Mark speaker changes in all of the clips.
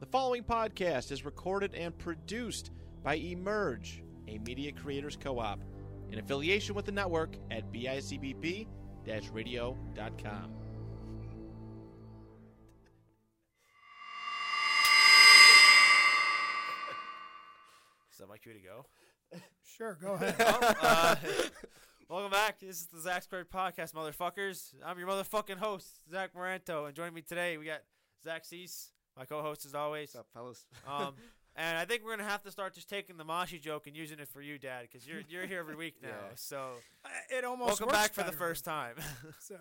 Speaker 1: The following podcast is recorded and produced by Emerge, a media creators co op, in affiliation with the network at bicbp radio.com.
Speaker 2: Is that my cue to go?
Speaker 3: Sure, go ahead.
Speaker 2: Oh, uh, welcome back. This is the Zach Squared Podcast, motherfuckers. I'm your motherfucking host, Zach Moranto, and joining me today we got Zach Cease, my co-host as always.
Speaker 4: What's up, fellas?
Speaker 2: Um, and I think we're gonna have to start just taking the Mashi joke and using it for you, Dad, because you're you're here every week now.
Speaker 4: Yeah.
Speaker 2: So
Speaker 3: I- it almost
Speaker 2: welcome
Speaker 3: works
Speaker 2: back for the
Speaker 3: better.
Speaker 2: first time.
Speaker 3: So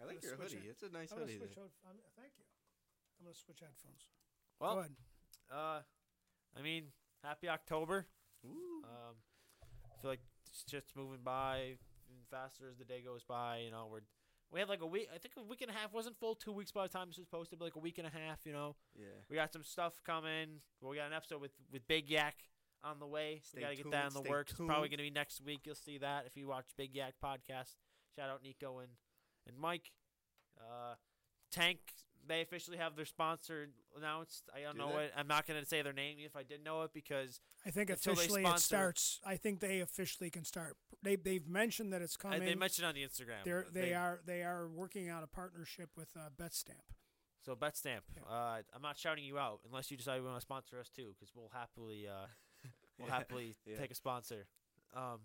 Speaker 4: I like
Speaker 3: gonna
Speaker 4: your
Speaker 3: switch
Speaker 4: hoodie.
Speaker 3: it.
Speaker 4: It's a nice
Speaker 3: I'm gonna
Speaker 4: hoodie.
Speaker 3: switch. Out, I'm, thank you. I'm gonna switch headphones. go
Speaker 2: well,
Speaker 3: ahead.
Speaker 2: uh, I mean, happy October.
Speaker 4: there. Ooh.
Speaker 2: Um, I feel like it's just moving by even faster as the day goes by. You know, we're we had like a week. I think a week and a half wasn't full two weeks by the time this was posted, but like a week and a half. You know,
Speaker 4: Yeah.
Speaker 2: we got some stuff coming. We got an episode with with Big Yak on the way.
Speaker 4: Stay
Speaker 2: we gotta get that
Speaker 4: tuned,
Speaker 2: in the
Speaker 4: stay
Speaker 2: works. It's probably
Speaker 4: tuned.
Speaker 2: gonna be next week. You'll see that if you watch Big Yak podcast. Shout out Nico and and Mike. Uh, Tank. They officially have their sponsor announced. I don't
Speaker 4: Do
Speaker 2: know
Speaker 4: they?
Speaker 2: it. I'm not gonna say their name if I did know it because
Speaker 3: I think
Speaker 2: until they
Speaker 3: officially it
Speaker 2: sponsor-
Speaker 3: starts. I think they officially can start. They they've mentioned that it's
Speaker 2: I,
Speaker 3: coming.
Speaker 2: they mentioned on the Instagram. uh,
Speaker 3: They're,
Speaker 2: that
Speaker 3: they are they are working out a partnership with uh, Betstamp.
Speaker 2: So bet stamp.
Speaker 3: Yeah.
Speaker 2: Uh, I'm not shouting you out unless you decide you want to sponsor us too, because we'll happily uh, we'll
Speaker 4: Yeah,
Speaker 2: happily
Speaker 4: yeah.
Speaker 2: take a sponsor. Um,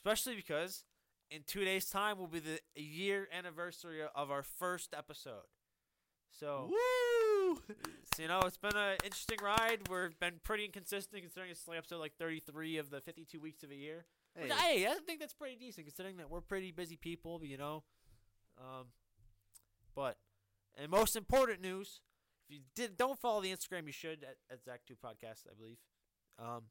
Speaker 2: especially because in two days' time will be the year anniversary of our first episode. So,
Speaker 4: Woo!
Speaker 2: so, you know, it's been an interesting ride. We've been pretty inconsistent considering it's only episode like 33 of the 52 weeks of a year. Which,
Speaker 4: Hey,
Speaker 2: Hey, I think that's pretty decent considering that we're pretty busy people, you know. Um, but and most important news, if you did don't follow the Instagram, you should at, at Zach Two Podcast, I believe. Um,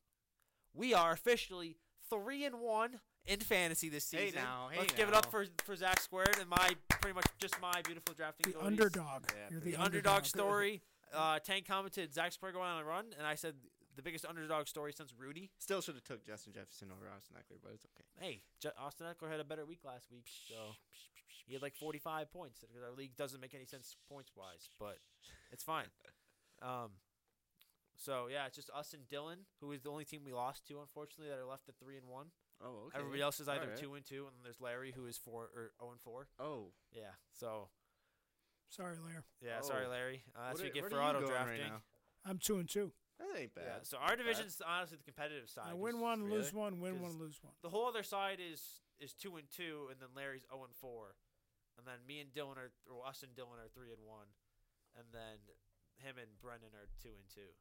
Speaker 2: we are officially three and one in fantasy this
Speaker 4: Hey
Speaker 2: season.
Speaker 4: now, hey
Speaker 2: Let's give it up
Speaker 4: now.
Speaker 2: for for Zach Squared and my pretty much just my beautiful drafting.
Speaker 3: The
Speaker 2: abilities.
Speaker 3: underdog.
Speaker 4: Yeah,
Speaker 3: You're the,
Speaker 2: The, underdog, story. Uh, Tank commented Zach Squared going on a run, and I said the biggest underdog story since Rudy.
Speaker 4: still should have took Justin Jefferson over Austin Eckler, but it's okay.
Speaker 2: hey, Ju- Austin Eckler had a better week last week, so he had like 45 points because our league doesn't make any sense points wise, but it's fine. Um, so yeah, it's just us and Dylan, who is the only team we lost to, unfortunately, that are left at three and one.
Speaker 4: Oh,
Speaker 2: Everybody else is either
Speaker 4: Alright.
Speaker 2: two and two, and there's Larry who is four or zero and four.
Speaker 4: Oh,
Speaker 2: Yeah, so
Speaker 3: Sorry, Lair.
Speaker 2: yeah, sorry,
Speaker 4: Oh.
Speaker 2: Larry. Uh,
Speaker 4: What
Speaker 2: that's what
Speaker 4: are-
Speaker 2: you get
Speaker 4: what
Speaker 2: for
Speaker 4: are you
Speaker 2: auto
Speaker 4: going right
Speaker 2: drafting.
Speaker 4: now?
Speaker 3: I'm two and two.
Speaker 4: that ain't bad.
Speaker 2: yeah, so our
Speaker 4: Not bad.
Speaker 2: division's honestly the competitive side.
Speaker 3: I
Speaker 2: 'cause
Speaker 3: win one, lose
Speaker 2: Really?
Speaker 3: one. Win
Speaker 2: 'Cause
Speaker 3: one, lose one.
Speaker 2: the whole other side is is two and two, and then Larry's zero and four, and then me and Dylan are or us and Dylan are three and one, and then him and Brendan are two and two.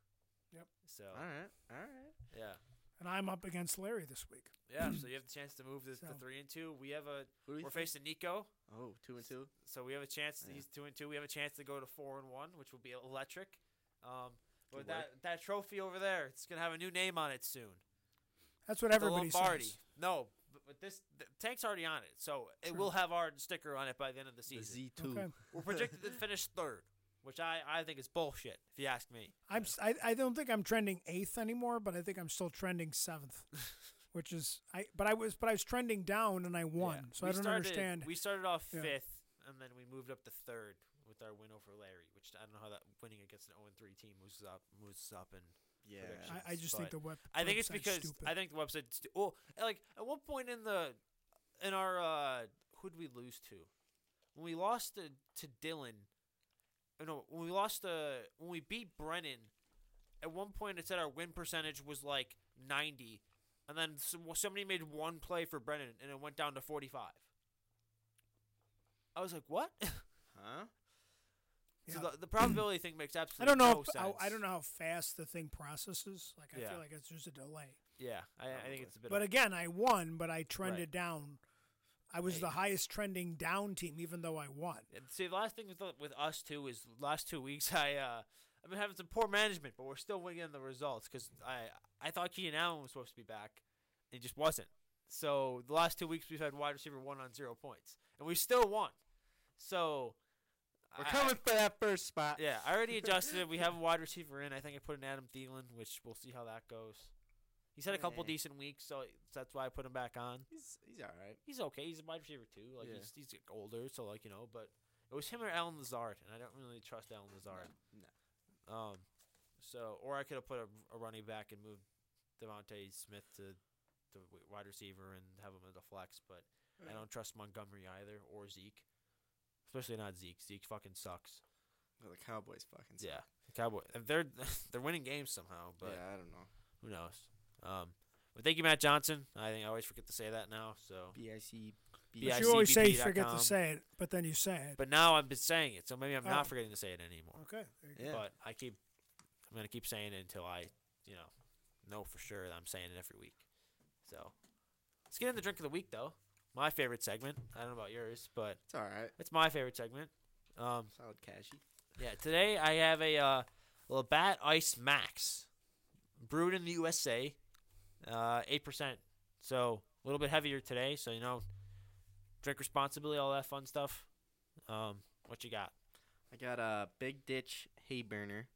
Speaker 3: Yep.
Speaker 2: So
Speaker 4: All right, all right.
Speaker 2: yeah,
Speaker 3: And I'm up against Larry this week.
Speaker 2: yeah. so you have the chance to move this to
Speaker 3: So-
Speaker 2: three and two. We have a
Speaker 4: Who do we
Speaker 2: we're
Speaker 4: think?
Speaker 2: facing Nico,
Speaker 4: Oh, two and two.
Speaker 2: so we have a chance.
Speaker 4: Yeah.
Speaker 2: He's two and two. We have a chance to go to four and one, which will be electric. Um, but
Speaker 4: Good
Speaker 2: that that trophy over there, it's gonna have a new name on it soon.
Speaker 3: That's what everybody
Speaker 2: the Lombardi.
Speaker 3: says.
Speaker 2: No, but, but this the tank's already on it, so it will have our sticker on it by the end of the
Speaker 4: The
Speaker 2: season.
Speaker 4: Z two.
Speaker 3: Okay.
Speaker 2: We're projected to finish third, which I, I think is bullshit, if you ask me.
Speaker 3: I'm s- I, I don't think I'm trending eighth anymore, but I think I'm still trending seventh, which is I. But I was but I was trending down and I won,
Speaker 2: Yeah.
Speaker 3: so
Speaker 2: We
Speaker 3: I don't
Speaker 2: started,
Speaker 3: understand.
Speaker 2: We started off
Speaker 3: Yeah.
Speaker 2: fifth, and then we moved up to third with our win over Larry, which I don't know how that winning against an 0 3 team moves us up, moves us up. And
Speaker 4: Yeah.
Speaker 2: Prediction.
Speaker 3: I, I just think
Speaker 2: but
Speaker 3: the web.
Speaker 2: I think it's
Speaker 3: website's
Speaker 2: because
Speaker 3: stupid.
Speaker 2: I think the website. Stu- well, like at one point in the in our uh, who did we lose to? When we lost to, to Dylan, you know, when we lost to when we beat Brennan, at one point it said our win percentage was like ninety, and then some, somebody made one play for Brennan and it went down to forty five. I was like, what?
Speaker 4: Huh?
Speaker 3: Yeah.
Speaker 2: So the, the probability thing makes
Speaker 3: I
Speaker 2: absolutely
Speaker 3: don't know.
Speaker 2: no
Speaker 3: if, I,
Speaker 2: sense.
Speaker 3: I don't know how fast the thing processes. Like I
Speaker 2: Yeah.
Speaker 3: feel like it's just a delay.
Speaker 2: Yeah, I, I think
Speaker 4: Probably.
Speaker 2: it's a bit.
Speaker 3: But
Speaker 2: of,
Speaker 3: again, I won, but I trended down. I was
Speaker 2: Hey.
Speaker 3: the highest trending down team, even though I won.
Speaker 2: And see, the last thing with, with us too is last two weeks I uh, I've been having some poor management, but we're still winning the results because I I thought Keenan Allen was supposed to be back, and he just wasn't. So the last two weeks we've had wide receiver one on zero points, and we still won. So
Speaker 4: We're
Speaker 2: I-
Speaker 4: coming for that first spot.
Speaker 2: yeah, I already adjusted. it. We have a wide receiver in. I think I put in Adam Thielen, which we'll see how that goes. He's had a couple
Speaker 4: Eh.
Speaker 2: decent weeks, so that's why I put him back on
Speaker 4: He's he's all right.
Speaker 2: he's okay. He's a wide receiver too. Like
Speaker 4: Yeah.
Speaker 2: he's he's older, so like you know. But it was him or Alan Lazard, and I don't really trust Alan Lazard.
Speaker 4: No.
Speaker 2: Um, So, or I could have put a, a running back and moved Devontae Smith to the wi- wide receiver and have him at the flex, but I don't trust Montgomery either or Zeke, especially not Zeke. Zeke fucking sucks.
Speaker 4: Well, the Cowboys fucking. suck.
Speaker 2: Yeah, the Cowboy. They're they're winning games somehow, but
Speaker 4: yeah, I don't know.
Speaker 2: who knows? Um, but thank you, Matt Johnson. I think I always forget to say that now. So,
Speaker 4: B I C B
Speaker 2: Yeah,
Speaker 3: But
Speaker 4: I
Speaker 3: you always say you
Speaker 2: CBP.com.
Speaker 3: forget to say it, but then you say it.
Speaker 2: but now I've been saying it, so maybe I'm
Speaker 3: Oh.
Speaker 2: not forgetting to say it anymore.
Speaker 3: okay. there you go.
Speaker 4: Yeah.
Speaker 2: But I keep, I'm gonna keep saying it until I, you know, know for sure that I'm saying it every week. So, let's get into drink of the week though. My favorite segment. I don't know about yours, but
Speaker 4: It's all right.
Speaker 2: it's my favorite segment. Um,
Speaker 4: Solid cashy.
Speaker 2: yeah, today I have a uh, Labatt Ice Max, brewed in the USA, uh, eight percent. So a little bit heavier today. So you know, drink responsibly, all that fun stuff. Um, what you got?
Speaker 4: I got a Big Ditch Hay Burner.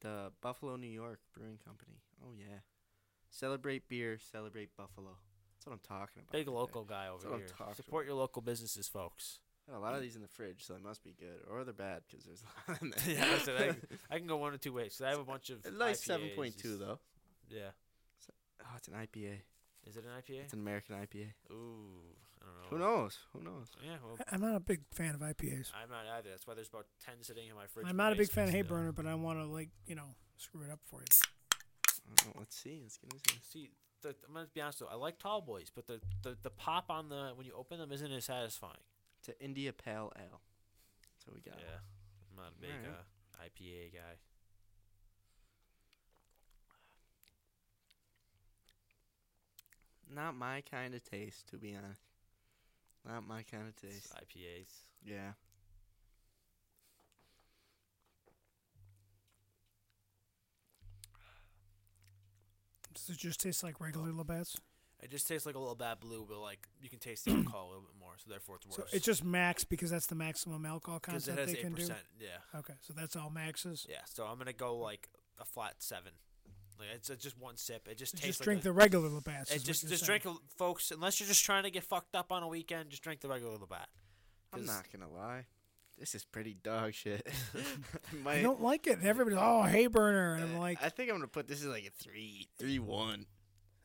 Speaker 4: The Buffalo, New York Brewing Company. Oh yeah. Celebrate beer, celebrate Buffalo. That's what I'm talking about.
Speaker 2: Big
Speaker 4: right there.
Speaker 2: local guy
Speaker 4: That's
Speaker 2: over
Speaker 4: what I'm
Speaker 2: here.
Speaker 4: talking
Speaker 2: Support
Speaker 4: about.
Speaker 2: your local businesses, folks.
Speaker 4: Got a lot of these in the fridge, so they must be good, or they're bad because there's a lot in there.
Speaker 2: Yeah, that's it. I can go one of two ways. 'cause I have a bunch of
Speaker 4: At least
Speaker 2: IPAs.
Speaker 4: seven point two though.
Speaker 2: Yeah.
Speaker 4: Oh, it's an IPA.
Speaker 2: Is it an IPA?
Speaker 4: It's an American IPA.
Speaker 2: Ooh, I don't know.
Speaker 4: Who knows? Who knows?
Speaker 2: Yeah, well,
Speaker 3: I- I'm not a big fan of IPAs.
Speaker 2: I'm not either. That's why there's about ten sitting in my fridge.
Speaker 3: I'm
Speaker 2: in
Speaker 3: not
Speaker 2: the
Speaker 3: a big fan of
Speaker 2: basement still.
Speaker 3: Hayburner, but I want to like you know screw it up for you.
Speaker 4: Oh, let's see. Let's get into this.
Speaker 2: See, the, I'm gonna be honest though. I like tall boys, but the, the the pop on the when you open them isn't as satisfying.
Speaker 4: To India Pale Ale. So we got.
Speaker 2: I'm not a big
Speaker 4: Alright.
Speaker 2: uh, IPA guy.
Speaker 4: Not my kind of taste, to be honest. Not my kind of
Speaker 2: It's
Speaker 4: taste.
Speaker 2: IPAs.
Speaker 4: Yeah.
Speaker 3: Does it just taste like regular Labatt's?
Speaker 2: It just tastes like a little bad blue, but like you can taste the alcohol a little bit more, so therefore it's
Speaker 3: So
Speaker 2: worse.
Speaker 3: it's just max because that's the maximum alcohol
Speaker 2: because it
Speaker 3: content
Speaker 2: has
Speaker 3: they
Speaker 2: eight
Speaker 3: can do.
Speaker 2: percent. Yeah,
Speaker 3: Okay, so that's all maxes.
Speaker 2: yeah. So I'm gonna go like a flat seven. Like it's, it's just one sip. It just
Speaker 3: So
Speaker 2: tastes.
Speaker 3: just
Speaker 2: like
Speaker 3: drink
Speaker 2: a-
Speaker 3: the regular Labatt's.
Speaker 2: It
Speaker 3: is what
Speaker 2: just
Speaker 3: you're
Speaker 2: just
Speaker 3: saying.
Speaker 2: drink, a- folks. Unless you're just trying to get fucked up on a weekend, just drink the regular Labatt.
Speaker 4: I'm
Speaker 2: 'Cause-
Speaker 4: not gonna lie. This is pretty dog shit.
Speaker 3: I
Speaker 4: My-
Speaker 3: don't like it. And everybody's oh Hayburner, and
Speaker 4: uh,
Speaker 3: I'm like
Speaker 4: I think I'm gonna put this as like a three, three one.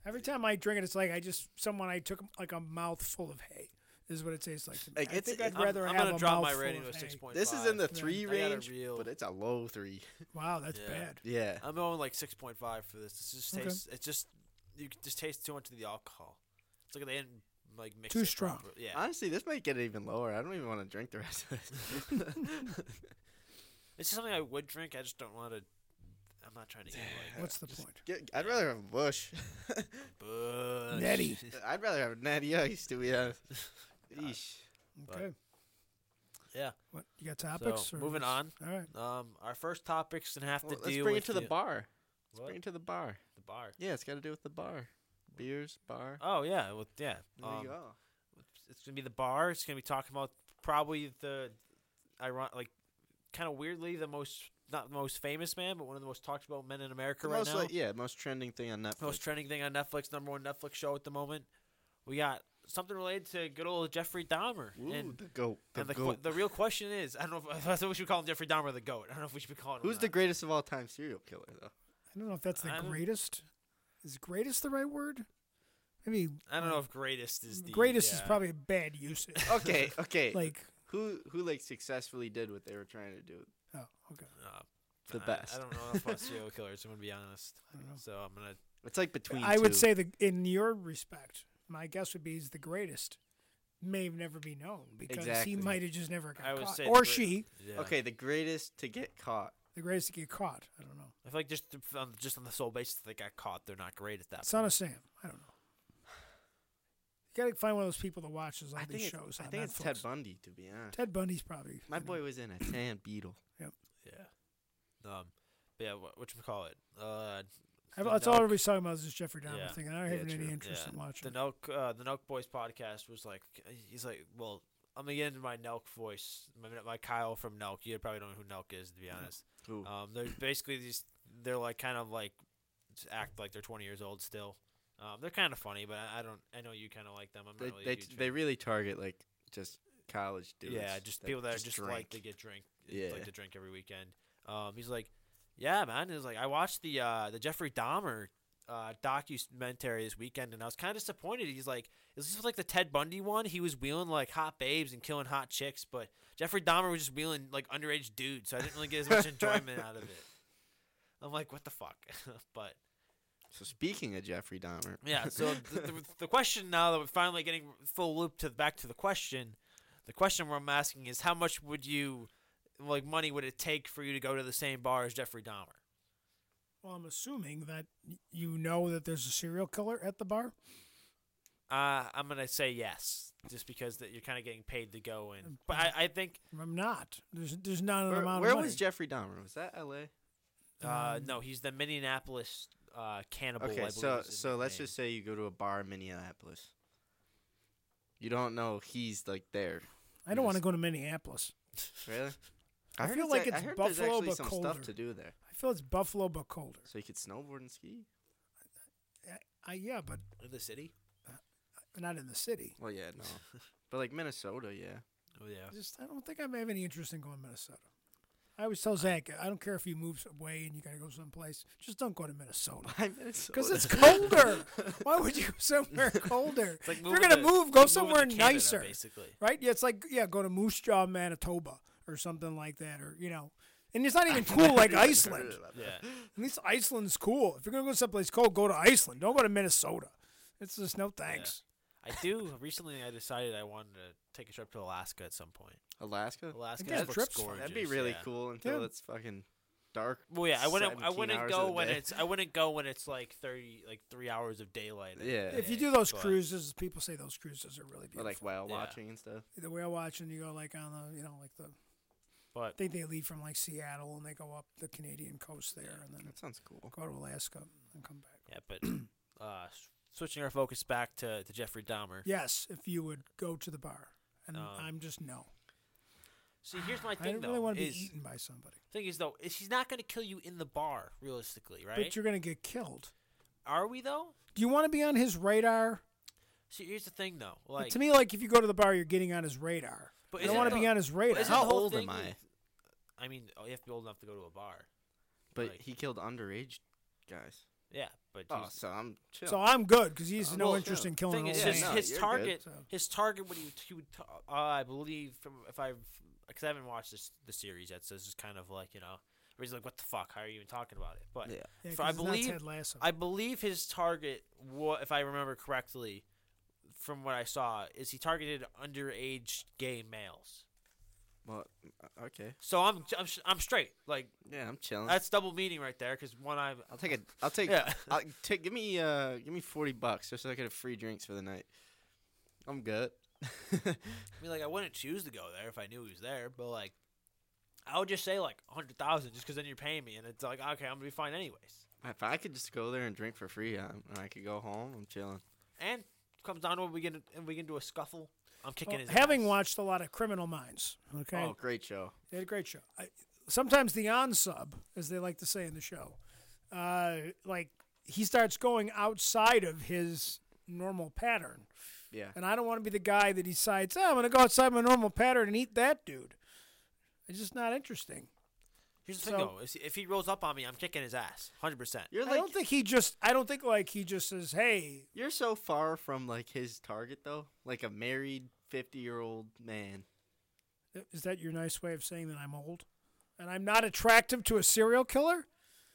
Speaker 3: every time I drink it, it's like I just someone I took like a mouthful of hay. This is what it tastes like. To me.
Speaker 4: Like,
Speaker 3: I
Speaker 4: it's-
Speaker 3: think
Speaker 4: it-
Speaker 3: I'd
Speaker 2: I'm-
Speaker 3: rather
Speaker 2: I'm,
Speaker 3: have
Speaker 2: gonna
Speaker 3: a
Speaker 2: drop my
Speaker 3: mouthful
Speaker 2: rating
Speaker 3: of
Speaker 2: to a
Speaker 3: hay.
Speaker 2: six point five.
Speaker 4: This is in the three
Speaker 2: I got a
Speaker 4: range,
Speaker 2: real-
Speaker 4: but it's a low three.
Speaker 3: Wow, that's
Speaker 2: Yeah.
Speaker 3: bad.
Speaker 4: Yeah.
Speaker 2: I'm going like six point five for this. It just
Speaker 3: Okay.
Speaker 2: tastes. It just you can just taste too much of the alcohol. It's like they didn't like mix
Speaker 3: Too
Speaker 2: it
Speaker 3: strong.
Speaker 2: properly. Yeah,
Speaker 4: Honestly, this might get it even lower. I don't even want to drink the rest of this.
Speaker 2: it's just something I would drink. I just don't want to. I'm not trying to eat like
Speaker 3: What's the
Speaker 4: Just
Speaker 3: point?
Speaker 4: get- I'd rather have a bush.
Speaker 2: bush.
Speaker 3: Netty.
Speaker 4: I'd rather have natty ice to be honest. Eesh.
Speaker 2: but-
Speaker 3: Okay.
Speaker 2: Yeah.
Speaker 3: What you got topics?
Speaker 2: So,
Speaker 3: or
Speaker 2: moving
Speaker 3: what's-
Speaker 2: on.
Speaker 3: All right.
Speaker 2: Um, our first topic's gonna have
Speaker 4: Well,
Speaker 2: to
Speaker 4: let's
Speaker 2: deal
Speaker 4: bring
Speaker 2: with
Speaker 4: it to the bar. Let's
Speaker 2: what?
Speaker 4: bring it to the bar.
Speaker 2: The bar.
Speaker 4: Yeah, it's got to do with the bar, beers, bar.
Speaker 2: Oh yeah, well, yeah.
Speaker 4: There
Speaker 2: um,
Speaker 4: you go.
Speaker 2: It's gonna be the bar. It's gonna be talking about probably the, iron like, kind of weirdly the most not the most famous man, but one of the most talked about men in America
Speaker 4: The
Speaker 2: right
Speaker 4: most,
Speaker 2: now.
Speaker 4: like, yeah, most trending thing on Netflix.
Speaker 2: most trending thing on Netflix, number one Netflix show at the moment. We got something related to good old Jeffrey Dahmer.
Speaker 4: Ooh,
Speaker 2: and
Speaker 4: the goat. The
Speaker 2: and the, qu-
Speaker 4: goat.
Speaker 2: the real question is, I don't know if I thought we should call him Jeffrey Dahmer the goat. I don't know if we should be calling him.
Speaker 4: Who's the
Speaker 2: that.
Speaker 4: greatest of all time serial killer though?
Speaker 3: I don't know if that's the
Speaker 2: I don't-
Speaker 3: greatest. Is greatest the right word? Maybe
Speaker 2: I don't know
Speaker 4: hmm.
Speaker 2: if greatest is the
Speaker 3: greatest is
Speaker 2: yeah.
Speaker 3: probably a bad usage.
Speaker 4: Okay, okay.
Speaker 3: like
Speaker 4: who who like successfully did what they were trying to do?
Speaker 3: oh okay.
Speaker 2: Uh,
Speaker 4: the
Speaker 2: I-
Speaker 4: best.
Speaker 2: I, don't know if I'm serial killers. I'm gonna be honest.
Speaker 3: I don't know.
Speaker 2: So I'm gonna
Speaker 4: It's like between.
Speaker 3: I would
Speaker 4: two.
Speaker 3: say the in your respect, my guess would be he's the greatest. May have never be known because
Speaker 4: Exactly.
Speaker 3: he might have just never
Speaker 4: Oh
Speaker 3: got
Speaker 2: I would
Speaker 3: caught,
Speaker 2: say the
Speaker 3: or
Speaker 2: great-
Speaker 3: she,
Speaker 2: yeah.
Speaker 4: Okay, the greatest to get caught.
Speaker 3: the greatest to get caught. I don't know.
Speaker 2: I feel like just th- on, just on the sole basis that they got caught, they're not great at that.
Speaker 3: Son
Speaker 2: point.
Speaker 3: of Sam. I don't know. You gotta find one of those people that watches all
Speaker 4: I think,
Speaker 3: these
Speaker 4: it's,
Speaker 3: shows.
Speaker 4: I
Speaker 3: on
Speaker 4: think it's Ted
Speaker 3: Netflix.
Speaker 4: Bundy, to be honest.
Speaker 3: Ted Bundy's probably
Speaker 4: My
Speaker 3: you know,
Speaker 4: boy was in a tan beetle.
Speaker 2: yeah. Um, but yeah, what, what call it? Uh,
Speaker 3: I-
Speaker 2: the
Speaker 3: That's all
Speaker 2: Nelk-
Speaker 3: everybody's talking about is this Jeffrey Dahmer
Speaker 2: Yeah.
Speaker 3: thing, and I don't
Speaker 4: Yeah,
Speaker 3: have
Speaker 4: true.
Speaker 3: any interest
Speaker 2: Yeah.
Speaker 3: in
Speaker 2: the
Speaker 3: watching. it.
Speaker 2: Nelk, uh, the Nelk Boys podcast was like, he's like, well, I'm gonna get into my Nelk voice, my, my Kyle from Nelk. You probably don't know who Nelk is, to be honest.
Speaker 4: Ooh.
Speaker 2: Um, they're basically these, they're like kind of like s- act like they're 20 years old still. Um, they're kind of funny, but I, I don't. I know you kind of like them. I'm
Speaker 4: they
Speaker 2: not really. a
Speaker 4: they,
Speaker 2: huge fan.
Speaker 4: they really target like just college dudes.
Speaker 2: yeah, just people that, are just like to
Speaker 4: drink.
Speaker 2: get drink,
Speaker 4: Yeah.
Speaker 2: like to drink every weekend. Um, he's like, Yeah, man. It was like I watched the uh, the Jeffrey Dahmer uh, documentary this weekend, and I was kind of disappointed. He's like, it was just like the Ted Bundy one. He was wheeling like hot babes and killing hot chicks, but Jeffrey Dahmer was just wheeling like underage dudes. So I didn't really get as much enjoyment out of it. I'm like, what the fuck? but
Speaker 4: So speaking of Jeffrey Dahmer,
Speaker 2: yeah, so the, the, the question now that we're finally getting full loop to back to the question, the question I'm asking is how much would you like money would it take for you to go to the same bar as Jeffrey Dahmer?
Speaker 3: Well, I'm assuming that y- you know that there's a serial killer at the bar.
Speaker 2: Uh, I'm gonna say yes, just because that you're kind of getting paid to go in. But I, I think
Speaker 3: I'm not. There's there's not an
Speaker 4: where,
Speaker 3: amount
Speaker 4: where
Speaker 3: of money.
Speaker 4: was Jeffrey Dahmer? Was that L.A.?
Speaker 2: uh,
Speaker 3: Um,
Speaker 2: no, he's the Minneapolis uh, cannibal. I
Speaker 4: Okay,
Speaker 2: believe
Speaker 4: so
Speaker 2: is his
Speaker 4: so let's
Speaker 2: nickname.
Speaker 4: just say you go to a bar in Minneapolis. You don't know he's like there.
Speaker 3: I don't want to go to Minneapolis.
Speaker 4: Really?
Speaker 3: I
Speaker 4: heard
Speaker 3: feel
Speaker 4: it's
Speaker 3: like
Speaker 4: ac-
Speaker 3: it's
Speaker 4: I heard there's
Speaker 3: Buffalo,
Speaker 4: actually
Speaker 3: but
Speaker 4: some
Speaker 3: colder.
Speaker 4: stuff to do there,
Speaker 3: I feel it's Buffalo but colder.
Speaker 4: so you could snowboard and ski.
Speaker 3: I, yeah, but
Speaker 2: In the city.
Speaker 3: not in the city.
Speaker 4: Well, yeah, no, but like Minnesota, yeah.
Speaker 2: Oh yeah.
Speaker 3: Just I don't think I have any interest in going to Minnesota. I always tell Zach, I don't care if you move away and you got to go someplace. Just don't go to Minnesota
Speaker 4: Why Minnesota?
Speaker 3: because it's colder. Why would you go somewhere colder?
Speaker 2: It's like
Speaker 3: if you're
Speaker 2: moving
Speaker 3: gonna
Speaker 2: to-
Speaker 3: move, go
Speaker 2: it's like moving to
Speaker 3: somewhere
Speaker 2: Canada,
Speaker 3: nicer,
Speaker 2: Basically.
Speaker 3: right? Yeah, it's like yeah, go to Moose Jaw, Manitoba, or something like that, or you know. And it's not even cool like Iceland.
Speaker 2: Yeah.
Speaker 3: At least Iceland's cool. If you're gonna go someplace cold, go to Iceland. Don't go to Minnesota. It's just no thanks.
Speaker 2: I do. Recently, I decided I wanted to take a trip to Alaska at some point.
Speaker 4: Alaska.
Speaker 2: Alaska
Speaker 3: Again,
Speaker 2: looks
Speaker 3: trips.
Speaker 2: gorgeous.
Speaker 4: That'd be really
Speaker 2: yeah.
Speaker 4: cool until
Speaker 3: Yeah.
Speaker 4: it's fucking dark.
Speaker 2: Well, yeah, I wouldn't. I
Speaker 4: 17
Speaker 2: wouldn't
Speaker 4: hours of
Speaker 2: go
Speaker 4: the
Speaker 2: when
Speaker 4: day.
Speaker 2: it's. I wouldn't go when it's like thirty, like three hours of daylight. in the
Speaker 4: Yeah.
Speaker 3: If you
Speaker 2: day,
Speaker 3: do those
Speaker 2: but-
Speaker 3: cruises, people say those cruises are really
Speaker 4: Or
Speaker 3: beautiful.
Speaker 4: like whale
Speaker 2: Yeah.
Speaker 4: watching and stuff.
Speaker 3: the whale watching, you go like on the you know like the
Speaker 2: but
Speaker 3: I think they leave from like Seattle and they go up the Canadian coast there and then
Speaker 4: That sounds cool.
Speaker 3: go to Alaska and come back.
Speaker 2: yeah, but uh, s- switching our focus back to, to Jeffrey Dahmer.
Speaker 3: Yes, if you would go to the bar, and
Speaker 2: Um,
Speaker 3: I'm just no.
Speaker 2: See, here's my
Speaker 3: I
Speaker 2: thing
Speaker 3: don't
Speaker 2: though.
Speaker 3: really want to be
Speaker 2: is,
Speaker 3: eaten by somebody.
Speaker 2: Thing is though, is he's not going to kill you in the bar, realistically,
Speaker 3: But
Speaker 2: right?
Speaker 3: you're gonna get killed.
Speaker 2: Are we though?
Speaker 3: Do you want to be on his radar?
Speaker 2: See, here's the thing though.
Speaker 3: But
Speaker 2: Like,
Speaker 3: to me, like if you go to the bar, you're getting on his radar.
Speaker 2: But
Speaker 3: I
Speaker 2: isn't
Speaker 3: don't want
Speaker 2: the-
Speaker 3: to be on his
Speaker 2: but
Speaker 3: radar.
Speaker 2: isn't
Speaker 4: How
Speaker 2: the whole
Speaker 4: old
Speaker 2: thing
Speaker 4: am I?
Speaker 2: with- I mean, oh, you have to be old enough to go to a bar.
Speaker 4: But
Speaker 2: Like-
Speaker 4: he killed underage guys.
Speaker 2: Yeah, but
Speaker 4: Oh,
Speaker 2: he's-
Speaker 4: so I'm chill.
Speaker 3: So I'm good because he has
Speaker 4: Uh,
Speaker 3: no
Speaker 4: well,
Speaker 3: interest
Speaker 4: yeah.
Speaker 3: in killing
Speaker 2: thing
Speaker 3: old
Speaker 2: is,
Speaker 4: Yeah,
Speaker 2: his,
Speaker 4: no,
Speaker 3: man.
Speaker 2: his
Speaker 4: you're good.
Speaker 2: target,
Speaker 3: So-
Speaker 2: his target. What he would, he would t- uh, I believe, from if I, because I haven't watched this the series yet, so it's just kind of like you know, where he's like, "What the fuck? How are you even talking about it?" But
Speaker 4: yeah.
Speaker 3: Yeah,
Speaker 2: if
Speaker 3: 'cause
Speaker 2: I
Speaker 3: it's not
Speaker 2: believe-
Speaker 3: Ted Lasso.
Speaker 2: I believe his target, what if I remember correctly, from what I saw, is he targeted underage gay males.
Speaker 4: Well, uh, okay.
Speaker 2: So I'm I'm, I'm straight. Like
Speaker 4: Yeah, I'm chilling.
Speaker 2: that's double meaning right there, because one I
Speaker 4: I'll take a. I'll take.
Speaker 2: Yeah.
Speaker 4: I'll take. Give me. Uh. Give me forty bucks just so I get a free drinks for the night. I'm good.
Speaker 2: I mean, like, I wouldn't choose to go there if I knew he was there, but like, I would just say like a hundred thousand, just because then you're paying me, and it's like, okay, I'm gonna be fine anyways,
Speaker 4: if I could just go there and drink for free, i I could go home. I'm chilling.
Speaker 2: and comes down to it, we get in- and we get into a scuffle. I'm kicking
Speaker 3: Well,
Speaker 2: his.
Speaker 3: having
Speaker 2: ass.
Speaker 3: watched a lot of Criminal Minds, okay,
Speaker 4: Oh, great show.
Speaker 3: They had a great show. I, sometimes the on sub, as they like to say in the show, uh, like he starts going outside of his normal pattern.
Speaker 4: Yeah.
Speaker 3: And I don't want to be the guy that decides, oh, I'm going to go outside my normal pattern and eat that dude. It's just not interesting.
Speaker 2: Here's the thing
Speaker 3: so-
Speaker 2: though: is if he rolls up on me, I'm kicking his ass, hundred percent.
Speaker 4: You're
Speaker 3: I
Speaker 4: like.
Speaker 3: don't think he just, I don't think like he just says, hey,
Speaker 4: You're so far from like his target though. Like a married fifty year old man.
Speaker 3: is that your nice way of saying that I'm old? And I'm not attractive to a serial killer?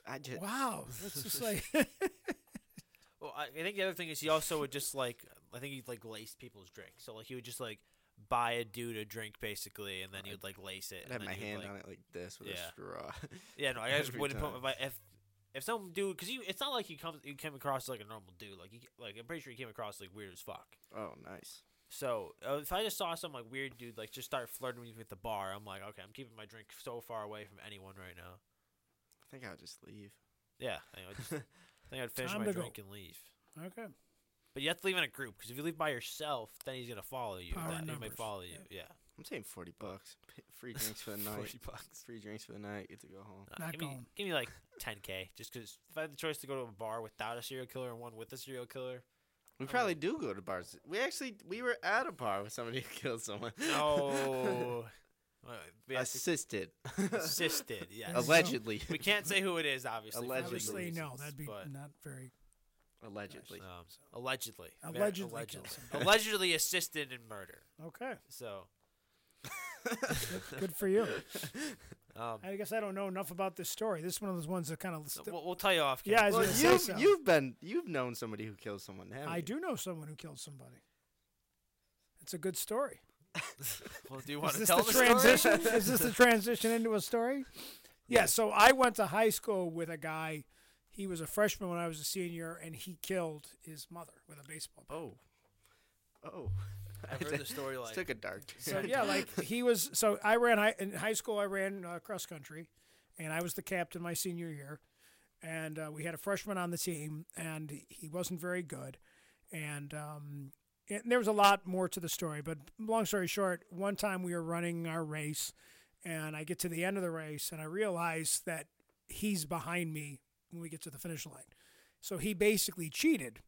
Speaker 4: I just.
Speaker 3: Wow. That's just like,
Speaker 2: Well, I, I think the other thing is he also would just like, I think he'd like lace people's drinks, so like he would just like buy a dude a drink basically, and then he'd like lace it.
Speaker 4: I'd have
Speaker 2: and
Speaker 4: my
Speaker 2: then he'd,
Speaker 4: hand
Speaker 2: like-
Speaker 4: on it like this with
Speaker 2: Yeah.
Speaker 4: a straw.
Speaker 2: Yeah, no, I just
Speaker 4: every
Speaker 2: wouldn't
Speaker 4: time.
Speaker 2: put my if if some dude because you it's not like he comes he came across as, like a normal dude like he like I'm pretty sure he came across like weird as fuck.
Speaker 4: Oh, nice.
Speaker 2: So uh, if I just saw some like weird dude like just start flirting with me at the bar, I'm like, okay, I'm keeping my drink so far away from anyone right now.
Speaker 4: I think I'll just leave.
Speaker 2: Yeah, I think I'd, just, I think I'd finish
Speaker 3: Time
Speaker 2: my
Speaker 3: to go.
Speaker 2: drink and leave.
Speaker 3: okay.
Speaker 2: But you have to leave in a group because if you leave by yourself, then he's gonna follow you.
Speaker 3: Power
Speaker 2: That- he might
Speaker 3: numbers.
Speaker 2: follow you. Yeah,
Speaker 4: I'm saying forty bucks. P- Free drinks for the night.
Speaker 2: 40 bucks.
Speaker 4: Free drinks for the night. Get to go home.
Speaker 2: Nah,
Speaker 3: Not
Speaker 2: give me
Speaker 3: going.
Speaker 2: give me like 10k just because if I had the choice to go to a bar without a serial killer and one with a serial killer,
Speaker 4: We
Speaker 3: Oh.
Speaker 2: I
Speaker 4: probably do
Speaker 3: Oh,
Speaker 4: go to bars. We actually we were at a bar with somebody who killed someone.
Speaker 2: no, Uh, we have to-
Speaker 4: Assisted.
Speaker 2: assisted. Yes.
Speaker 4: Allegedly.
Speaker 2: We can't say who it is, obviously. for
Speaker 4: Allegedly.
Speaker 3: Obviously,
Speaker 2: reasons,
Speaker 3: no. That'd be
Speaker 2: but,
Speaker 3: not very.
Speaker 4: Allegedly.
Speaker 2: um, allegedly. Very
Speaker 3: Allegedly killed
Speaker 2: Allegedly.
Speaker 3: somebody.
Speaker 2: allegedly assisted in murder.
Speaker 3: Okay.
Speaker 2: So,
Speaker 3: Good for you.
Speaker 2: um,
Speaker 3: I guess I don't know enough about this story. This is one of those ones that kind of.
Speaker 2: we'll, we'll tell you off.
Speaker 3: Yeah, I
Speaker 2: camera.
Speaker 3: was
Speaker 4: Well,
Speaker 3: gonna say
Speaker 4: you've
Speaker 3: so.
Speaker 4: you've been you've known somebody who killed someone, haven't
Speaker 3: I
Speaker 4: you?
Speaker 3: do know someone who killed somebody. It's a good story.
Speaker 2: Well, do you
Speaker 3: Is
Speaker 2: want to
Speaker 3: this
Speaker 2: tell
Speaker 3: the
Speaker 2: the, story?
Speaker 3: transition? is this the transition into a story? Yeah. So I went to high school with a guy. He was a freshman when I was a senior, and he killed his mother with a baseball bat.
Speaker 4: Oh. Oh.
Speaker 2: I heard the story
Speaker 4: This
Speaker 2: like
Speaker 4: took a dark turn.
Speaker 3: So yeah, like he was. So I ran high, in high school. I ran uh, cross country, and I was the captain my senior year. And uh, we had a freshman on the team, and he wasn't very good. And um, and there was a lot more to the story, but long story short, one time we were running our race, and I get to the end of the race, and I realize that he's behind me when we get to the finish line. So he basically cheated,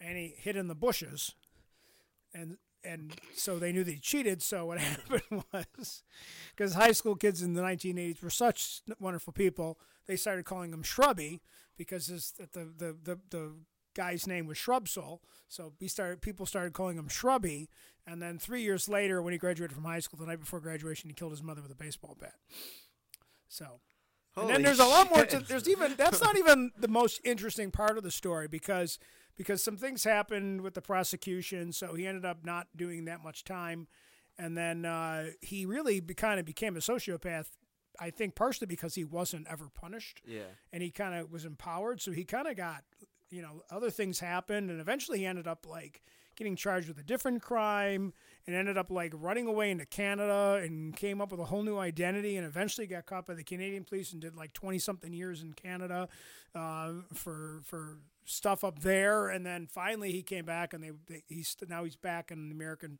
Speaker 3: and he hid in the bushes, and and so they knew that he cheated. So what happened was, because high school kids in the 1980s were such wonderful people, they started calling him Shrubby because his, the, the the the guy's name was Shrubsole. So we started people started calling him Shrubby, and then three years later, when he graduated from high school, the night before graduation, he killed his mother with a baseball bat. So and then
Speaker 4: Holy
Speaker 3: there's a lot more. To,
Speaker 4: shit.
Speaker 3: there's even that's not even the most interesting part of the story because because some things happened with the prosecution, so he ended up not doing that much time, and then uh, he really be, kind of became a sociopath. I think partially because he wasn't ever punished
Speaker 4: Yeah.
Speaker 3: and he kind of was empowered. So he kind of got, you know, other things happened, and eventually he ended up like getting charged with a different crime, and ended up like running away into Canada and came up with a whole new identity, and eventually got caught by the Canadian police and did like twenty something years in Canada uh, for for stuff up there, and then finally he came back, and they, they he's now he's back in the American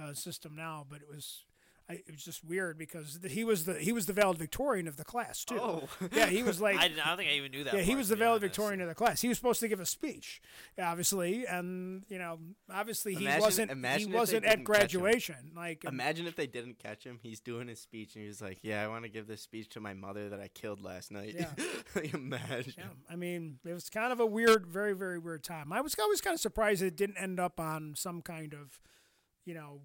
Speaker 3: uh, system now, but it was. I, it was just weird because he was the he was the valedictorian of the class too.
Speaker 4: Oh.
Speaker 3: Yeah, he was like
Speaker 2: I, didn't, I don't think I even knew that.
Speaker 3: yeah, he
Speaker 2: part,
Speaker 3: was
Speaker 2: to
Speaker 3: the
Speaker 2: be honest.
Speaker 3: valedictorian of the class. He was supposed to give a speech, obviously, and you know, obviously he
Speaker 4: Imagine-
Speaker 3: wasn't.
Speaker 4: imagine
Speaker 3: he
Speaker 4: if they
Speaker 3: wasn't
Speaker 4: didn't catch
Speaker 3: at
Speaker 4: him.
Speaker 3: graduation. Like, um,
Speaker 4: Imagine if they didn't catch him. He's doing his speech and he was like, "Yeah, I want to give this speech to my mother that I killed last night."
Speaker 3: Yeah.
Speaker 4: Imagine.
Speaker 3: yeah, I mean, it was kind of a weird, very, very weird time. I was always kind of surprised it didn't end up on some kind of, you know,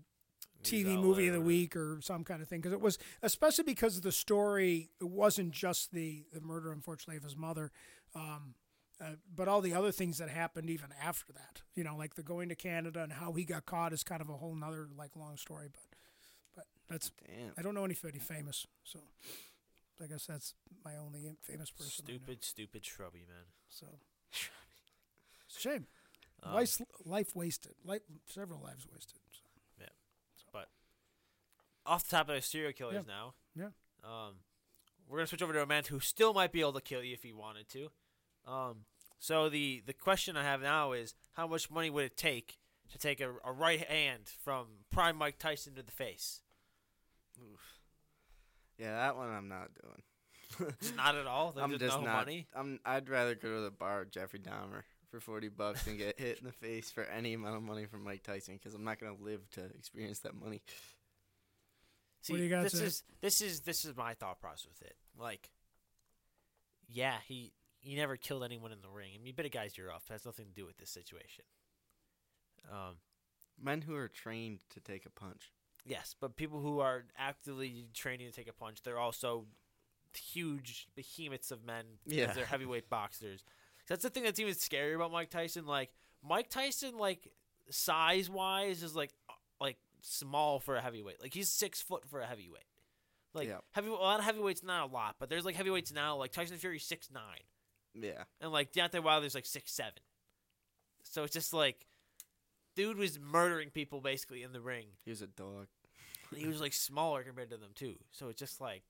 Speaker 2: News
Speaker 3: TV movie of
Speaker 2: outlet
Speaker 3: the
Speaker 2: or-
Speaker 3: week or some kind of thing because it was especially because the story it wasn't just the the murder unfortunately of his mother um, uh, but all the other things that happened even after that you know like the going to Canada and how he got caught is kind of a whole nother like long story but but that's
Speaker 4: Damn.
Speaker 3: I don't know anybody famous so I guess that's my only famous person I know,
Speaker 2: Stupid, stupid shrubby man.
Speaker 3: so it's a shame
Speaker 2: Um,
Speaker 3: life, life wasted life several lives wasted so.
Speaker 2: off the top of the serial killers now.
Speaker 3: Yeah.
Speaker 2: Um, we're gonna switch over to a man who still might be able to kill you if he wanted to. Um, so the the question I have now is, how much money would it take to take a, a right hand from Prime Mike Tyson to the face?
Speaker 4: Yeah, that one I'm not doing.
Speaker 2: Just Not at all. There's
Speaker 4: I'm just
Speaker 2: no
Speaker 4: not.
Speaker 2: money.
Speaker 4: I'm. I'd rather go to the bar with Jeffrey Dahmer for forty bucks and get hit in the face for any amount of money from Mike Tyson because I'm not gonna live to experience that money.
Speaker 2: See,
Speaker 3: do you got
Speaker 2: this
Speaker 3: to-
Speaker 2: is this is this is my thought process with it. Like, yeah, he he never killed anyone in the ring. I mean, you bit a guy's ear off. That has nothing to do with this situation. Um,
Speaker 4: Men who are trained to take a punch.
Speaker 2: Yes, but people who are actively training to take a punch, they're also huge behemoths of men because
Speaker 4: Yeah.
Speaker 2: they're heavyweight boxers. That's the thing that's even scarier about Mike Tyson. Like Mike Tyson, like size wise, is like uh, like small for a heavyweight. Like he's six foot for a heavyweight. Like
Speaker 4: Yep.
Speaker 2: heavy, a lot of heavyweights, not a lot, but there's like heavyweights now. Like Tyson Fury, six nine,
Speaker 4: Yeah.
Speaker 2: and like Deontay Wilder's like six seven. So it's just like, dude was murdering people basically in the ring
Speaker 4: He was a dog.
Speaker 2: he was like smaller compared to them too. So it's just like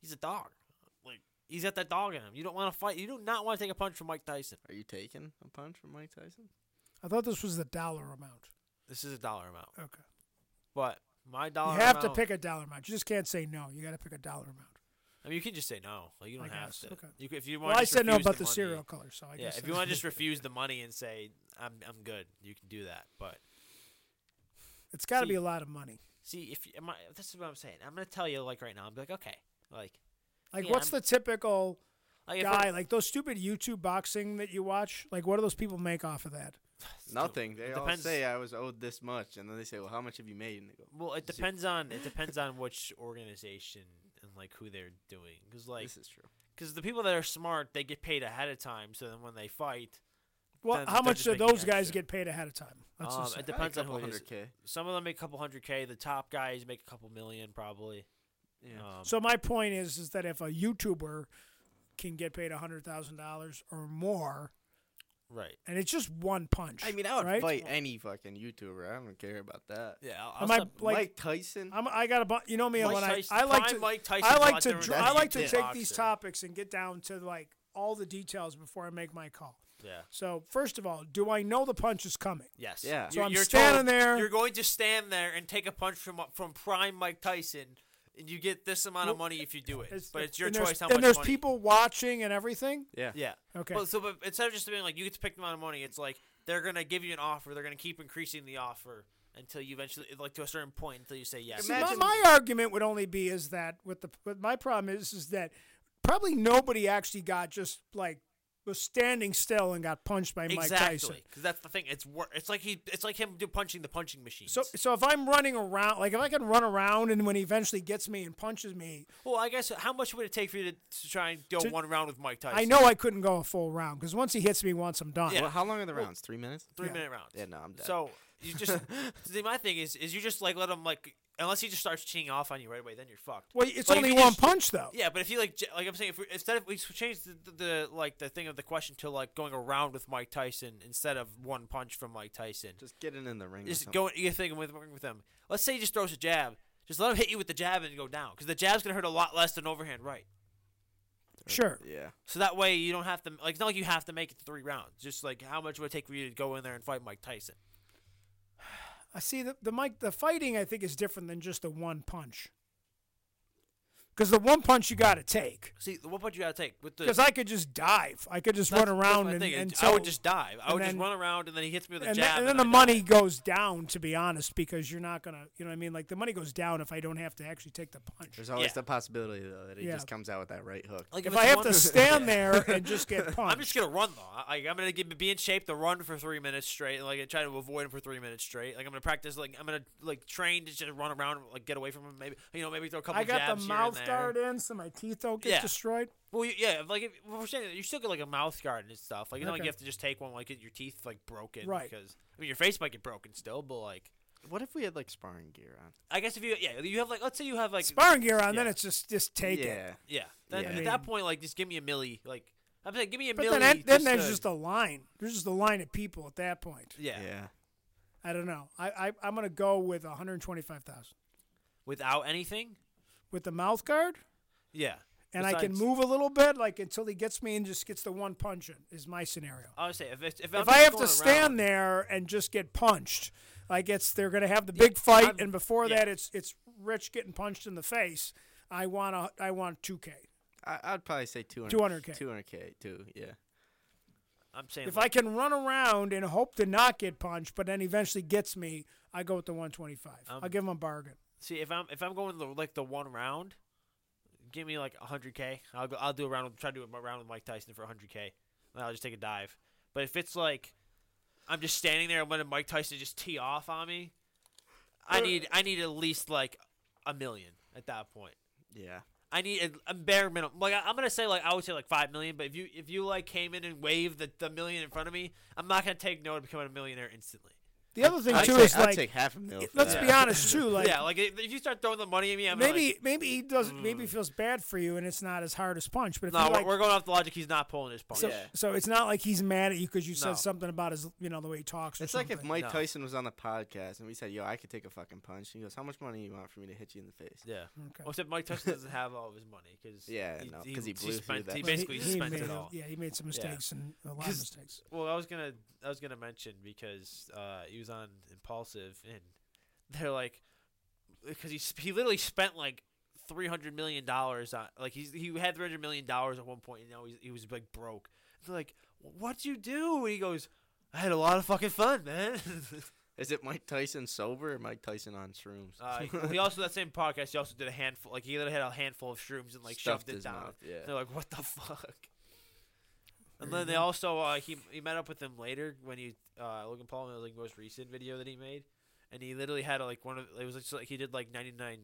Speaker 2: he's a dog. Like he's got that dog in him. You don't want to fight. You do not want to take a punch from Mike Tyson.
Speaker 4: Are you taking a punch from Mike Tyson?
Speaker 3: I thought this was the dollar amount
Speaker 2: This is a dollar amount,
Speaker 3: okay.
Speaker 2: but my dollar.
Speaker 3: you have
Speaker 2: amount,
Speaker 3: to pick a dollar amount. You just can't say no. You got to pick a dollar amount.
Speaker 2: I mean, you can just say no. Like you
Speaker 3: I
Speaker 2: don't have
Speaker 3: guess,
Speaker 2: to.
Speaker 3: okay.
Speaker 2: You, c- if you want.
Speaker 3: Well, I
Speaker 2: just
Speaker 3: said no
Speaker 2: refuse
Speaker 3: about
Speaker 2: the
Speaker 3: the
Speaker 2: money-
Speaker 3: cereal color, so I
Speaker 2: Yeah,
Speaker 3: guess.
Speaker 2: if you want to just refuse the money and say I'm I'm good, you can do that. But
Speaker 3: it's got to
Speaker 2: see-
Speaker 3: be a lot of money.
Speaker 2: See, if you- am I, this is what I'm saying. I'm gonna tell you like right now. I'm like, okay, like,
Speaker 3: Like,
Speaker 2: Yeah,
Speaker 3: what's
Speaker 2: I'm-
Speaker 3: the typical
Speaker 2: like if
Speaker 3: guy?
Speaker 2: I'm-
Speaker 3: Like those stupid YouTube boxing that you watch. Like, what do those people make off of that?
Speaker 2: it's still-
Speaker 4: Nothing. They
Speaker 2: it
Speaker 4: all
Speaker 2: depends-
Speaker 4: say I was owed this much, and then they say, "Well, how much have you made?" And they go,
Speaker 2: Well, it
Speaker 4: Zip.
Speaker 2: depends on it depends on which organization and like who they're doing. Because like,
Speaker 4: "This is true."
Speaker 2: because the people that are smart, they get paid ahead of time. So then when they fight,
Speaker 3: Well,
Speaker 2: Then
Speaker 3: how
Speaker 2: they're
Speaker 3: much
Speaker 2: just
Speaker 3: do
Speaker 2: making
Speaker 3: those guys
Speaker 2: extra.
Speaker 3: get paid ahead of time? That's
Speaker 2: Um,
Speaker 3: just
Speaker 2: it
Speaker 4: Probably a
Speaker 2: depends on
Speaker 4: couple
Speaker 2: who it is.
Speaker 4: hundred K.
Speaker 2: some of them make a couple hundred k. The top guys make a couple million, probably.
Speaker 4: Yeah.
Speaker 2: Um,
Speaker 3: So my point is, is that if a YouTuber can get paid hundred thousand dollars or more,
Speaker 2: right.
Speaker 3: and it's just one punch.
Speaker 4: I mean, I would
Speaker 3: right?
Speaker 4: fight any fucking YouTuber. I don't care about that.
Speaker 2: Yeah. I'll, I'll
Speaker 3: Am I
Speaker 2: stop-
Speaker 3: like?
Speaker 4: Mike Tyson.
Speaker 3: I'm, I got a you know me
Speaker 2: Mike
Speaker 3: when I,
Speaker 2: Tyson-
Speaker 3: I like
Speaker 2: prime
Speaker 3: to
Speaker 2: Mike Tyson's
Speaker 3: I like
Speaker 2: out
Speaker 3: to
Speaker 2: there in
Speaker 3: dr-
Speaker 2: that
Speaker 3: I like to
Speaker 2: heat
Speaker 3: take
Speaker 2: boxer.
Speaker 3: these topics and get down to like all the details before I make my call.
Speaker 2: Yeah.
Speaker 3: So first of all, do I know the punch is coming?
Speaker 2: Yes.
Speaker 4: Yeah.
Speaker 3: So
Speaker 2: You-
Speaker 3: I'm
Speaker 2: you're
Speaker 3: standing
Speaker 2: told
Speaker 3: there.
Speaker 2: You're going to stand there and take a punch from uh, from prime Mike Tyson, and you get this amount of money if you do it. but it's your
Speaker 3: and
Speaker 2: choice
Speaker 3: there's-
Speaker 2: how
Speaker 3: and
Speaker 2: much
Speaker 3: there's
Speaker 2: money.
Speaker 3: people watching and everything.
Speaker 4: Yeah.
Speaker 2: Yeah.
Speaker 3: Okay.
Speaker 2: Well, so but instead of just being like you get to pick the amount of money, it's like they're gonna give you an offer. They're gonna keep increasing the offer until you eventually, like to a certain point, until you say yes.
Speaker 3: See, my,
Speaker 4: Imagine-
Speaker 3: my argument would only be is that with the but my problem is is that probably nobody actually got just like was standing still and got punched by Mike Tyson.
Speaker 2: exactly, because that's the thing. It's wor- It's like he. It's like him do punching the punching machine.
Speaker 3: So so if I'm running around, like if I can run around and when he eventually gets me and punches me,
Speaker 2: well, I guess how much would it take for you to, to try and go
Speaker 3: To-
Speaker 2: one round with Mike Tyson?
Speaker 3: I know I couldn't go a full round because once he hits me once, I'm done.
Speaker 2: Yeah.
Speaker 4: Well, how long are the rounds? Three minutes.
Speaker 2: three
Speaker 3: yeah.
Speaker 2: minute rounds.
Speaker 4: Yeah, no, I'm dead.
Speaker 2: So you just. see, my thing is, is you just like let him like unless he just starts cheating off on you right away, then you're fucked.
Speaker 3: Well, it's
Speaker 2: But if
Speaker 3: only
Speaker 2: he
Speaker 3: one
Speaker 2: just-
Speaker 3: punch though.
Speaker 2: Yeah, but if you like, j- like I'm saying, if we, instead of we s- change the, the, the like the thing of the question to like going around with Mike Tyson instead of one punch from Mike Tyson,
Speaker 4: Just getting in the ring. or
Speaker 2: just
Speaker 4: something.
Speaker 2: going you're thinking with with them. Let's say he just throws a jab, just let him hit you with the jab and go down because the jab's gonna hurt a lot less than overhand right.
Speaker 3: Sure.
Speaker 4: Yeah.
Speaker 2: So that way you don't have to like it's not like you have to make it to three rounds. Just like how much would it take for you to go in there and fight Mike Tyson?
Speaker 3: I see the the Mike the fighting I think is different than just the one punch. Because the one punch you got to take.
Speaker 2: See what punch you gotta take with the
Speaker 3: Because I could just dive. I could just
Speaker 2: that's-
Speaker 3: run
Speaker 2: that's
Speaker 3: around
Speaker 2: my
Speaker 3: and,
Speaker 2: thing.
Speaker 3: and
Speaker 2: I would
Speaker 3: till-
Speaker 2: just dive. I
Speaker 3: and
Speaker 2: would just
Speaker 3: then-
Speaker 2: run around and then he hits me with a
Speaker 3: and,
Speaker 2: jab.
Speaker 3: then, and then
Speaker 2: I
Speaker 3: the
Speaker 2: die.
Speaker 3: money goes down. To be honest, because you're not gonna, you know, what I mean, like the money goes down if I don't have to actually take the punch.
Speaker 4: There's always
Speaker 2: Yeah.
Speaker 4: the possibility though that he
Speaker 3: Yeah.
Speaker 4: just comes out with that right hook.
Speaker 2: Like
Speaker 3: if
Speaker 2: it's
Speaker 3: I have
Speaker 2: one-
Speaker 3: to stand there and just get punched,
Speaker 2: I'm just gonna run though. I, I'm gonna get, be in shape to run for three minutes straight, and like try to avoid him for three minutes straight. Like I'm gonna practice, like I'm gonna like train to just run around, like get away from him. Maybe you know, maybe throw a couple.
Speaker 3: I got
Speaker 2: jabs
Speaker 3: the
Speaker 2: here and
Speaker 3: mouth
Speaker 2: there.
Speaker 3: guard in, so my teeth don't get
Speaker 2: Yeah.
Speaker 3: destroyed.
Speaker 2: Well, you- yeah, like if, well, we're saying, that you still get like a mouth guard and stuff. Like you know, like
Speaker 3: Okay.
Speaker 2: you have to just take one, like get your teeth like broken,
Speaker 3: Right.
Speaker 2: Because I mean, your face might get broken still, but like
Speaker 4: What if we had like sparring gear on?
Speaker 2: I guess if you yeah, you have like let's say you have like
Speaker 3: Sparring gear on, then
Speaker 2: yeah.
Speaker 3: it's just just take
Speaker 4: yeah.
Speaker 3: it.
Speaker 2: yeah. Then
Speaker 4: Yeah.
Speaker 2: at
Speaker 4: I
Speaker 2: that
Speaker 3: mean-
Speaker 2: point, like just give me a millie. Like I'm saying, give me a
Speaker 3: But
Speaker 2: millie.
Speaker 3: then, that- then
Speaker 2: just
Speaker 3: there's
Speaker 2: to-
Speaker 3: just a line. There's just a line of people at that point.
Speaker 2: yeah,
Speaker 4: Yeah.
Speaker 3: I don't know. I, I I'm gonna go with 125,000
Speaker 2: without anything.
Speaker 3: with the mouth guard,
Speaker 2: Yeah.
Speaker 3: and I can
Speaker 2: Besides-
Speaker 3: move a little bit, like until he gets me and just gets the one punch in. Is my scenario.
Speaker 2: I would say if if, if,
Speaker 3: if I have to stand there and just get punched, like it's they're gonna have the big fight,
Speaker 2: I'm-
Speaker 3: and before
Speaker 2: yeah.
Speaker 3: that, it's it's Rich getting punched in the face. I want a, I want 2K.
Speaker 4: I, I'd probably say 200,
Speaker 3: 200K.
Speaker 4: 200K too. Yeah.
Speaker 2: I'm saying
Speaker 3: If I
Speaker 2: like,
Speaker 3: can run around and hope to not get punched, but then eventually gets me, I go with the 125. I'll
Speaker 2: Um,
Speaker 3: give him a bargain.
Speaker 2: see if I'm if I'm going the like the one round, give me like 100k. I'll go, I'll do a round with, try to do a round with Mike Tyson for 100k. And I'll just take a dive. But if it's like I'm just standing there and letting Mike Tyson just tee off on me, I need I need at least like a million at that point.
Speaker 4: Yeah.
Speaker 2: I need a, a bare minimum. Like I, I'm gonna say, like I would say, like five million. But if you if you like came in and waved the, the million in front of me, I'm not gonna take no to becoming a millionaire instantly.
Speaker 3: The other thing
Speaker 4: I'd
Speaker 3: too
Speaker 4: say-
Speaker 3: is
Speaker 4: I'd
Speaker 3: like,
Speaker 4: take half a mil. for
Speaker 3: let's
Speaker 4: that.
Speaker 3: be honest too, like.
Speaker 2: yeah, like if if you start throwing the money at me, I'm gonna,
Speaker 3: Maybe
Speaker 2: like,
Speaker 3: maybe he doesn't maybe he feels bad for you and it's not as hard as punch, but if
Speaker 2: No,
Speaker 3: you
Speaker 2: we're,
Speaker 3: like,
Speaker 2: we're going off the logic. He's not pulling his punch.
Speaker 3: so,
Speaker 4: Yeah.
Speaker 3: so it's not like he's mad at you because you said
Speaker 2: No.
Speaker 3: something about his you know the way he talks. Or
Speaker 4: It's like if
Speaker 3: something.
Speaker 4: Mike
Speaker 2: No.
Speaker 4: Tyson was on the podcast and we said, "Yo, I could take a fucking punch." He goes, "How much money you want for me to hit you in the face?"
Speaker 2: Yeah.
Speaker 3: Okay.
Speaker 2: Well, except Mike Tyson doesn't have all of his money because
Speaker 4: Yeah, no, 'cause he blew through
Speaker 2: spent,
Speaker 4: that.
Speaker 2: He
Speaker 4: Well,
Speaker 3: Well,
Speaker 2: basically spent
Speaker 3: made,
Speaker 2: it
Speaker 3: a-
Speaker 2: all.
Speaker 3: Yeah, he made some mistakes and a lot of
Speaker 2: 'Cause-
Speaker 3: mistakes.
Speaker 2: Well, I was gonna I was gonna mention because uh, he was on Impulsive and they're like because he sp- he literally spent like three hundred million dollars on like he's he had three hundred million dollars at one point and now he's, he was like broke. They're like, what'd you do? And he goes, I had a lot of fucking fun, man.
Speaker 4: Is it Mike Tyson sober or Mike Tyson on shrooms?
Speaker 2: Uh, he also that same podcast. He also did a handful, like he had a handful of shrooms and like
Speaker 4: Stuffed
Speaker 2: shoved it
Speaker 4: his
Speaker 2: down.
Speaker 4: mouth, yeah.
Speaker 2: They're like, what the fuck? And then they also uh, he he met up with him later when he uh, Logan Paul in the like, most recent video that he made, and he literally had like one of it was just, like he did like ninety nine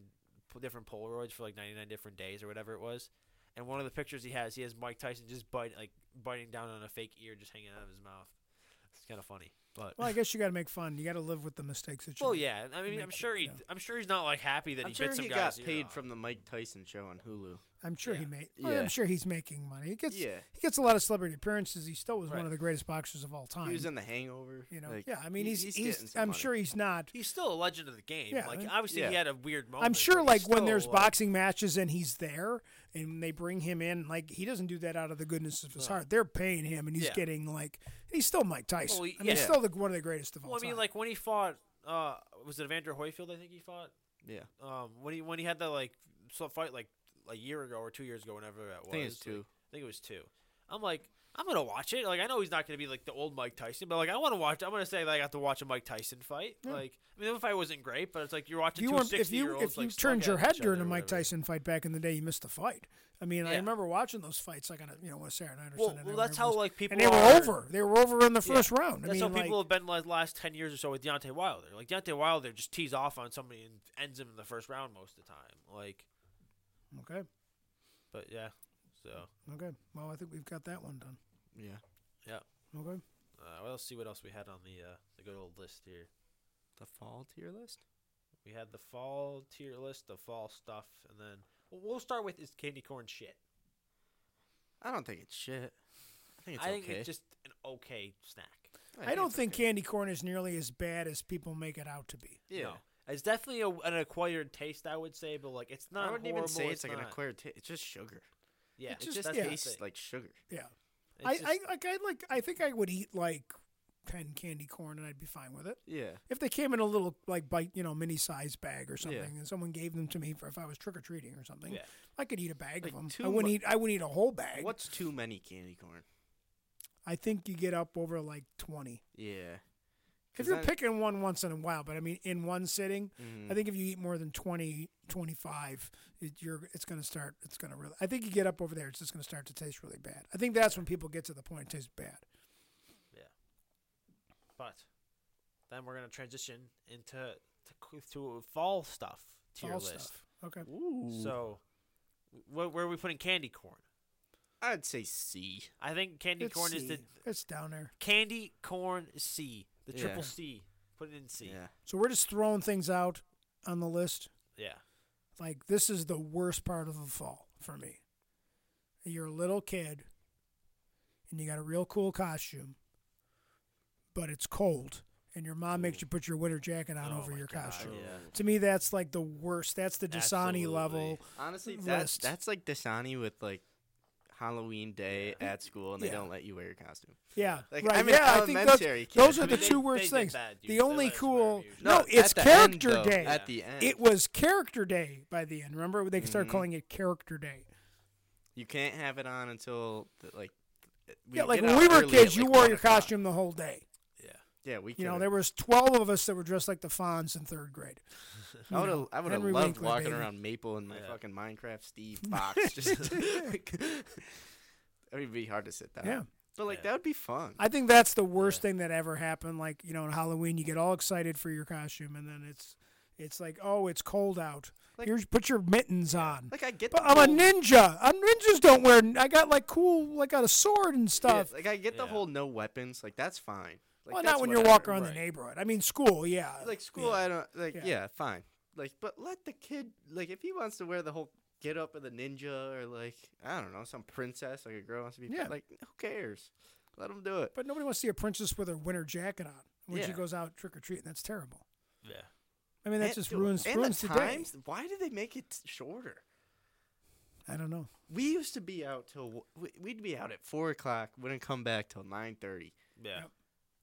Speaker 2: different Polaroids for like ninety nine different days or whatever it was, and one of the pictures he has he has Mike Tyson just bite like biting down on a fake ear just hanging out of his mouth. It's kind of funny, but
Speaker 3: Well, I guess you got to make fun. You got to live with the mistakes that you.
Speaker 2: well,
Speaker 3: make.
Speaker 2: yeah. I mean,
Speaker 3: make
Speaker 2: I'm
Speaker 3: it,
Speaker 2: sure he
Speaker 3: yeah.
Speaker 2: I'm sure he's not like happy that
Speaker 4: I'm
Speaker 2: he
Speaker 4: sure
Speaker 2: bit some
Speaker 4: he
Speaker 2: guy's
Speaker 4: got
Speaker 2: ear
Speaker 4: paid
Speaker 2: off.
Speaker 4: from the Mike Tyson show on Hulu.
Speaker 3: I'm sure he
Speaker 2: yeah.
Speaker 3: made. well, I'm
Speaker 4: Yeah.
Speaker 3: sure he's making money. He gets.
Speaker 4: Yeah.
Speaker 3: He gets a lot of celebrity appearances. He still was one
Speaker 4: Right.
Speaker 3: of the greatest boxers of all time.
Speaker 4: He was in The Hangover.
Speaker 3: you know.
Speaker 4: like,
Speaker 3: yeah. I mean,
Speaker 4: he-
Speaker 3: he's.
Speaker 4: he's, getting some
Speaker 3: I'm
Speaker 4: money.
Speaker 3: sure he's not.
Speaker 2: He's still a legend of the game.
Speaker 3: Yeah,
Speaker 2: like
Speaker 3: I mean-
Speaker 2: obviously he
Speaker 4: Yeah.
Speaker 2: had a weird moment.
Speaker 3: I'm sure,
Speaker 2: but
Speaker 3: like
Speaker 2: he's
Speaker 3: when there's
Speaker 2: still, like-
Speaker 3: boxing matches and he's there, and they bring him in, like he doesn't do that out of the goodness of his
Speaker 2: No.
Speaker 3: heart. They're paying him, and he's
Speaker 2: Yeah.
Speaker 3: getting like he's still Mike Tyson.
Speaker 2: Well,
Speaker 3: I mean, he's
Speaker 2: yeah.
Speaker 3: still the, one of the greatest of all
Speaker 2: Well, I mean,
Speaker 3: time.
Speaker 2: like when he fought, uh, was it Evander Holyfield? I think he fought.
Speaker 4: Yeah.
Speaker 2: Um, when he when he had that like so fight like a year ago or two years ago, whenever that was.
Speaker 4: I think it's
Speaker 2: like,
Speaker 4: two.
Speaker 2: I think it was two. I'm like, I'm gonna watch it. Like I know he's not gonna be like the old Mike Tyson, but like I want to watch. I'm gonna say that I got to watch a Mike Tyson fight. Like I mean, the fight wasn't great, but it's like you're
Speaker 3: If
Speaker 2: watching
Speaker 3: you
Speaker 2: two
Speaker 3: weren't, if
Speaker 2: 60 year
Speaker 3: you
Speaker 2: olds.
Speaker 3: if you
Speaker 2: like,
Speaker 3: turned
Speaker 2: slug
Speaker 3: your
Speaker 2: at
Speaker 3: head
Speaker 2: each
Speaker 3: during
Speaker 2: other
Speaker 3: a
Speaker 2: or
Speaker 3: Mike
Speaker 2: whatever.
Speaker 3: Tyson fight back in the day, you missed the fight. I mean, I
Speaker 2: Yeah.
Speaker 3: remember watching those fights like on a you know on a Saturday night or
Speaker 2: Well,
Speaker 3: Sunday night.
Speaker 2: well,
Speaker 3: whenever
Speaker 2: that's
Speaker 3: it
Speaker 2: how
Speaker 3: was.
Speaker 2: like people
Speaker 3: and they were
Speaker 2: are-
Speaker 3: over. They were over in the first round. I
Speaker 2: That's
Speaker 3: mean,
Speaker 2: how people
Speaker 3: like,
Speaker 2: have been like the last ten years or so with Deontay Wilder. Like Deontay Wilder just tees off on somebody and ends him in the first round most of the time. Like,
Speaker 3: okay,
Speaker 2: but yeah, so uh,
Speaker 3: okay. Well, I think we've got that one done.
Speaker 4: Yeah.
Speaker 2: yeah.
Speaker 3: Okay.
Speaker 2: Uh, well, let's see what else we had on the uh, the good old list here.
Speaker 4: The fall tier list?
Speaker 2: We had the fall tier list, the fall stuff, and then well, we'll start with is candy corn shit.
Speaker 4: I don't think it's shit. I think it's
Speaker 2: I
Speaker 4: okay.
Speaker 2: think it's just an okay snack.
Speaker 3: I don't
Speaker 4: it's
Speaker 3: think
Speaker 4: okay.
Speaker 3: candy corn is nearly as bad as people make it out to be.
Speaker 4: Yeah.
Speaker 2: No. It's definitely a, an acquired taste, I would say, but like it's not.
Speaker 4: I wouldn't even
Speaker 2: horrible,
Speaker 4: say it's, like an
Speaker 2: not-
Speaker 4: acquired taste. It's just sugar.
Speaker 2: Yeah,
Speaker 3: It
Speaker 2: it
Speaker 3: just
Speaker 2: just
Speaker 3: yeah.
Speaker 4: Tastes like sugar.
Speaker 3: Yeah. I, I like I like I think I would eat like ten candy corn and I'd be fine with it.
Speaker 4: Yeah.
Speaker 3: If they came in a little like bite, you know, mini size bag or something, and someone gave them to me for if I was trick or treating or something,
Speaker 2: Yeah.
Speaker 3: I could eat a bag
Speaker 4: Like
Speaker 3: of them.
Speaker 4: too
Speaker 3: I wouldn't
Speaker 4: mu-
Speaker 3: eat. I wouldn't eat a whole bag.
Speaker 4: What's too many candy corn?
Speaker 3: I think you get up over like twenty.
Speaker 4: Yeah.
Speaker 3: If
Speaker 4: 'Cause
Speaker 3: you're
Speaker 4: then-
Speaker 3: picking one once in a while, but I mean in one sitting,
Speaker 4: Mhm.
Speaker 2: Hmm.
Speaker 3: I think if you eat more than 20, 25, it, you're it's going to start. It's going to really. I think you get up over there, it's just going to start to taste really bad. I think that's when people get to the point it tastes bad.
Speaker 2: But then we're gonna transition into to, qu- to fall stuff tier
Speaker 3: All
Speaker 2: list.
Speaker 3: stuff. Okay.
Speaker 2: So, wh- where are we putting candy corn?
Speaker 4: I'd say C.
Speaker 2: I think candy
Speaker 3: It's
Speaker 2: corn is
Speaker 3: C.
Speaker 2: the
Speaker 3: It's down there.
Speaker 2: candy corn C, the triple
Speaker 4: Yeah.
Speaker 2: C. Put it in C.
Speaker 4: Yeah.
Speaker 3: So we're just throwing things out on the list.
Speaker 2: Yeah.
Speaker 3: Like this is the worst part of the fall for me. You're a little kid, and you got a real cool costume, but it's cold, and your mom makes you put your winter jacket on
Speaker 2: Oh
Speaker 3: over
Speaker 2: my
Speaker 3: your
Speaker 2: God,
Speaker 3: costume.
Speaker 4: Yeah.
Speaker 3: To me, that's like the worst. That's the Dasani
Speaker 2: Absolutely.
Speaker 3: level.
Speaker 4: Honestly, that's
Speaker 3: list.
Speaker 4: that's like Dasani with like Halloween day at school, and
Speaker 3: Yeah.
Speaker 4: they don't let you wear your costume.
Speaker 3: Yeah,
Speaker 4: Like,
Speaker 3: right.
Speaker 4: I'm in
Speaker 3: yeah, I think those,
Speaker 4: elementary, kid.
Speaker 3: those
Speaker 4: I
Speaker 3: are
Speaker 4: mean,
Speaker 3: the
Speaker 2: they-
Speaker 3: two worst
Speaker 2: they did
Speaker 3: things.
Speaker 2: that, dude.
Speaker 3: the
Speaker 2: They
Speaker 3: only
Speaker 2: let us wear
Speaker 3: cool.
Speaker 2: it usually.
Speaker 3: No,
Speaker 4: at
Speaker 3: it's
Speaker 4: the end,
Speaker 3: character
Speaker 4: though,
Speaker 3: day.
Speaker 4: At the end, Mm-hmm.
Speaker 3: It was character day by the end. Remember, they started calling it character day.
Speaker 4: you can't have it on until the, like. th-
Speaker 3: yeah,
Speaker 4: we'd
Speaker 3: like
Speaker 4: get
Speaker 3: when
Speaker 4: out
Speaker 3: we were
Speaker 4: early
Speaker 3: kids,
Speaker 4: at,
Speaker 3: you
Speaker 4: like,
Speaker 3: wore
Speaker 4: 1
Speaker 3: your
Speaker 4: o'clock.
Speaker 3: costume the whole day.
Speaker 2: Yeah.
Speaker 4: Yeah, we.
Speaker 3: You know,
Speaker 4: could've-
Speaker 3: there was twelve of us that were dressed like the Fonz in third grade.
Speaker 4: I would
Speaker 3: you
Speaker 4: have.
Speaker 3: know,
Speaker 4: I would have
Speaker 3: Henry
Speaker 4: loved
Speaker 3: Winkler,
Speaker 4: walking
Speaker 3: baby.
Speaker 4: around Maple in my
Speaker 2: Yeah.
Speaker 4: fucking Minecraft Steve box. Just. it would be hard to sit down.
Speaker 3: Yeah.
Speaker 4: But like
Speaker 2: Yeah.
Speaker 4: that would be fun.
Speaker 3: I think that's the worst thing that ever happened. Like you know, on Halloween, you get all excited for your costume, and then it's it's like, oh, it's cold out.
Speaker 4: Like-
Speaker 3: Here's put your mittens on.
Speaker 4: like I get.
Speaker 3: But
Speaker 4: the
Speaker 3: I'm a
Speaker 4: whole-
Speaker 3: ninja. I'm ninjas don't wear. I got like cool. Like got a sword and
Speaker 4: yeah,
Speaker 3: stuff.
Speaker 4: like I get the
Speaker 2: Yeah.
Speaker 4: whole no weapons. Like that's fine. Like,
Speaker 3: well,
Speaker 4: that's
Speaker 3: not when you're
Speaker 4: whatever.
Speaker 3: walking around
Speaker 2: right.
Speaker 3: the neighborhood. I mean, school. Yeah.
Speaker 4: like school i don't like
Speaker 3: Yeah.
Speaker 4: yeah. fine like but let the kid like if he wants to wear the whole get up with a ninja or like i don't know some princess like a girl wants to be
Speaker 3: Yeah.
Speaker 4: like who cares let him do it
Speaker 3: but nobody wants to see a princess with her winter jacket on when she
Speaker 4: Yeah.
Speaker 3: goes out trick or treating. That's terrible.
Speaker 2: Yeah.
Speaker 3: I mean, that
Speaker 4: And-
Speaker 3: just
Speaker 4: dude,
Speaker 3: ruins
Speaker 4: and
Speaker 3: ruins
Speaker 4: the
Speaker 3: the, day.
Speaker 4: times why did they make it shorter
Speaker 3: I don't know.
Speaker 4: we used to be out till w- we- we'd be out at four o'clock wouldn't come back till nine thirty,
Speaker 2: Yeah.
Speaker 3: Yep.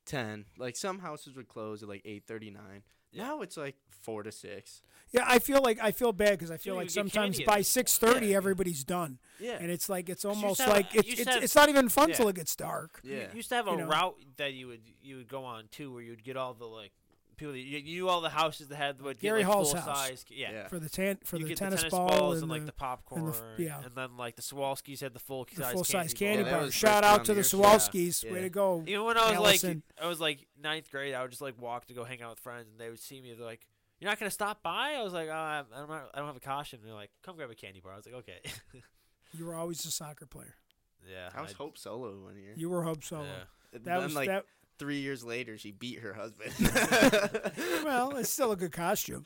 Speaker 4: ten. like some houses would close at like eight thirty nine.
Speaker 2: Yeah.
Speaker 4: now it's like four to six
Speaker 3: Yeah, I feel like I feel bad because I feel
Speaker 2: Dude,
Speaker 3: like
Speaker 2: you get
Speaker 3: sometimes
Speaker 2: candy at
Speaker 3: by
Speaker 2: this point.
Speaker 3: six thirty
Speaker 4: Yeah.
Speaker 3: everybody's done,
Speaker 4: yeah
Speaker 3: and it's like it's
Speaker 2: you
Speaker 3: almost
Speaker 2: said-
Speaker 3: like
Speaker 2: you
Speaker 3: it's it's,
Speaker 2: said-
Speaker 3: it's not even fun
Speaker 4: Yeah.
Speaker 3: till it gets dark.
Speaker 4: yeah
Speaker 2: You used to have a
Speaker 3: You know.
Speaker 2: route that you would you would go on too, where you'd get all the like people that you, you knew all the houses that had like, the
Speaker 3: Gary
Speaker 2: like,
Speaker 3: Hall's
Speaker 2: full
Speaker 3: house.
Speaker 2: size. Yeah.
Speaker 4: Yeah.
Speaker 3: for the tan for
Speaker 2: you
Speaker 3: the
Speaker 2: get
Speaker 3: tennis,
Speaker 2: the tennis
Speaker 3: ball
Speaker 2: balls
Speaker 3: and,
Speaker 2: like the
Speaker 3: the,
Speaker 2: popcorn,
Speaker 3: f- yeah.
Speaker 2: and then like the Sawalskis had the full
Speaker 3: the
Speaker 2: size
Speaker 3: full size
Speaker 4: Yeah,
Speaker 3: candy
Speaker 4: that
Speaker 3: bar.
Speaker 4: was
Speaker 3: Shout
Speaker 4: first
Speaker 3: out
Speaker 4: round
Speaker 3: to the
Speaker 4: years for that.
Speaker 3: Sawalskis. Way
Speaker 4: Yeah.
Speaker 3: to go.
Speaker 2: Even when I was like,
Speaker 3: Allison.
Speaker 2: I was like ninth grade, I would just like walk to go hang out with friends, and they would see me. They're like, "You're not gonna stop by?" I was like, oh, "I don't, know- I don't have a caution." And they're like, "Come grab a candy bar." I was like, "Okay."
Speaker 3: You were always a soccer player.
Speaker 2: yeah,
Speaker 4: I was
Speaker 2: I-
Speaker 4: Hope Solo one year.
Speaker 3: You were Hope Solo.
Speaker 2: yeah.
Speaker 4: And
Speaker 3: That
Speaker 4: then,
Speaker 3: was
Speaker 4: like
Speaker 3: that.
Speaker 4: three years later, she beat her husband.
Speaker 3: Well, it's still a good costume.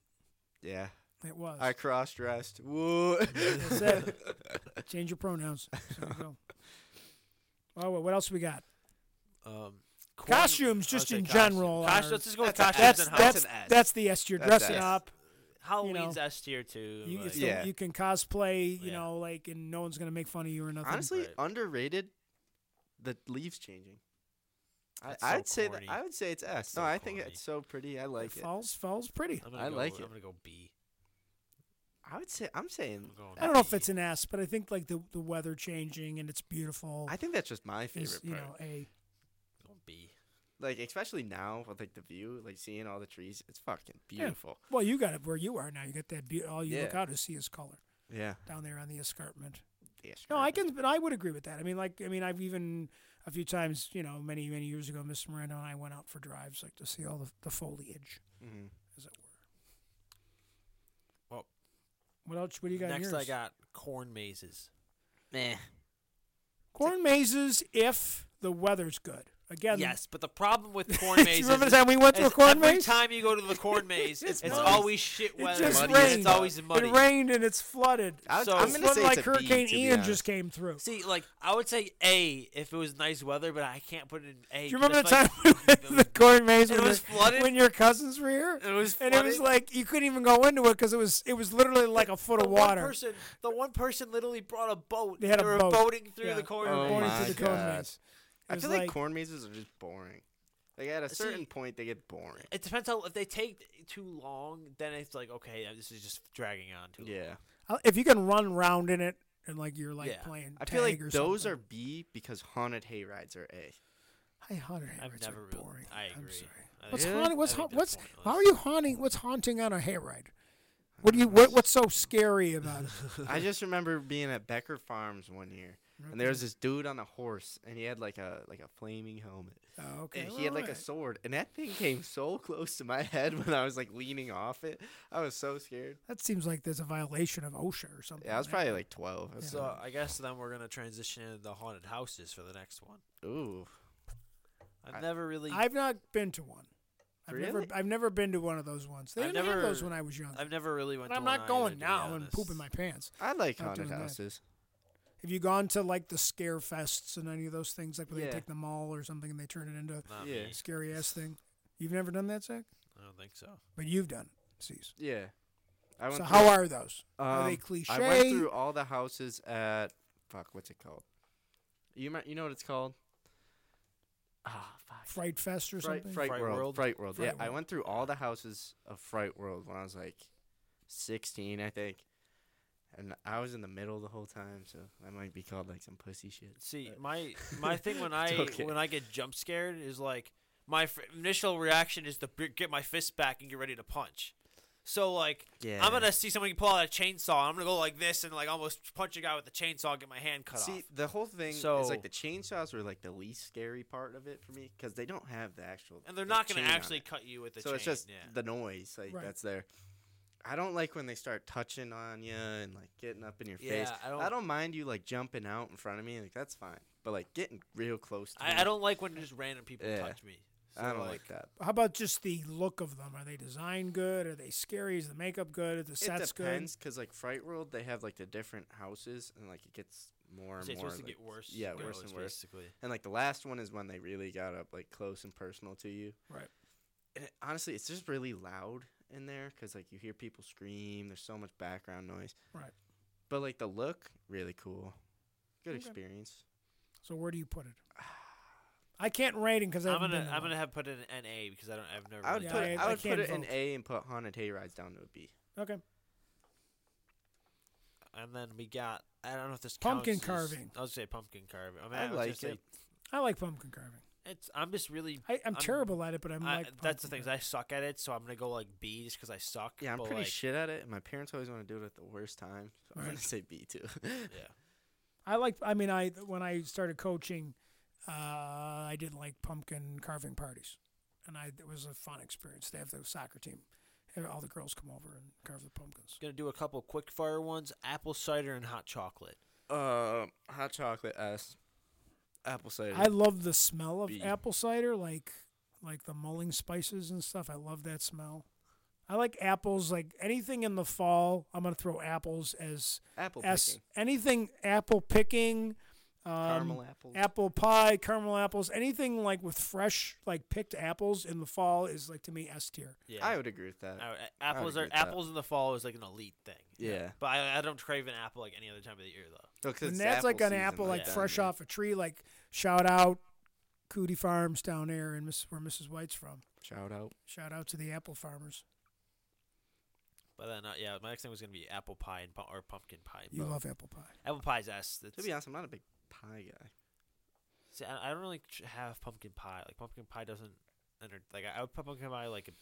Speaker 4: yeah,
Speaker 3: It was.
Speaker 4: I cross dressed. Woo.
Speaker 3: That's it. Change your pronouns. So you go. Oh, well, what else we got?
Speaker 2: Um, coin-
Speaker 3: Costumes,
Speaker 2: I would
Speaker 3: just
Speaker 2: say
Speaker 3: in
Speaker 2: costume.
Speaker 3: general
Speaker 2: Costume-
Speaker 3: are-
Speaker 2: let's just go with
Speaker 4: That's-
Speaker 3: That's
Speaker 2: costumes and
Speaker 3: that's
Speaker 4: an S.
Speaker 3: that's the S tier
Speaker 4: That's
Speaker 3: dressing
Speaker 4: S.
Speaker 3: up.
Speaker 2: Halloween.
Speaker 3: you
Speaker 2: Halloween's
Speaker 3: know,
Speaker 2: S tier too.
Speaker 3: You,
Speaker 2: like-
Speaker 3: it's the-
Speaker 4: Yeah.
Speaker 3: you can cosplay, you
Speaker 2: Yeah.
Speaker 3: know, like, and no one's gonna make fun of you or nothing.
Speaker 4: Honestly,
Speaker 2: Right.
Speaker 4: underrated. The leaves changing. I,
Speaker 2: That's so
Speaker 4: I'd say that
Speaker 2: corny.
Speaker 4: I would say it's S.
Speaker 2: so
Speaker 4: no, I think
Speaker 2: corny.
Speaker 4: it's so pretty. I like it.
Speaker 3: falls falls pretty.
Speaker 2: I'm gonna
Speaker 4: I
Speaker 2: go,
Speaker 4: like it.
Speaker 2: I'm gonna go B.
Speaker 4: I would say I'm saying.
Speaker 2: I'm going
Speaker 3: I don't know
Speaker 2: B.
Speaker 3: if it's an S, but I think like the the weather changing and it's beautiful
Speaker 4: I think that's just my favorite
Speaker 3: Oh. is
Speaker 4: part.
Speaker 3: you know a
Speaker 2: I'm going B.
Speaker 4: like especially now with like the view, like seeing all the trees, it's fucking
Speaker 3: Yeah.
Speaker 4: beautiful.
Speaker 3: well you got it where you are now. You got that be- all you look
Speaker 4: Yeah.
Speaker 3: out to see is color
Speaker 4: Yeah.
Speaker 3: down there on the escarpment.
Speaker 4: The
Speaker 3: No, I
Speaker 4: escarpment.
Speaker 3: can, but I would agree with that. I mean, like, I mean, I've even a few times, you know, many many years ago, Miss Moreno and I went out for drives, like to see all the, the foliage,
Speaker 4: Mhm.
Speaker 3: as it were.
Speaker 2: Well,
Speaker 3: what else? What do you got? in
Speaker 2: Next, I
Speaker 3: yours?
Speaker 2: got corn mazes.
Speaker 4: Meh.
Speaker 3: corn mazes if the weather's good. Again,
Speaker 2: Yes, but the problem with corn
Speaker 3: Do you
Speaker 2: mazes.
Speaker 3: remember
Speaker 2: is-
Speaker 3: the time we went to
Speaker 2: is
Speaker 3: a corn
Speaker 2: every
Speaker 3: maze?
Speaker 2: time you go to the corn maze, it's,
Speaker 3: It's
Speaker 4: muddy.
Speaker 2: always shit
Speaker 3: it
Speaker 2: weather.
Speaker 3: just
Speaker 4: muddy.
Speaker 2: and
Speaker 3: rained.
Speaker 2: It's always muddy.
Speaker 3: It rained and it's flooded.
Speaker 4: I would-
Speaker 2: So-
Speaker 4: I'm
Speaker 3: it's
Speaker 4: gonna
Speaker 3: flooded
Speaker 4: say
Speaker 3: like
Speaker 4: it's a B,
Speaker 3: Hurricane
Speaker 4: to be
Speaker 3: Ian
Speaker 4: honest.
Speaker 3: just came through.
Speaker 2: See, like I would say A if it was nice weather, but I can't put it in A.
Speaker 3: Do you remember the
Speaker 2: 'cause
Speaker 3: time
Speaker 2: it's like-
Speaker 3: we went to the corn maze
Speaker 2: And it
Speaker 3: when
Speaker 2: was
Speaker 3: the-
Speaker 2: flooded?
Speaker 3: when your cousins were here?
Speaker 2: It was
Speaker 3: and it was
Speaker 2: flooded.
Speaker 3: like you couldn't even go into it because it was it was literally like a foot
Speaker 2: the
Speaker 3: of water.
Speaker 2: One person, the one person literally brought a boat.
Speaker 3: They had a
Speaker 2: were
Speaker 3: boat.
Speaker 2: boating through
Speaker 3: Yeah.
Speaker 2: the corn
Speaker 4: Oh
Speaker 2: maze.
Speaker 3: Boating
Speaker 4: my
Speaker 3: through the corn
Speaker 4: God.
Speaker 3: maze.
Speaker 4: I
Speaker 3: It was
Speaker 4: feel like,
Speaker 3: like-
Speaker 4: corn mazes are just boring. Like at a
Speaker 2: See-
Speaker 4: certain point, they get boring.
Speaker 2: It depends how if they take too long, then it's like okay, this is just dragging on too. long.
Speaker 4: Yeah,
Speaker 3: Uh, if you can run round in it and like you're like
Speaker 2: Yeah.
Speaker 3: playing.
Speaker 4: I feel
Speaker 3: tag
Speaker 4: like
Speaker 3: or
Speaker 4: those
Speaker 3: something.
Speaker 4: are B because haunted hay rides are A.
Speaker 3: I haunted
Speaker 2: I've
Speaker 3: hayrides
Speaker 2: never
Speaker 3: are
Speaker 2: really-
Speaker 3: boring.
Speaker 2: I
Speaker 3: am
Speaker 2: agree.
Speaker 3: sorry.
Speaker 2: I
Speaker 3: What's
Speaker 2: think-
Speaker 3: haunting? What's
Speaker 2: I
Speaker 3: ha-
Speaker 2: think they're
Speaker 3: what's
Speaker 2: pointless.
Speaker 3: how are you haunting? What's haunting on a hayride? What do you what, what's so scary about it?
Speaker 4: I just remember being at Becker Farms one year, and there was this dude on a horse, and he had like a like a flaming helmet,
Speaker 3: Oh, okay,
Speaker 4: and he had
Speaker 3: well,
Speaker 4: like a
Speaker 3: alright.
Speaker 4: sword, and that thing came so close to my head when I was like leaning off it. I was so scared.
Speaker 3: That seems like there's a violation of OSHA or something. eh?
Speaker 4: Yeah, I was
Speaker 3: right?
Speaker 4: probably like twelve. That's
Speaker 2: So I guess then we're gonna transition into the haunted houses for the next one.
Speaker 4: Ooh.
Speaker 2: I've
Speaker 4: I-
Speaker 2: never really,
Speaker 3: I've not been to one. I've never
Speaker 4: Really?
Speaker 3: I've never been to one of those ones. They
Speaker 2: I've
Speaker 3: didn't have those
Speaker 2: never-
Speaker 3: when I was young.
Speaker 2: I've never really went.
Speaker 3: But I'm
Speaker 2: to
Speaker 3: not
Speaker 2: one
Speaker 3: going
Speaker 2: either, to be
Speaker 3: now and pooping
Speaker 2: honest.
Speaker 3: my pants.
Speaker 4: I like
Speaker 3: Not
Speaker 4: haunted
Speaker 3: doing that.
Speaker 4: houses.
Speaker 3: Have you gone to like the scare fests and any of those things, like where
Speaker 4: Yeah.
Speaker 3: they take the mall or something and they turn it into
Speaker 2: Not
Speaker 4: Yeah.
Speaker 2: me.
Speaker 3: a scary ass thing? You've never done that, Zach?
Speaker 2: I don't think so.
Speaker 3: But you've done it, Cease.
Speaker 4: Yeah. I
Speaker 3: So
Speaker 4: went
Speaker 3: how
Speaker 4: through-
Speaker 3: are those? are they
Speaker 4: um, I went
Speaker 3: cliche?
Speaker 4: through all the houses at fuck, what's it called? You might, you know what it's called? Ah, fuck.
Speaker 3: Fright Fest or
Speaker 4: Fright,
Speaker 3: something?
Speaker 4: Fright
Speaker 2: Fright
Speaker 4: World.
Speaker 2: World?
Speaker 4: Fright World. yeah,
Speaker 3: Fright
Speaker 4: I
Speaker 3: World.
Speaker 4: went through all the houses of Fright World when I was like 16, I think. And I was in the middle the whole time, so that might be called like some pussy shit.
Speaker 2: See,
Speaker 4: but-
Speaker 2: my my thing when
Speaker 4: Uh, It's
Speaker 2: I
Speaker 4: okay.
Speaker 2: when I get jump scared is like my f- initial reaction is to b- get my fist back and get ready to punch. So like
Speaker 4: Yeah.
Speaker 2: I'm gonna see somebody pull out a chainsaw. I'm gonna go like this and like almost punch a guy with the chainsaw, and get my hand cut
Speaker 4: See,
Speaker 2: off.
Speaker 4: the whole thing is
Speaker 2: So-
Speaker 4: like the chainsaws were like the least scary part of it for me because they don't have the actual.
Speaker 2: And they're
Speaker 4: the
Speaker 2: not gonna
Speaker 4: chain on
Speaker 2: actually
Speaker 4: it.
Speaker 2: cut you with the
Speaker 4: so
Speaker 2: chain.
Speaker 4: it's just
Speaker 2: yeah.
Speaker 4: the noise like
Speaker 3: Right.
Speaker 4: that's there. I don't like when they start touching on you and like getting up in your face.
Speaker 2: Yeah, I don't-
Speaker 4: I don't mind you like jumping out in front of me, like that's fine. But like getting real close to me,
Speaker 2: I, I don't like when just random people
Speaker 4: Yeah.
Speaker 2: touch me. So,
Speaker 4: I don't like, that.
Speaker 3: How about just the look of them? Are they designed good? Are they scary? Is the makeup good? Are the sets
Speaker 4: it depends
Speaker 3: good?
Speaker 4: because like Fright World, they have like the different houses and like it gets more and
Speaker 2: It's
Speaker 4: more.
Speaker 2: supposed to
Speaker 4: like-
Speaker 2: get worse.
Speaker 4: Yeah,
Speaker 2: goes,
Speaker 4: worse and worse.
Speaker 2: Basically.
Speaker 4: And like the last one is when they really got up like close and personal to you.
Speaker 3: Right.
Speaker 4: And it, honestly, it's just really loud in there because like you hear people scream. There's so much background noise.
Speaker 3: Right.
Speaker 4: But like the look, really cool. Good
Speaker 3: Okay.
Speaker 4: experience.
Speaker 3: So where do you put it? I can't rate it because I
Speaker 2: I'm
Speaker 3: haven't
Speaker 2: gonna
Speaker 3: been uh, to
Speaker 2: I'm
Speaker 3: one.
Speaker 2: gonna have put it in NA because I don't I've never.
Speaker 4: I would
Speaker 2: really
Speaker 3: Yeah,
Speaker 4: put,
Speaker 2: done
Speaker 3: I-
Speaker 4: I,
Speaker 2: it.
Speaker 3: I
Speaker 4: would put
Speaker 3: can't
Speaker 4: it in
Speaker 3: vote.
Speaker 4: A and put haunted hayrides down to a B.
Speaker 3: Okay.
Speaker 2: And then we got I don't know if this
Speaker 3: Pumpkin
Speaker 2: counts as-
Speaker 3: carving.
Speaker 2: I would say pumpkin carving. I, mean,
Speaker 4: I
Speaker 2: I was
Speaker 4: like
Speaker 2: gonna say-
Speaker 4: it.
Speaker 3: I like pumpkin carving.
Speaker 2: eh, it's I'm just really
Speaker 3: I, I'm,
Speaker 2: I'm-
Speaker 3: terrible at it, but I'm
Speaker 2: I,
Speaker 3: like
Speaker 2: that's
Speaker 3: pumpkin
Speaker 2: the thing. is
Speaker 3: bread.
Speaker 2: I suck at it, so I'm gonna go like B just because I suck.
Speaker 4: Yeah, I'm
Speaker 2: but,
Speaker 4: pretty
Speaker 2: like,
Speaker 4: shit at it, and my parents always want to do it at the worst time. So I'm
Speaker 3: Right.
Speaker 4: gonna say B too.
Speaker 2: Yeah.
Speaker 3: I like. I mean, I when I started coaching, uh, I did like pumpkin carving parties, and I it was a fun experience. They have the soccer team, and all the girls come over and carve the pumpkins.
Speaker 2: Gonna do a couple quick fire ones: apple cider and hot chocolate.
Speaker 4: uh, hot chocolate S, apple cider.
Speaker 3: I love the smell of
Speaker 4: B.
Speaker 3: apple cider, like like the mulling spices and stuff. I love that smell. I like apples, like anything in the fall. I'm gonna throw apples as
Speaker 4: apple
Speaker 3: as
Speaker 4: picking.
Speaker 3: anything apple picking, um,
Speaker 4: Caramel apples.
Speaker 3: apple pie, caramel apples, anything like with fresh like picked apples in the fall is like to me S tier.
Speaker 2: Yeah,
Speaker 4: I would agree with that.
Speaker 2: I- a- apples
Speaker 4: agree
Speaker 2: are
Speaker 4: with that.
Speaker 2: apples in the fall is like an elite thing.
Speaker 4: Yeah.
Speaker 2: but I, I don't crave an apple like any other time of the year though.
Speaker 4: No, 'cause
Speaker 3: And
Speaker 4: it's
Speaker 3: that's like
Speaker 4: apple
Speaker 3: an
Speaker 4: season
Speaker 3: apple
Speaker 4: right
Speaker 3: like
Speaker 4: then,
Speaker 3: fresh
Speaker 4: yeah.
Speaker 3: off a tree. Like shout out Cootie Farms down there and Miss where Mrs. White's from.
Speaker 4: Shout out.
Speaker 3: Shout out to the apple farmers.
Speaker 2: But then uh, yeah, my next thing was gonna be apple pie and pu- or pumpkin pie.
Speaker 3: You
Speaker 2: but
Speaker 3: love apple pie.
Speaker 2: apple pie's s. That's,
Speaker 4: To be honest, I'm not a big pie guy.
Speaker 2: see, I, I don't really ch- have pumpkin pie. Like pumpkin pie doesn't enter. Like I, I would put pumpkin pie like a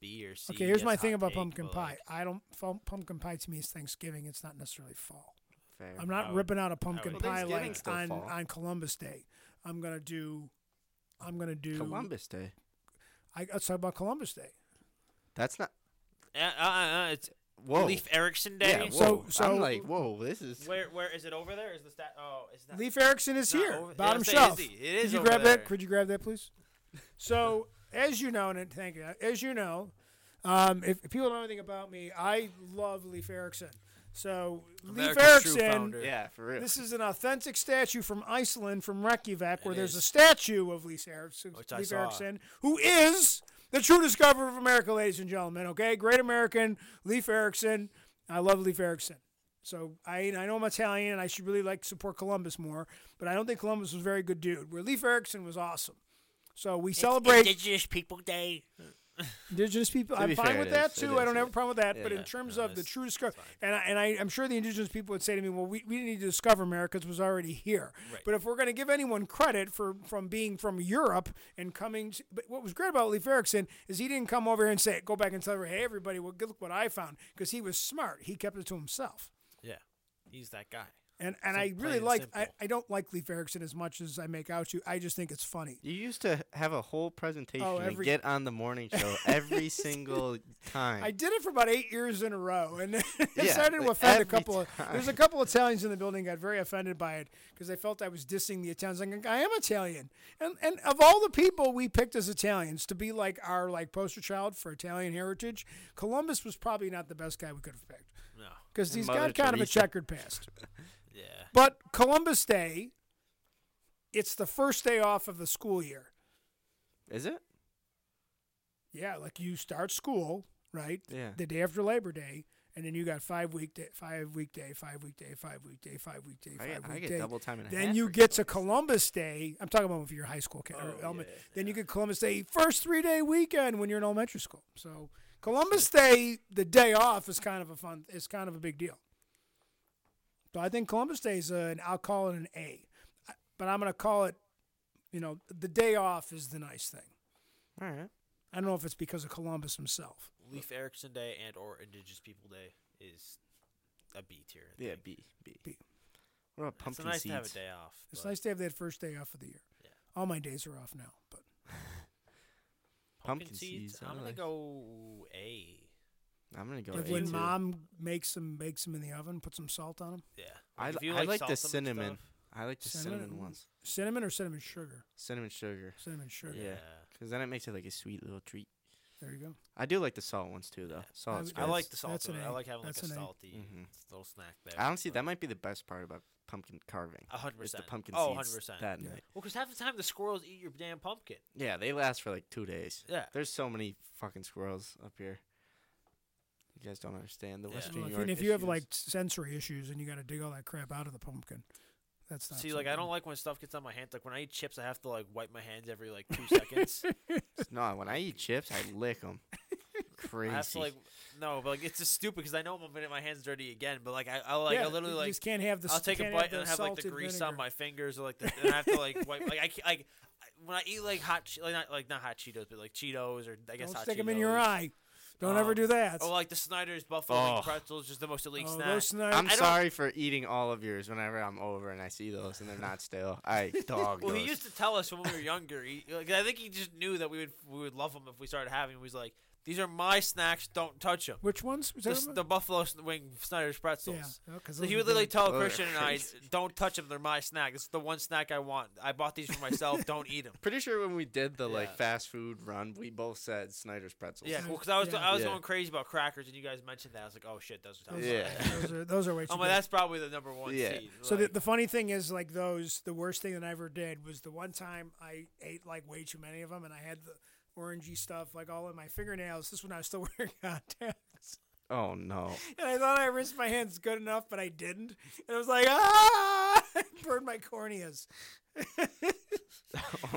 Speaker 2: B or C.
Speaker 3: Okay, here's
Speaker 2: yes,
Speaker 3: my thing
Speaker 2: hot
Speaker 3: about
Speaker 2: take,
Speaker 3: pumpkin
Speaker 2: but,
Speaker 3: pie.
Speaker 2: like,
Speaker 3: I don't fum- pumpkin pie to me is Thanksgiving. It's not necessarily fall.
Speaker 4: Fair.
Speaker 3: I'm not
Speaker 2: would-
Speaker 3: ripping out a
Speaker 2: I
Speaker 3: pumpkin
Speaker 2: would-
Speaker 3: pie
Speaker 4: Thanksgiving's
Speaker 3: like
Speaker 4: still
Speaker 3: on,
Speaker 4: fall.
Speaker 3: on Columbus Day. I'm gonna do. I'm gonna do.
Speaker 4: Columbus Day.
Speaker 3: I, let's talk about Columbus Day.
Speaker 4: That's not.
Speaker 2: uh, uh, uh, it's
Speaker 4: Whoa.
Speaker 2: Leaf Erickson Day.
Speaker 4: yeah, whoa.
Speaker 3: So- so-
Speaker 4: I'm like, whoa, this is.
Speaker 2: Where where is it over there? Is the stat? Oh, is that
Speaker 3: Leaf Erickson is
Speaker 2: not
Speaker 3: here,
Speaker 2: over- yeah,
Speaker 3: bottom
Speaker 2: I say,
Speaker 3: shelf.
Speaker 2: is he? It is
Speaker 3: Could you
Speaker 2: over
Speaker 3: grab
Speaker 2: there.
Speaker 3: that? Could you grab that, please? So, as you know, and thank you. As you know, um, if, if people know anything about me, I love Leaf Erickson. So
Speaker 2: America's true
Speaker 3: Leif Erickson,
Speaker 2: founder.
Speaker 4: Yeah, for real.
Speaker 3: This is an authentic statue from Iceland, from Reykjavik, where
Speaker 2: It
Speaker 3: there's
Speaker 2: is.
Speaker 3: a statue of Lise Erickson,
Speaker 2: Which I
Speaker 3: Leif
Speaker 2: saw.
Speaker 3: Erikson, who is the true discoverer of America, ladies and gentlemen. Okay, great American, Leif Erikson. I love Leif Erikson. So I, I know I'm Italian, and I should really like support Columbus more, but I don't think Columbus was a very good dude. Where Leif Erikson was awesome. So we celebrate
Speaker 2: Indigenous People Day.
Speaker 3: Indigenous people.
Speaker 4: To
Speaker 3: I'm
Speaker 4: be
Speaker 3: fine
Speaker 4: fair,
Speaker 3: with
Speaker 4: it
Speaker 3: that
Speaker 4: is.
Speaker 3: too.
Speaker 4: It
Speaker 3: I don't
Speaker 4: is.
Speaker 3: have a problem with that.
Speaker 4: Yeah,
Speaker 3: but
Speaker 4: yeah.
Speaker 3: in terms
Speaker 2: No,
Speaker 3: of the
Speaker 2: it's-
Speaker 3: true discovery, and I, and I, I'm sure the indigenous people would say to me, "Well, we, we didn't need to discover America; 'cause it was already here."
Speaker 2: Right.
Speaker 3: But if we're going to give anyone credit for from being from Europe and coming, to, but what was great about Leif Erikson is he didn't come over here and say, "Go back and tell everybody, hey, everybody, well, good look what I found," because he was smart. He kept it to himself.
Speaker 2: Yeah, he's that guy.
Speaker 3: And and I
Speaker 2: Sim- plain
Speaker 3: really
Speaker 2: and
Speaker 3: like I,
Speaker 2: simple.
Speaker 3: I don't like Leif Erikson as much as I make out to. I just think it's funny.
Speaker 4: You used to have a whole presentation
Speaker 3: Oh,
Speaker 4: and
Speaker 3: every-
Speaker 4: get on the morning show every single time.
Speaker 3: I did it for about eight years in a row, and then I
Speaker 4: Yeah,
Speaker 3: started to
Speaker 4: like
Speaker 3: offend a
Speaker 4: every
Speaker 3: couple. Of,
Speaker 4: time.
Speaker 3: there's a couple of Italians in the building got very offended by it because they felt I was dissing the Italians. Like I am Italian, and and of all the people we picked as Italians to be like our like poster child for Italian heritage, Columbus was probably not the best guy we could have picked
Speaker 2: No.
Speaker 3: because
Speaker 4: And
Speaker 3: he's
Speaker 4: Mother
Speaker 3: got kind of a
Speaker 4: Teresa.
Speaker 3: checkered past.
Speaker 2: Yeah.
Speaker 3: But Columbus Day, it's the first day off of the school year.
Speaker 4: Is it?
Speaker 3: Yeah, like you start school, right?
Speaker 4: Yeah.
Speaker 3: The day after Labor Day, and then you got five weekday, five weekday, five weekday, five weekday, five weekday,
Speaker 4: I
Speaker 3: five
Speaker 4: get, I
Speaker 3: weekday.
Speaker 4: get double time and a
Speaker 3: then
Speaker 4: half
Speaker 3: you
Speaker 4: for
Speaker 3: get to
Speaker 4: some reason.
Speaker 3: Columbus Day. I'm talking about if you're high school kid. or
Speaker 2: Oh,
Speaker 3: element-
Speaker 2: yeah,
Speaker 3: then you get Columbus Day first three day weekend when you're in elementary school. So Columbus Day, the day off is kind of a fun. It's kind of a big deal. So I think Columbus Day is an. I'll call it an A, I- but I'm going to call it. You know, the day off is the nice thing.
Speaker 4: All right.
Speaker 3: I don't know if it's because of Columbus himself.
Speaker 2: Leaf Erickson Day and or Indigenous People Day is a B tier. I
Speaker 4: Yeah,
Speaker 2: think.
Speaker 4: B. B.
Speaker 3: B.
Speaker 4: What about
Speaker 2: It's
Speaker 4: pumpkin
Speaker 2: nice
Speaker 4: seeds?
Speaker 2: to have a day off.
Speaker 3: It's
Speaker 2: but
Speaker 3: nice to have that first day off of the year.
Speaker 2: Yeah.
Speaker 3: All my days are off now, but
Speaker 2: Pumpkin,
Speaker 4: Pumpkin
Speaker 2: seeds.
Speaker 4: seeds, I
Speaker 2: I'm gonna
Speaker 4: like.
Speaker 2: go A.
Speaker 4: I'm gonna go.
Speaker 3: if
Speaker 4: A
Speaker 3: when
Speaker 4: too.
Speaker 3: mom makes them, bakes them in the oven, put some salt on them.
Speaker 2: Yeah.
Speaker 4: I,
Speaker 2: If
Speaker 4: li-
Speaker 2: you
Speaker 4: I like the
Speaker 2: salt 'em and
Speaker 4: cinnamon.
Speaker 2: stuff,
Speaker 4: I like the cinnamon,
Speaker 3: Cinnamon?
Speaker 4: ones.
Speaker 3: Cinnamon or cinnamon sugar?
Speaker 4: Cinnamon sugar.
Speaker 3: Cinnamon sugar.
Speaker 4: Yeah. Because then it makes it like a sweet little treat.
Speaker 3: There you go.
Speaker 4: I do like the salt ones too, though. Salt's
Speaker 3: would-
Speaker 4: good.
Speaker 2: I like the
Speaker 3: That's-
Speaker 2: salt.
Speaker 3: that's
Speaker 2: on
Speaker 3: an
Speaker 2: it. I
Speaker 3: A.
Speaker 2: like having like
Speaker 3: That's
Speaker 2: a
Speaker 3: an A.
Speaker 2: salty
Speaker 4: Mhm.
Speaker 2: little snack there.
Speaker 4: I honestly,
Speaker 2: but-
Speaker 4: that might be the best part about pumpkin carving.
Speaker 2: A hundred
Speaker 4: Is the
Speaker 2: percent.
Speaker 4: pumpkin
Speaker 2: Oh, a
Speaker 4: seeds
Speaker 2: hundred percent.
Speaker 4: that
Speaker 3: Yeah.
Speaker 4: night.
Speaker 2: Well, because half the time the squirrels eat your damn pumpkin.
Speaker 4: Yeah, they last for like two days.
Speaker 2: Yeah.
Speaker 4: There's so many fucking squirrels up here. You guys don't understand the
Speaker 2: Yeah.
Speaker 4: Western
Speaker 3: Well, if,
Speaker 4: New York.
Speaker 3: and if you have
Speaker 4: issues.
Speaker 3: like sensory issues and you got to dig all that crap out of the pumpkin, that's not.
Speaker 2: See, like I
Speaker 3: something-
Speaker 2: don't like when stuff gets on my hands. Like when I eat chips, I have to like wipe my hands every like two seconds.
Speaker 4: no, when I eat chips, I lick them.
Speaker 2: I
Speaker 4: Crazy.
Speaker 2: have to like no, but like it's just stupid because I know I'm gonna get my hands dirty again. But like I, I like
Speaker 3: yeah,
Speaker 2: I literally
Speaker 3: you
Speaker 2: like
Speaker 3: just can't have the.
Speaker 2: I'll
Speaker 3: s-
Speaker 2: take a
Speaker 3: can't
Speaker 2: bite
Speaker 3: the
Speaker 2: and I have like the
Speaker 3: salted
Speaker 2: grease on
Speaker 3: vinegar.
Speaker 2: my fingers or like the, and I have to like wipe like I ca- like I- when I eat like hot, che- like not like not hot Cheetos, but like Cheetos or I guess
Speaker 3: Don't
Speaker 2: hot
Speaker 3: stick them in
Speaker 2: Cheetos.
Speaker 3: your eye. Don't ever
Speaker 2: Um,
Speaker 3: do that.
Speaker 2: Or like the Snyder's Buffalo Link
Speaker 1: Oh.
Speaker 2: pretzels, just the most elite
Speaker 3: Oh,
Speaker 2: snack.
Speaker 3: those snipes-
Speaker 4: I'm
Speaker 2: I don't-
Speaker 4: sorry for eating all of yours whenever I'm over and I see those and they're not still. I dog
Speaker 2: Well, he
Speaker 4: those.
Speaker 2: used to tell us when we were younger. He, like, I think he just knew that we would we would love them if we started having. 'em. He was like, "These are my snacks. Don't touch them."
Speaker 3: Which ones? Was that
Speaker 2: This,
Speaker 3: one?
Speaker 2: the Buffalo Sn- Wing Snyder's pretzels.
Speaker 3: yeah. no, 'cause
Speaker 2: So
Speaker 3: those
Speaker 2: he
Speaker 3: are
Speaker 2: would literally
Speaker 3: good.
Speaker 2: tell
Speaker 4: Those are
Speaker 2: Christian and I,
Speaker 4: crazy.
Speaker 2: "Don't touch them. They're my snack. This is the one snack I want. I bought these for myself. Don't eat them."
Speaker 4: Pretty sure when we did the like
Speaker 2: Yeah.
Speaker 4: fast food run, we both said Snyder's pretzels.
Speaker 2: Yeah,
Speaker 3: Snyder's-
Speaker 2: because I was
Speaker 3: yeah.
Speaker 2: I was
Speaker 4: Yeah.
Speaker 2: going crazy about crackers, and you guys mentioned that. I was like, "Oh shit, those are
Speaker 3: Those
Speaker 2: tough."
Speaker 3: are-
Speaker 4: Yeah.
Speaker 3: Those are those are way too
Speaker 2: I'm like,
Speaker 3: good.
Speaker 2: Oh, "That's probably the number one
Speaker 4: Yeah.
Speaker 2: seed."
Speaker 3: So
Speaker 2: like,
Speaker 3: the, the funny thing is, like those, the worst thing that I ever did was the one time I ate like way too many of them, and I had the orangey stuff like all in my fingernails. This is when I was still wearing contacts,
Speaker 4: Oh no.
Speaker 3: and I thought I rinsed my hands good enough, but I didn't, and I was like, ah, I burned my corneas.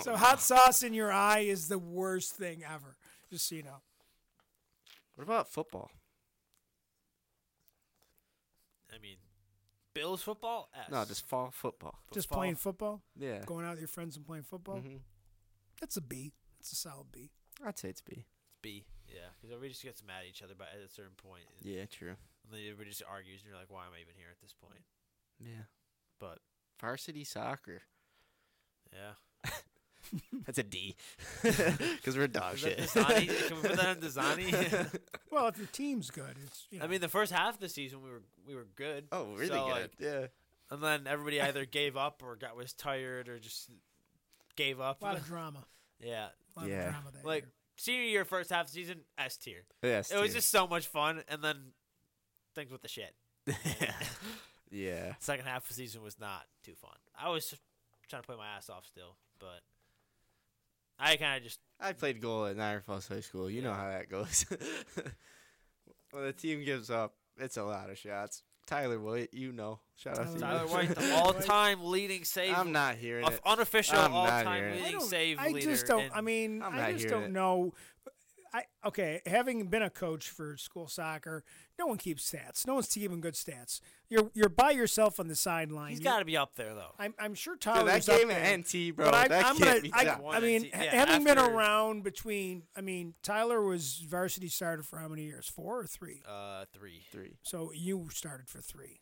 Speaker 3: so hot sauce in your eye is the worst thing ever. Just so you know,
Speaker 4: What about football?
Speaker 2: I mean, Bills football. S.
Speaker 4: No, just fall football.
Speaker 3: just
Speaker 2: Football.
Speaker 3: playing football,
Speaker 4: Yeah.
Speaker 3: going out with your friends and playing football.
Speaker 4: hmm
Speaker 3: That's a B. That's a solid B.
Speaker 4: I'd say it's B.
Speaker 2: B. Yeah, because everybody just gets mad at each other, but at a certain point, and
Speaker 4: Yeah, true.
Speaker 2: then everybody just argues, and you're like, "Why am I even here at this point?"
Speaker 4: Yeah.
Speaker 2: But
Speaker 4: Varsity soccer.
Speaker 2: yeah,
Speaker 4: That's a D. Because we're dog
Speaker 2: Is that
Speaker 4: Oh, shit.
Speaker 2: Dasani? Can we put that on Dasani?
Speaker 3: Well, if your team's good, it's you know,
Speaker 2: I mean, the first half of the season we were we were good.
Speaker 4: oh, really
Speaker 2: So,
Speaker 4: good.
Speaker 2: like,
Speaker 4: yeah.
Speaker 2: and then everybody either gave up or got was tired or just gave up.
Speaker 3: a lot of drama.
Speaker 2: yeah,
Speaker 3: A lot
Speaker 4: Yeah.
Speaker 3: of drama that
Speaker 2: like
Speaker 3: year.
Speaker 2: senior year first half season S tier.
Speaker 4: Yes.
Speaker 2: It was just so much fun, and then things with the shit.
Speaker 4: yeah.
Speaker 2: Second half of the season was not too fun. I was just trying to play my ass off still, but I kind of just
Speaker 4: I played goal at Niagara Falls High School. You know
Speaker 2: Yeah.
Speaker 4: how that goes. when the team gives up, it's a lot of shots. Tyler White, you know. Shout out to you.
Speaker 3: Tyler
Speaker 2: Tyler White, the all-time leading save,
Speaker 4: I'm not hearing
Speaker 2: of-
Speaker 4: it.
Speaker 2: unofficial
Speaker 4: I'm not
Speaker 2: all-time
Speaker 4: hearing it.
Speaker 3: I
Speaker 2: leading
Speaker 3: don't-
Speaker 2: save
Speaker 3: I
Speaker 2: leader.
Speaker 3: just don't.
Speaker 2: in-
Speaker 3: I mean,
Speaker 4: I'm
Speaker 3: I
Speaker 4: not
Speaker 3: just
Speaker 4: hearing
Speaker 3: don't
Speaker 4: it.
Speaker 3: know. I okay. Having been a coach for school soccer, no one keeps stats. No one's keeping good stats. You're you're by yourself on the sideline.
Speaker 2: he's
Speaker 3: You-
Speaker 2: got to be up there though.
Speaker 3: I'm I'm sure
Speaker 4: Dude,
Speaker 3: Tyler's
Speaker 4: that
Speaker 3: up
Speaker 4: game
Speaker 3: there,
Speaker 4: at NT, bro.
Speaker 3: But I,
Speaker 4: that
Speaker 3: I'm
Speaker 4: can't
Speaker 3: gonna.
Speaker 4: be
Speaker 3: I,
Speaker 4: done.
Speaker 2: One
Speaker 3: I
Speaker 2: and
Speaker 3: mean,
Speaker 2: two- yeah,
Speaker 3: having been
Speaker 2: after-
Speaker 3: around between, I mean, Tyler was varsity starter for how many years? Four or three?
Speaker 2: Uh, three.
Speaker 4: Three.
Speaker 3: So you started for three.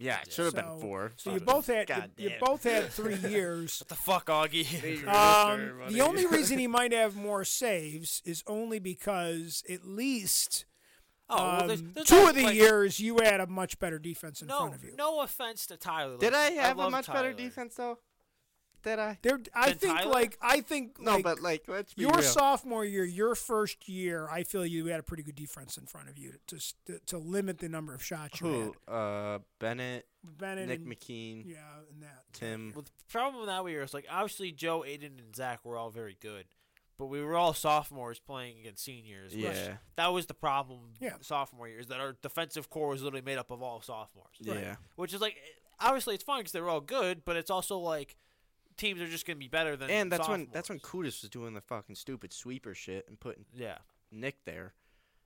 Speaker 4: Yeah, it should have been
Speaker 3: So-
Speaker 4: four.
Speaker 3: So you both had
Speaker 4: God
Speaker 3: you, you
Speaker 4: damn.
Speaker 3: both had three years.
Speaker 2: What the fuck, Augie?
Speaker 4: They-
Speaker 3: Um,
Speaker 4: Sure, buddy.
Speaker 3: the only reason he might have more saves is only because at least
Speaker 2: oh, well, there's,
Speaker 3: um,
Speaker 2: there's
Speaker 3: two
Speaker 2: not,
Speaker 3: of the
Speaker 2: like,
Speaker 3: years you had a much better defense in
Speaker 2: No,
Speaker 3: front of you.
Speaker 2: no offense to Tyler.
Speaker 4: Did I
Speaker 2: Like,
Speaker 4: have a
Speaker 2: love
Speaker 4: much better
Speaker 2: Tyler.
Speaker 4: defense though? Did I?
Speaker 3: There, I
Speaker 2: Than
Speaker 3: think
Speaker 2: Tyler?
Speaker 3: like I think
Speaker 4: No,
Speaker 3: like,
Speaker 4: but like let's be
Speaker 3: your
Speaker 4: real.
Speaker 3: sophomore year, your first year, I feel you had a pretty good defense in front of you to s- to, to limit the number of shots you
Speaker 4: Who? Uh, Bennett,
Speaker 3: had. Bennett,
Speaker 4: Nick
Speaker 3: and,
Speaker 4: McKean,
Speaker 3: yeah, and that
Speaker 4: Tim.
Speaker 2: Well, the problem with that we were is like obviously Joe, Aiden, and Zach were all very good, but we were all sophomores playing against seniors. which-
Speaker 4: Yeah.
Speaker 2: that was the problem.
Speaker 3: Yeah.
Speaker 2: sophomore year is that our defensive core was literally made up of all sophomores.
Speaker 4: Yeah.
Speaker 2: which is like obviously it's fine because they're all good, but it's also like teams are just gonna be better than.
Speaker 4: And that's when that's when
Speaker 2: sophomores.
Speaker 4: Kudus was doing the fucking stupid sweeper shit and putting
Speaker 2: yeah.
Speaker 4: Nick there,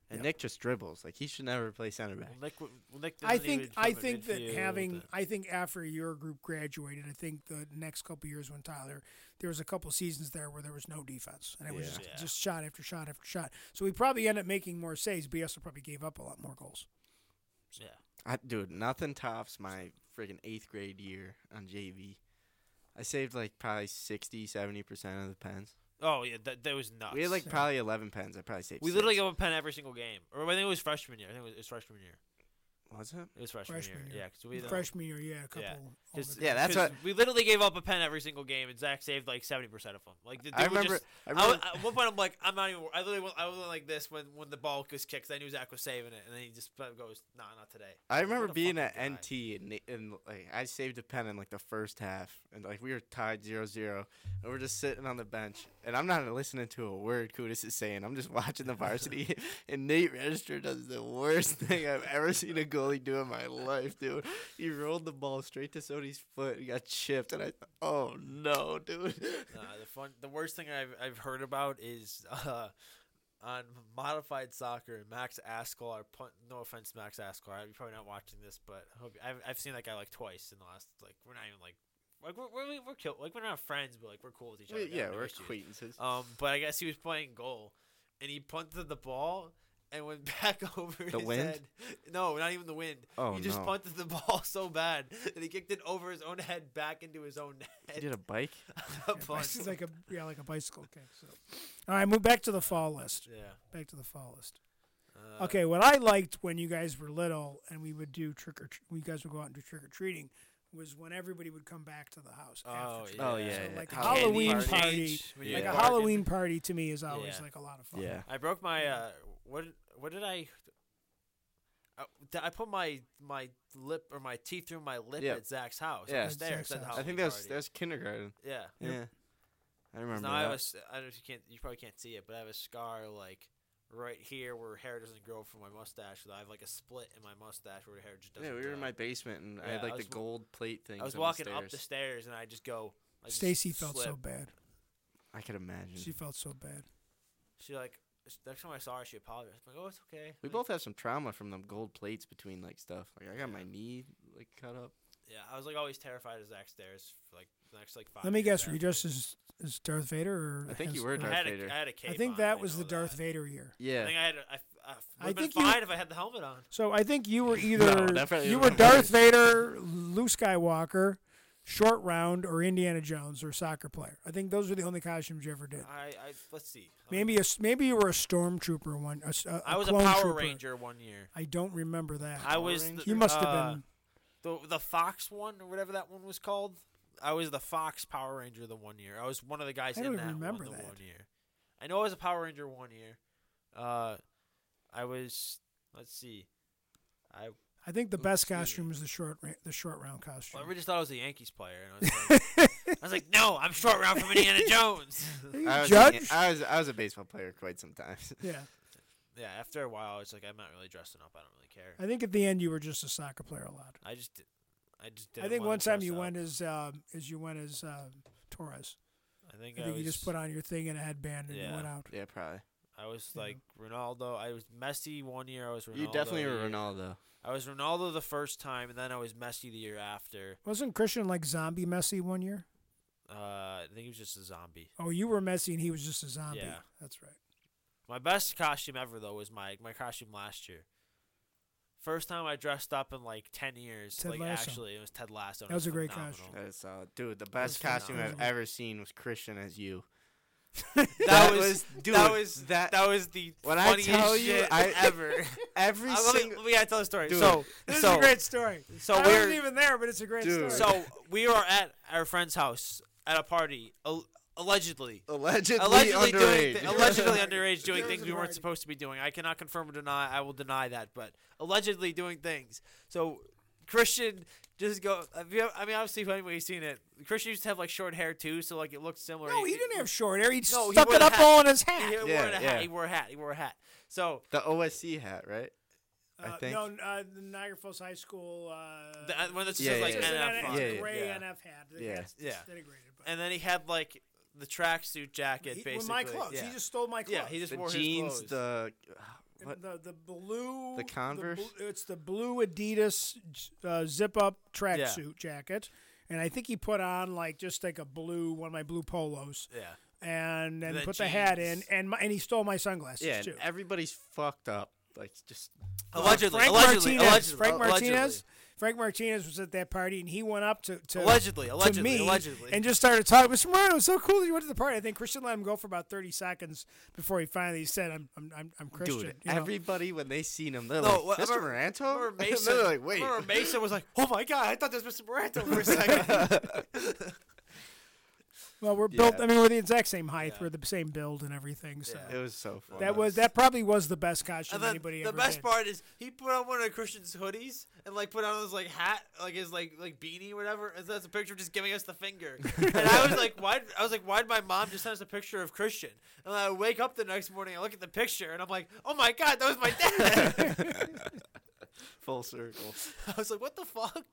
Speaker 4: and
Speaker 3: Yeah.
Speaker 4: Nick just dribbles like he should never play center back.
Speaker 2: Well, Nick, w- well, Nick
Speaker 3: I
Speaker 2: doesn't even
Speaker 3: think I
Speaker 2: come in
Speaker 3: think that
Speaker 2: midfield
Speaker 3: having
Speaker 2: and-
Speaker 3: I think after your group graduated, I think the next couple years when Tyler there was a couple seasons there where there was no defense and it was
Speaker 4: Yeah.
Speaker 3: just,
Speaker 2: Yeah.
Speaker 3: just shot after shot after shot. So we probably end up making more saves, but he also probably gave up a lot more goals.
Speaker 2: yeah.
Speaker 4: I, dude, nothing tops my friggin' eighth grade year on JV. I saved like probably 60, 70 percent of the pens.
Speaker 2: Oh yeah, that, that was nuts.
Speaker 4: We had like
Speaker 3: Yeah.
Speaker 4: probably eleven pens. I probably saved.
Speaker 2: we literally
Speaker 4: six.
Speaker 2: gave a pen every single game, or I think it was freshman year. I think it was, it was freshman year.
Speaker 4: was it?
Speaker 2: It was freshman,
Speaker 3: Freshman
Speaker 2: year.
Speaker 3: year.
Speaker 2: Yeah, because we uh,
Speaker 3: Freshman year, yeah, a couple.
Speaker 2: Yeah.
Speaker 3: over
Speaker 2: Just-
Speaker 3: the-
Speaker 4: Yeah, that's
Speaker 2: 'cause
Speaker 4: what
Speaker 2: we literally gave up a pen every single game, and Zach saved like seventy percent of them. Like the dude
Speaker 4: I remember.
Speaker 2: Would just,
Speaker 4: I
Speaker 2: I
Speaker 4: remember.
Speaker 2: was- at one point, I'm like, I'm not even. I literally, went, I was like this when when the ball was kicked. 'cause I knew Zach was saving it, and then he just goes, Nah, not today.
Speaker 4: I
Speaker 2: Like,
Speaker 4: remember
Speaker 2: what a
Speaker 4: being at
Speaker 2: fucking guy.
Speaker 4: NT and, they- and like I saved a pen in like the first half and like we were tied 0-0 and we're just sitting on the bench and I'm not listening to a word Kudus is saying. I'm just watching the varsity and Nate Register does the worst thing I've ever seen a goalie do in my life, dude. He rolled the ball straight to Sony's foot and got chipped and I oh no, dude.
Speaker 2: Nah, the fun, the worst thing I've I've heard about is uh, on modified soccer. Max Askell, our punt. No offense, Max Askell. You're probably not watching this, but I hope, I've I've seen that guy like twice in the last like we're not even like like we're we're, we're kill- like we're not friends, but like we're cool with each other.
Speaker 4: We-
Speaker 2: We have
Speaker 4: yeah,
Speaker 2: no
Speaker 4: we're
Speaker 2: issues.
Speaker 4: acquaintances.
Speaker 2: Um, but I guess he was playing goal, and he punted the ball and went back over
Speaker 4: The
Speaker 2: his
Speaker 4: wind?
Speaker 2: head. No, not even the wind.
Speaker 4: Oh,
Speaker 2: he just
Speaker 4: no.
Speaker 2: punted the ball so bad that he kicked it over his own head back into his own
Speaker 4: he
Speaker 2: net.
Speaker 4: did a bike.
Speaker 2: The
Speaker 3: Yeah,
Speaker 2: punt.
Speaker 3: it's like a yeah, like a bicycle kick. So, all right, move back to the fall list.
Speaker 2: yeah.
Speaker 3: Back to the fall list.
Speaker 2: Uh,
Speaker 3: Okay, what I liked when you guys were little and we would do trick or tr- we guys would go out and do trick or treating was when everybody would come back to the house.
Speaker 2: Oh,
Speaker 3: after
Speaker 2: yeah.
Speaker 4: Oh,
Speaker 3: trick.
Speaker 4: yeah,
Speaker 3: So,
Speaker 4: yeah.
Speaker 3: like a
Speaker 4: Candy
Speaker 3: Halloween
Speaker 4: party.
Speaker 3: party,
Speaker 2: When you
Speaker 3: like
Speaker 4: Yeah.
Speaker 3: a
Speaker 2: bargain.
Speaker 3: Halloween party to me is always
Speaker 2: Yeah.
Speaker 3: like a lot of fun.
Speaker 4: Yeah.
Speaker 2: I broke my uh what what did I I- th- I put my my lip or my teeth through my lip
Speaker 4: Yeah.
Speaker 2: at Zach's house.
Speaker 4: Yeah.
Speaker 2: Yeah, was there.
Speaker 3: At Zach's
Speaker 2: at the
Speaker 3: house.
Speaker 4: I
Speaker 2: Halloween
Speaker 4: think that was
Speaker 2: party.
Speaker 4: that was kindergarten.
Speaker 2: yeah.
Speaker 4: Yeah, I
Speaker 2: 'Cause
Speaker 4: remember
Speaker 2: Now I
Speaker 4: that.
Speaker 2: have a s- I don't know if you can't you probably can't see it, but I have a scar like right here where hair doesn't grow from my mustache. So I have like a split in my mustache where hair just doesn't.
Speaker 4: yeah, we were in
Speaker 2: grow.
Speaker 4: my basement and I
Speaker 2: Yeah,
Speaker 4: had like the
Speaker 2: I was-
Speaker 4: gold plate thing.
Speaker 2: I was walking up the stairs and I just go. Like, just
Speaker 3: Stacy felt so
Speaker 2: slip. Mm.
Speaker 3: bad.
Speaker 4: I could imagine.
Speaker 3: She felt so bad.
Speaker 2: She like s- next time I saw her, she apologized. I'm like, oh, it's okay.
Speaker 4: we
Speaker 2: Like,
Speaker 4: both have some trauma from them gold plates between like stuff. Like I got my knee like cut up.
Speaker 2: Yeah, I was like always terrified of Zach stairs for like the next like five.
Speaker 3: Let me
Speaker 2: years
Speaker 3: guess, were you
Speaker 2: after.
Speaker 3: dressed as, as Darth Vader? Or
Speaker 4: I think
Speaker 3: as-
Speaker 4: you were
Speaker 3: or-
Speaker 4: Darth
Speaker 2: I had
Speaker 4: Vader.
Speaker 2: a, I had a cape.
Speaker 3: I think
Speaker 2: on,
Speaker 3: that
Speaker 2: I
Speaker 3: was
Speaker 2: know
Speaker 3: the Darth
Speaker 2: that.
Speaker 3: Vader year.
Speaker 2: I
Speaker 4: Yeah.
Speaker 2: think I had. A, I, I, I would have been
Speaker 3: think you-
Speaker 2: fine if I had the helmet on.
Speaker 3: So I think you were
Speaker 4: No,
Speaker 3: either
Speaker 4: definitely
Speaker 3: you
Speaker 4: not.
Speaker 3: were Darth Vader, Luke Skywalker, Short Round, or Indiana Jones or soccer player. I think those were the only costumes you ever did.
Speaker 2: I, I let's see. I mean,
Speaker 3: Maybe a s maybe you were a stormtrooper one. a s- a-
Speaker 2: I was a
Speaker 3: clone
Speaker 2: Power
Speaker 3: trooper.
Speaker 2: Ranger one year.
Speaker 3: I don't remember that.
Speaker 2: I was.
Speaker 4: Ranger?
Speaker 2: the-
Speaker 3: you must have
Speaker 2: uh,
Speaker 3: been.
Speaker 2: the the Fox one or whatever that one was called. I was the Fox Power Ranger the one year. I was one of the guys
Speaker 3: I
Speaker 2: in
Speaker 3: don't
Speaker 2: that
Speaker 3: remember
Speaker 2: one the
Speaker 3: that.
Speaker 2: one year. I know I was a Power Ranger one year. Uh, I was. Let's see. I
Speaker 3: I think the
Speaker 2: Ooh,
Speaker 3: best
Speaker 2: excuse me.
Speaker 3: costume was the short ra- the short round costume.
Speaker 2: well, I just thought I was the Yankees player, and I was like, I was like, no, I'm short round from Indiana Jones.
Speaker 3: Are you
Speaker 4: I was,
Speaker 3: judge?
Speaker 4: I was I was a baseball player quite sometimes.
Speaker 3: yeah,
Speaker 2: yeah. After a while, it's like I'm not really dressing up. I don't really care.
Speaker 3: I think at the end you were just a soccer player allowed.
Speaker 2: I just, di- I just didn't.
Speaker 3: I think
Speaker 2: wanna
Speaker 3: one time
Speaker 2: dress
Speaker 3: you
Speaker 2: up.
Speaker 3: went as um, as you went as um Torres.
Speaker 2: I think
Speaker 3: I
Speaker 2: I,
Speaker 3: think
Speaker 2: was,
Speaker 3: you just put on your thing and a headband and
Speaker 2: Yeah.
Speaker 3: went out.
Speaker 4: yeah, probably.
Speaker 2: I was
Speaker 3: you know.
Speaker 2: like Ronaldo. I was Messi one year. I was Ronaldo. Oh.
Speaker 4: you definitely
Speaker 2: a
Speaker 4: were
Speaker 2: year.
Speaker 4: Ronaldo.
Speaker 2: I was Ronaldo the first time, and then I was Messi the year after.
Speaker 3: Wasn't Christian like zombie Messi one year?
Speaker 2: Uh, I think he was just a zombie.
Speaker 3: Oh, you were Messi and he was just a zombie.
Speaker 2: Yeah.
Speaker 3: That's right.
Speaker 2: My best costume ever though was my my costume last year. First time I dressed up in like ten years.
Speaker 3: Ted
Speaker 2: like
Speaker 3: Lasso.
Speaker 2: actually, it was Ted Lasso. and
Speaker 3: That
Speaker 2: it
Speaker 3: was a great
Speaker 2: phenomenal.
Speaker 3: costume.
Speaker 4: That is solid, dude. The best
Speaker 3: was
Speaker 4: costume I've
Speaker 3: phenomenal.
Speaker 4: ever seen was Christian as you.
Speaker 2: That, was,
Speaker 4: dude.
Speaker 2: that was
Speaker 4: that.
Speaker 2: that was the
Speaker 4: when I
Speaker 2: funniest
Speaker 4: tell you,
Speaker 2: shit
Speaker 4: I-
Speaker 2: ever.
Speaker 4: every
Speaker 2: I, let, me,
Speaker 4: single
Speaker 2: let me gotta tell the story.
Speaker 4: Dude.
Speaker 2: So
Speaker 3: This is
Speaker 2: so
Speaker 3: a great story.
Speaker 2: so
Speaker 3: I
Speaker 2: we're
Speaker 3: wasn't even there, but it's a great
Speaker 4: Dude.
Speaker 3: story.
Speaker 2: So we were at our friend's house at a party, al- allegedly.
Speaker 4: allegedly,
Speaker 2: Allegedly doing
Speaker 4: underage.
Speaker 2: thi- allegedly underage doing
Speaker 3: There
Speaker 2: things
Speaker 3: was a
Speaker 2: we weren't
Speaker 3: party.
Speaker 2: supposed to be doing. I cannot confirm or deny. I will deny that, but allegedly doing things. So Christian just go. have you- I mean, obviously, if anybody's seen it, Christian used to have like short hair too, so like it looked similar.
Speaker 3: no, he didn't have short hair. He
Speaker 2: No, he
Speaker 3: stuck
Speaker 2: wore
Speaker 3: it
Speaker 2: the
Speaker 3: up
Speaker 2: hat.
Speaker 3: all in his
Speaker 2: He,
Speaker 3: hat.
Speaker 2: wore
Speaker 4: Yeah,
Speaker 2: a hat.
Speaker 4: yeah.
Speaker 2: He wore a hat. He wore a hat. So
Speaker 4: the OSC hat, right? I
Speaker 3: Uh,
Speaker 4: think.
Speaker 3: No, uh, the Niagara Falls High School. Uh,
Speaker 2: the, one that's
Speaker 4: Yeah,
Speaker 2: just
Speaker 4: yeah,
Speaker 2: like
Speaker 4: yeah.
Speaker 3: it's an
Speaker 2: NF
Speaker 3: NF
Speaker 2: on
Speaker 4: Yeah,
Speaker 2: it.
Speaker 4: yeah.
Speaker 3: gray NF hat. that
Speaker 4: Yeah.
Speaker 3: gets
Speaker 2: Yeah.
Speaker 3: disintegrated, but-
Speaker 2: And then he had like the tracksuit jacket,
Speaker 3: He-
Speaker 2: basically.
Speaker 3: with my clothes.
Speaker 2: Yeah.
Speaker 3: He just stole my clothes.
Speaker 2: yeah, he just
Speaker 4: the
Speaker 2: wore his
Speaker 4: jeans,
Speaker 2: clothes.
Speaker 4: the
Speaker 3: And
Speaker 4: what?
Speaker 3: The, the blue.
Speaker 4: The Converse?
Speaker 3: bl- it's the blue Adidas uh, zip up
Speaker 2: Yeah.
Speaker 3: tracksuit jacket. And I think he put on like just like a blue one of my blue polos,
Speaker 2: yeah.
Speaker 3: and then
Speaker 2: The
Speaker 3: put the hat in,
Speaker 2: jeans.
Speaker 3: and my, and he stole my sunglasses
Speaker 4: yeah. and
Speaker 3: too.
Speaker 4: everybody's fucked up. Like just
Speaker 2: Allegedly,
Speaker 3: Frank
Speaker 2: allegedly,
Speaker 3: Martinez.
Speaker 2: allegedly,
Speaker 3: Frank
Speaker 2: allegedly.
Speaker 3: Martinez. Frank Martinez was at that party, and he went up to, to
Speaker 2: Allegedly,
Speaker 3: to
Speaker 2: allegedly,
Speaker 3: me
Speaker 2: allegedly.
Speaker 3: and just started talking. Mr. Moreno, it was so cool that you went to the party. I think Christian let him go for about thirty seconds before he finally said, "I'm I'm I'm, I'm Christian."
Speaker 4: dude.
Speaker 3: you know?
Speaker 4: Everybody when they seen him, they're
Speaker 2: No,
Speaker 4: like,
Speaker 2: I
Speaker 4: Mr.
Speaker 2: remember- I
Speaker 4: Moranto.
Speaker 2: remember
Speaker 4: And
Speaker 2: Mason,
Speaker 4: they're like, wait.
Speaker 2: I remember Mason was like, "Oh my god, I thought that was Mr. Moranto for a second.
Speaker 3: well, we're built.
Speaker 4: Yeah.
Speaker 3: I mean, we're the exact same height.
Speaker 2: Yeah.
Speaker 3: We're the same build and everything. So
Speaker 4: It was so fun.
Speaker 3: that was that probably was the best
Speaker 2: and
Speaker 3: costume
Speaker 2: then
Speaker 3: anybody
Speaker 2: the
Speaker 3: ever
Speaker 2: best
Speaker 3: did.
Speaker 2: part is he put on one of Christian's hoodies and like put on his like hat, like his like like beanie, or whatever. And that's a picture of just giving us the finger. and I was like, why? I was like, why'd my mom just send us a picture of Christian? And I wake up the next morning, I look at the picture, and I'm like, oh my god, that was my dad.
Speaker 4: full circle.
Speaker 2: I was like, what the fuck?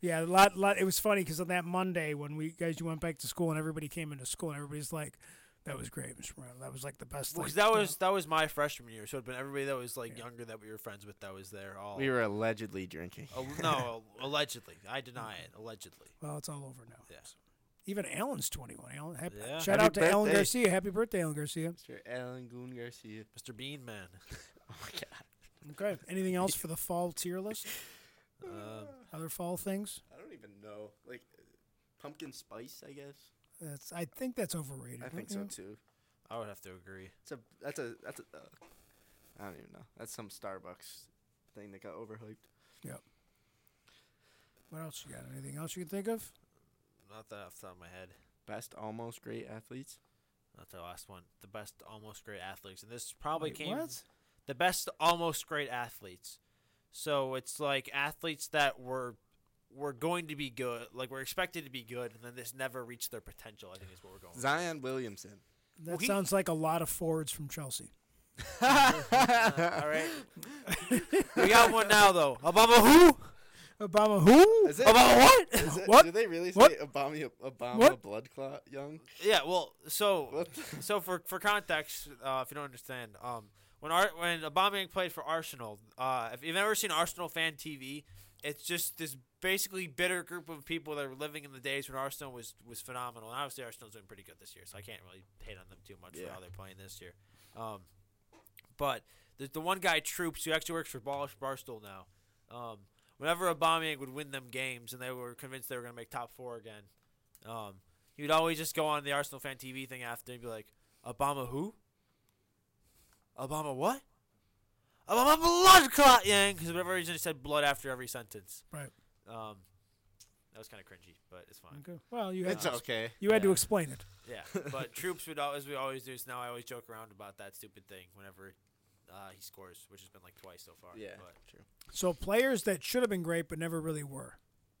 Speaker 3: Yeah, a lot, lot. It was funny because on that Monday when we guys you went back to school and everybody came into school and everybody's like, That was great, Mr. Moreno. That was like the best thing.
Speaker 2: Because that
Speaker 3: you know.
Speaker 2: was that was my freshman year, so it'd been everybody that was like
Speaker 3: Yeah.
Speaker 2: younger that we were friends with that was there. All
Speaker 4: We were allegedly drinking.
Speaker 2: Al- no, allegedly. I deny it. Allegedly.
Speaker 3: Well, it's all over now.
Speaker 2: Yeah.
Speaker 3: Even Alan's 21. Alan, hap-
Speaker 2: Yeah.
Speaker 3: Shout
Speaker 4: Happy
Speaker 3: out to Alan
Speaker 4: birthday.
Speaker 3: Garcia. Happy birthday, Alan Garcia.
Speaker 4: Mr. Alan Goon Garcia.
Speaker 2: Mr. Bean Man.
Speaker 4: Oh my god.
Speaker 3: Okay. Anything else for the fall tier list?
Speaker 2: Um,
Speaker 3: Other fall things?
Speaker 4: I don't even know. Like uh, pumpkin spice, I guess.
Speaker 3: That's. I think that's overrated.
Speaker 4: I think so
Speaker 3: wouldn't
Speaker 4: too.
Speaker 2: I would have to agree.
Speaker 4: It's a that's a that's a. Uh, I don't even know. That's some Starbucks thing that got overhyped.
Speaker 3: you? What else you got? Anything else you can think of?
Speaker 2: Not that off the top of my head.
Speaker 4: Best almost great athletes.
Speaker 2: Not the last one. The best almost great athletes, and this probably
Speaker 3: Wait,
Speaker 2: came
Speaker 3: what?
Speaker 2: the best almost great athletes. So it's like athletes that were were going to be good, like were expected to be good, and then this never reached their potential. I think is what we're going. with.
Speaker 4: Zion Williamson.
Speaker 3: That
Speaker 2: Well, he-
Speaker 3: sounds like a lot of forwards from Chelsea.
Speaker 2: All right, we got one now though. Obama who?
Speaker 3: Obama, who?
Speaker 4: Is it-
Speaker 2: Obama what?
Speaker 4: Is it-
Speaker 3: What?
Speaker 4: Do they really say
Speaker 3: What?
Speaker 4: Obama, Obama
Speaker 3: What?
Speaker 4: blood clot young?
Speaker 2: Yeah, well, so
Speaker 4: What?
Speaker 2: so for for context, uh, if you don't understand, um, when Ar- when Aubameyang played for Arsenal, uh, if you've ever seen Arsenal fan TV, it's just this basically bitter group of people that were living in the days when Arsenal was was phenomenal. And obviously, Arsenal's doing pretty good this year, so I can't really hate on them too much for
Speaker 4: Yeah.
Speaker 2: how they're playing this year. Um, but the the one guy Troops who actually works for Bar- Barstool now. Um, whenever Aubameyang would win them games, and they were convinced they were going to make top four again. Um, he would always just go on the Arsenal fan TV thing after and be like, Obama who? Obama what? Obama blood clot yang because whatever reason he said blood after every sentence.
Speaker 3: Right.
Speaker 2: Um, that was kind of cringy, but it's fine.
Speaker 3: Okay. Well, you had
Speaker 4: It's
Speaker 3: to,
Speaker 4: okay.
Speaker 3: you had to
Speaker 2: yeah.
Speaker 3: explain it.
Speaker 2: Yeah, but troops would always we always do. So now I always joke around about that stupid thing whenever uh, he scores, which has been like twice so far.
Speaker 4: Yeah,
Speaker 2: but
Speaker 4: true.
Speaker 3: So players that should have been great but never really were.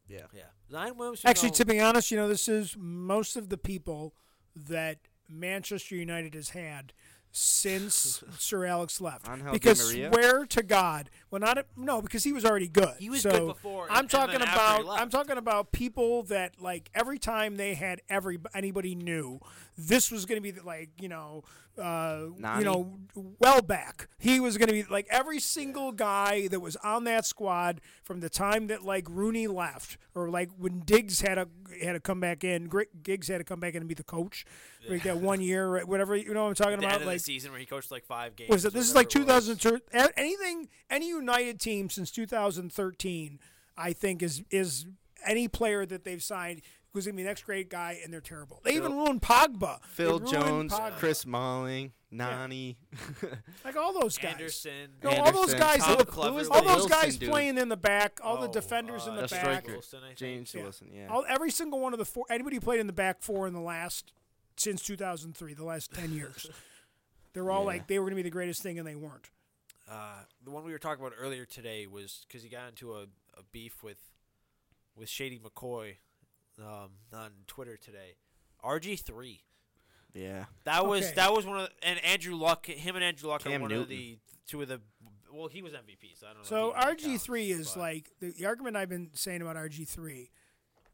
Speaker 4: Yeah.
Speaker 2: yeah, Zion Williamson.
Speaker 3: Actually,
Speaker 2: though-
Speaker 3: to be honest, you know, this is most of the people that Manchester United has had since Sir Alex left.
Speaker 4: Angel Di
Speaker 3: because
Speaker 4: Maria?
Speaker 3: swear to God, well, not no, because he was already good.
Speaker 2: He was
Speaker 3: So
Speaker 2: good before,
Speaker 3: I'm
Speaker 2: and then
Speaker 3: talking
Speaker 2: after he
Speaker 3: about
Speaker 2: left.
Speaker 3: I'm talking about people that like every time they had every anybody new, this was going to be the, like you know, uh, you
Speaker 4: Nani?
Speaker 3: know, well back. He was going to be like every single guy that was on that squad from the time that like Rooney left, or like when Diggs had a had to come back in. Gr- Giggs had to come back in and be the coach, like that one year, right, whatever. You know what I'm talking
Speaker 2: at the
Speaker 3: about?
Speaker 2: end of
Speaker 3: like
Speaker 2: the season where he coached like five games.
Speaker 3: was
Speaker 2: or
Speaker 3: it? This is
Speaker 2: whatever
Speaker 3: like
Speaker 2: it was.
Speaker 3: 2002. a- Anything, any United team since 2013, I think is is any player that they've signed who's gonna be the next great guy, and they're terrible. They even ruined Pogba, They
Speaker 4: Phil
Speaker 3: ruined
Speaker 4: Jones, uh,
Speaker 3: Pogba.
Speaker 4: Chris Malling, Nani.
Speaker 3: like all those guys.
Speaker 2: Anderson.
Speaker 3: No, all those
Speaker 4: Anderson.
Speaker 3: guys,
Speaker 2: Tom
Speaker 3: that-
Speaker 2: Cleverley.
Speaker 3: all those
Speaker 4: Wilson,
Speaker 3: guys
Speaker 4: dude.
Speaker 3: playing in the back, all the
Speaker 2: Oh,
Speaker 3: defenders in the
Speaker 2: uh,
Speaker 4: The
Speaker 3: back.
Speaker 4: striker.
Speaker 2: Wilson, I think.
Speaker 4: James
Speaker 3: Yeah.
Speaker 4: Wilson, yeah.
Speaker 3: All, every single one of the four, anybody who played in the back four in the last since 2003, the last 10 years, they're all
Speaker 4: Yeah.
Speaker 3: like they were going to be the greatest thing, and they weren't.
Speaker 2: Uh, the one we were talking about earlier today was because he got into a, a beef with with Shady McCoy um, on Twitter today. RG three.
Speaker 4: yeah.
Speaker 2: That was
Speaker 3: Okay.
Speaker 2: that was one of the, and Andrew Luck. Him and Andrew Luck
Speaker 4: Cam
Speaker 2: are one of
Speaker 4: Newton.
Speaker 2: the two of the. Well, he was MVP, so I don't know.
Speaker 3: So
Speaker 2: if he really
Speaker 3: RG three
Speaker 2: counts,
Speaker 3: is
Speaker 2: but-
Speaker 3: like the, the argument I've been saying about RG three,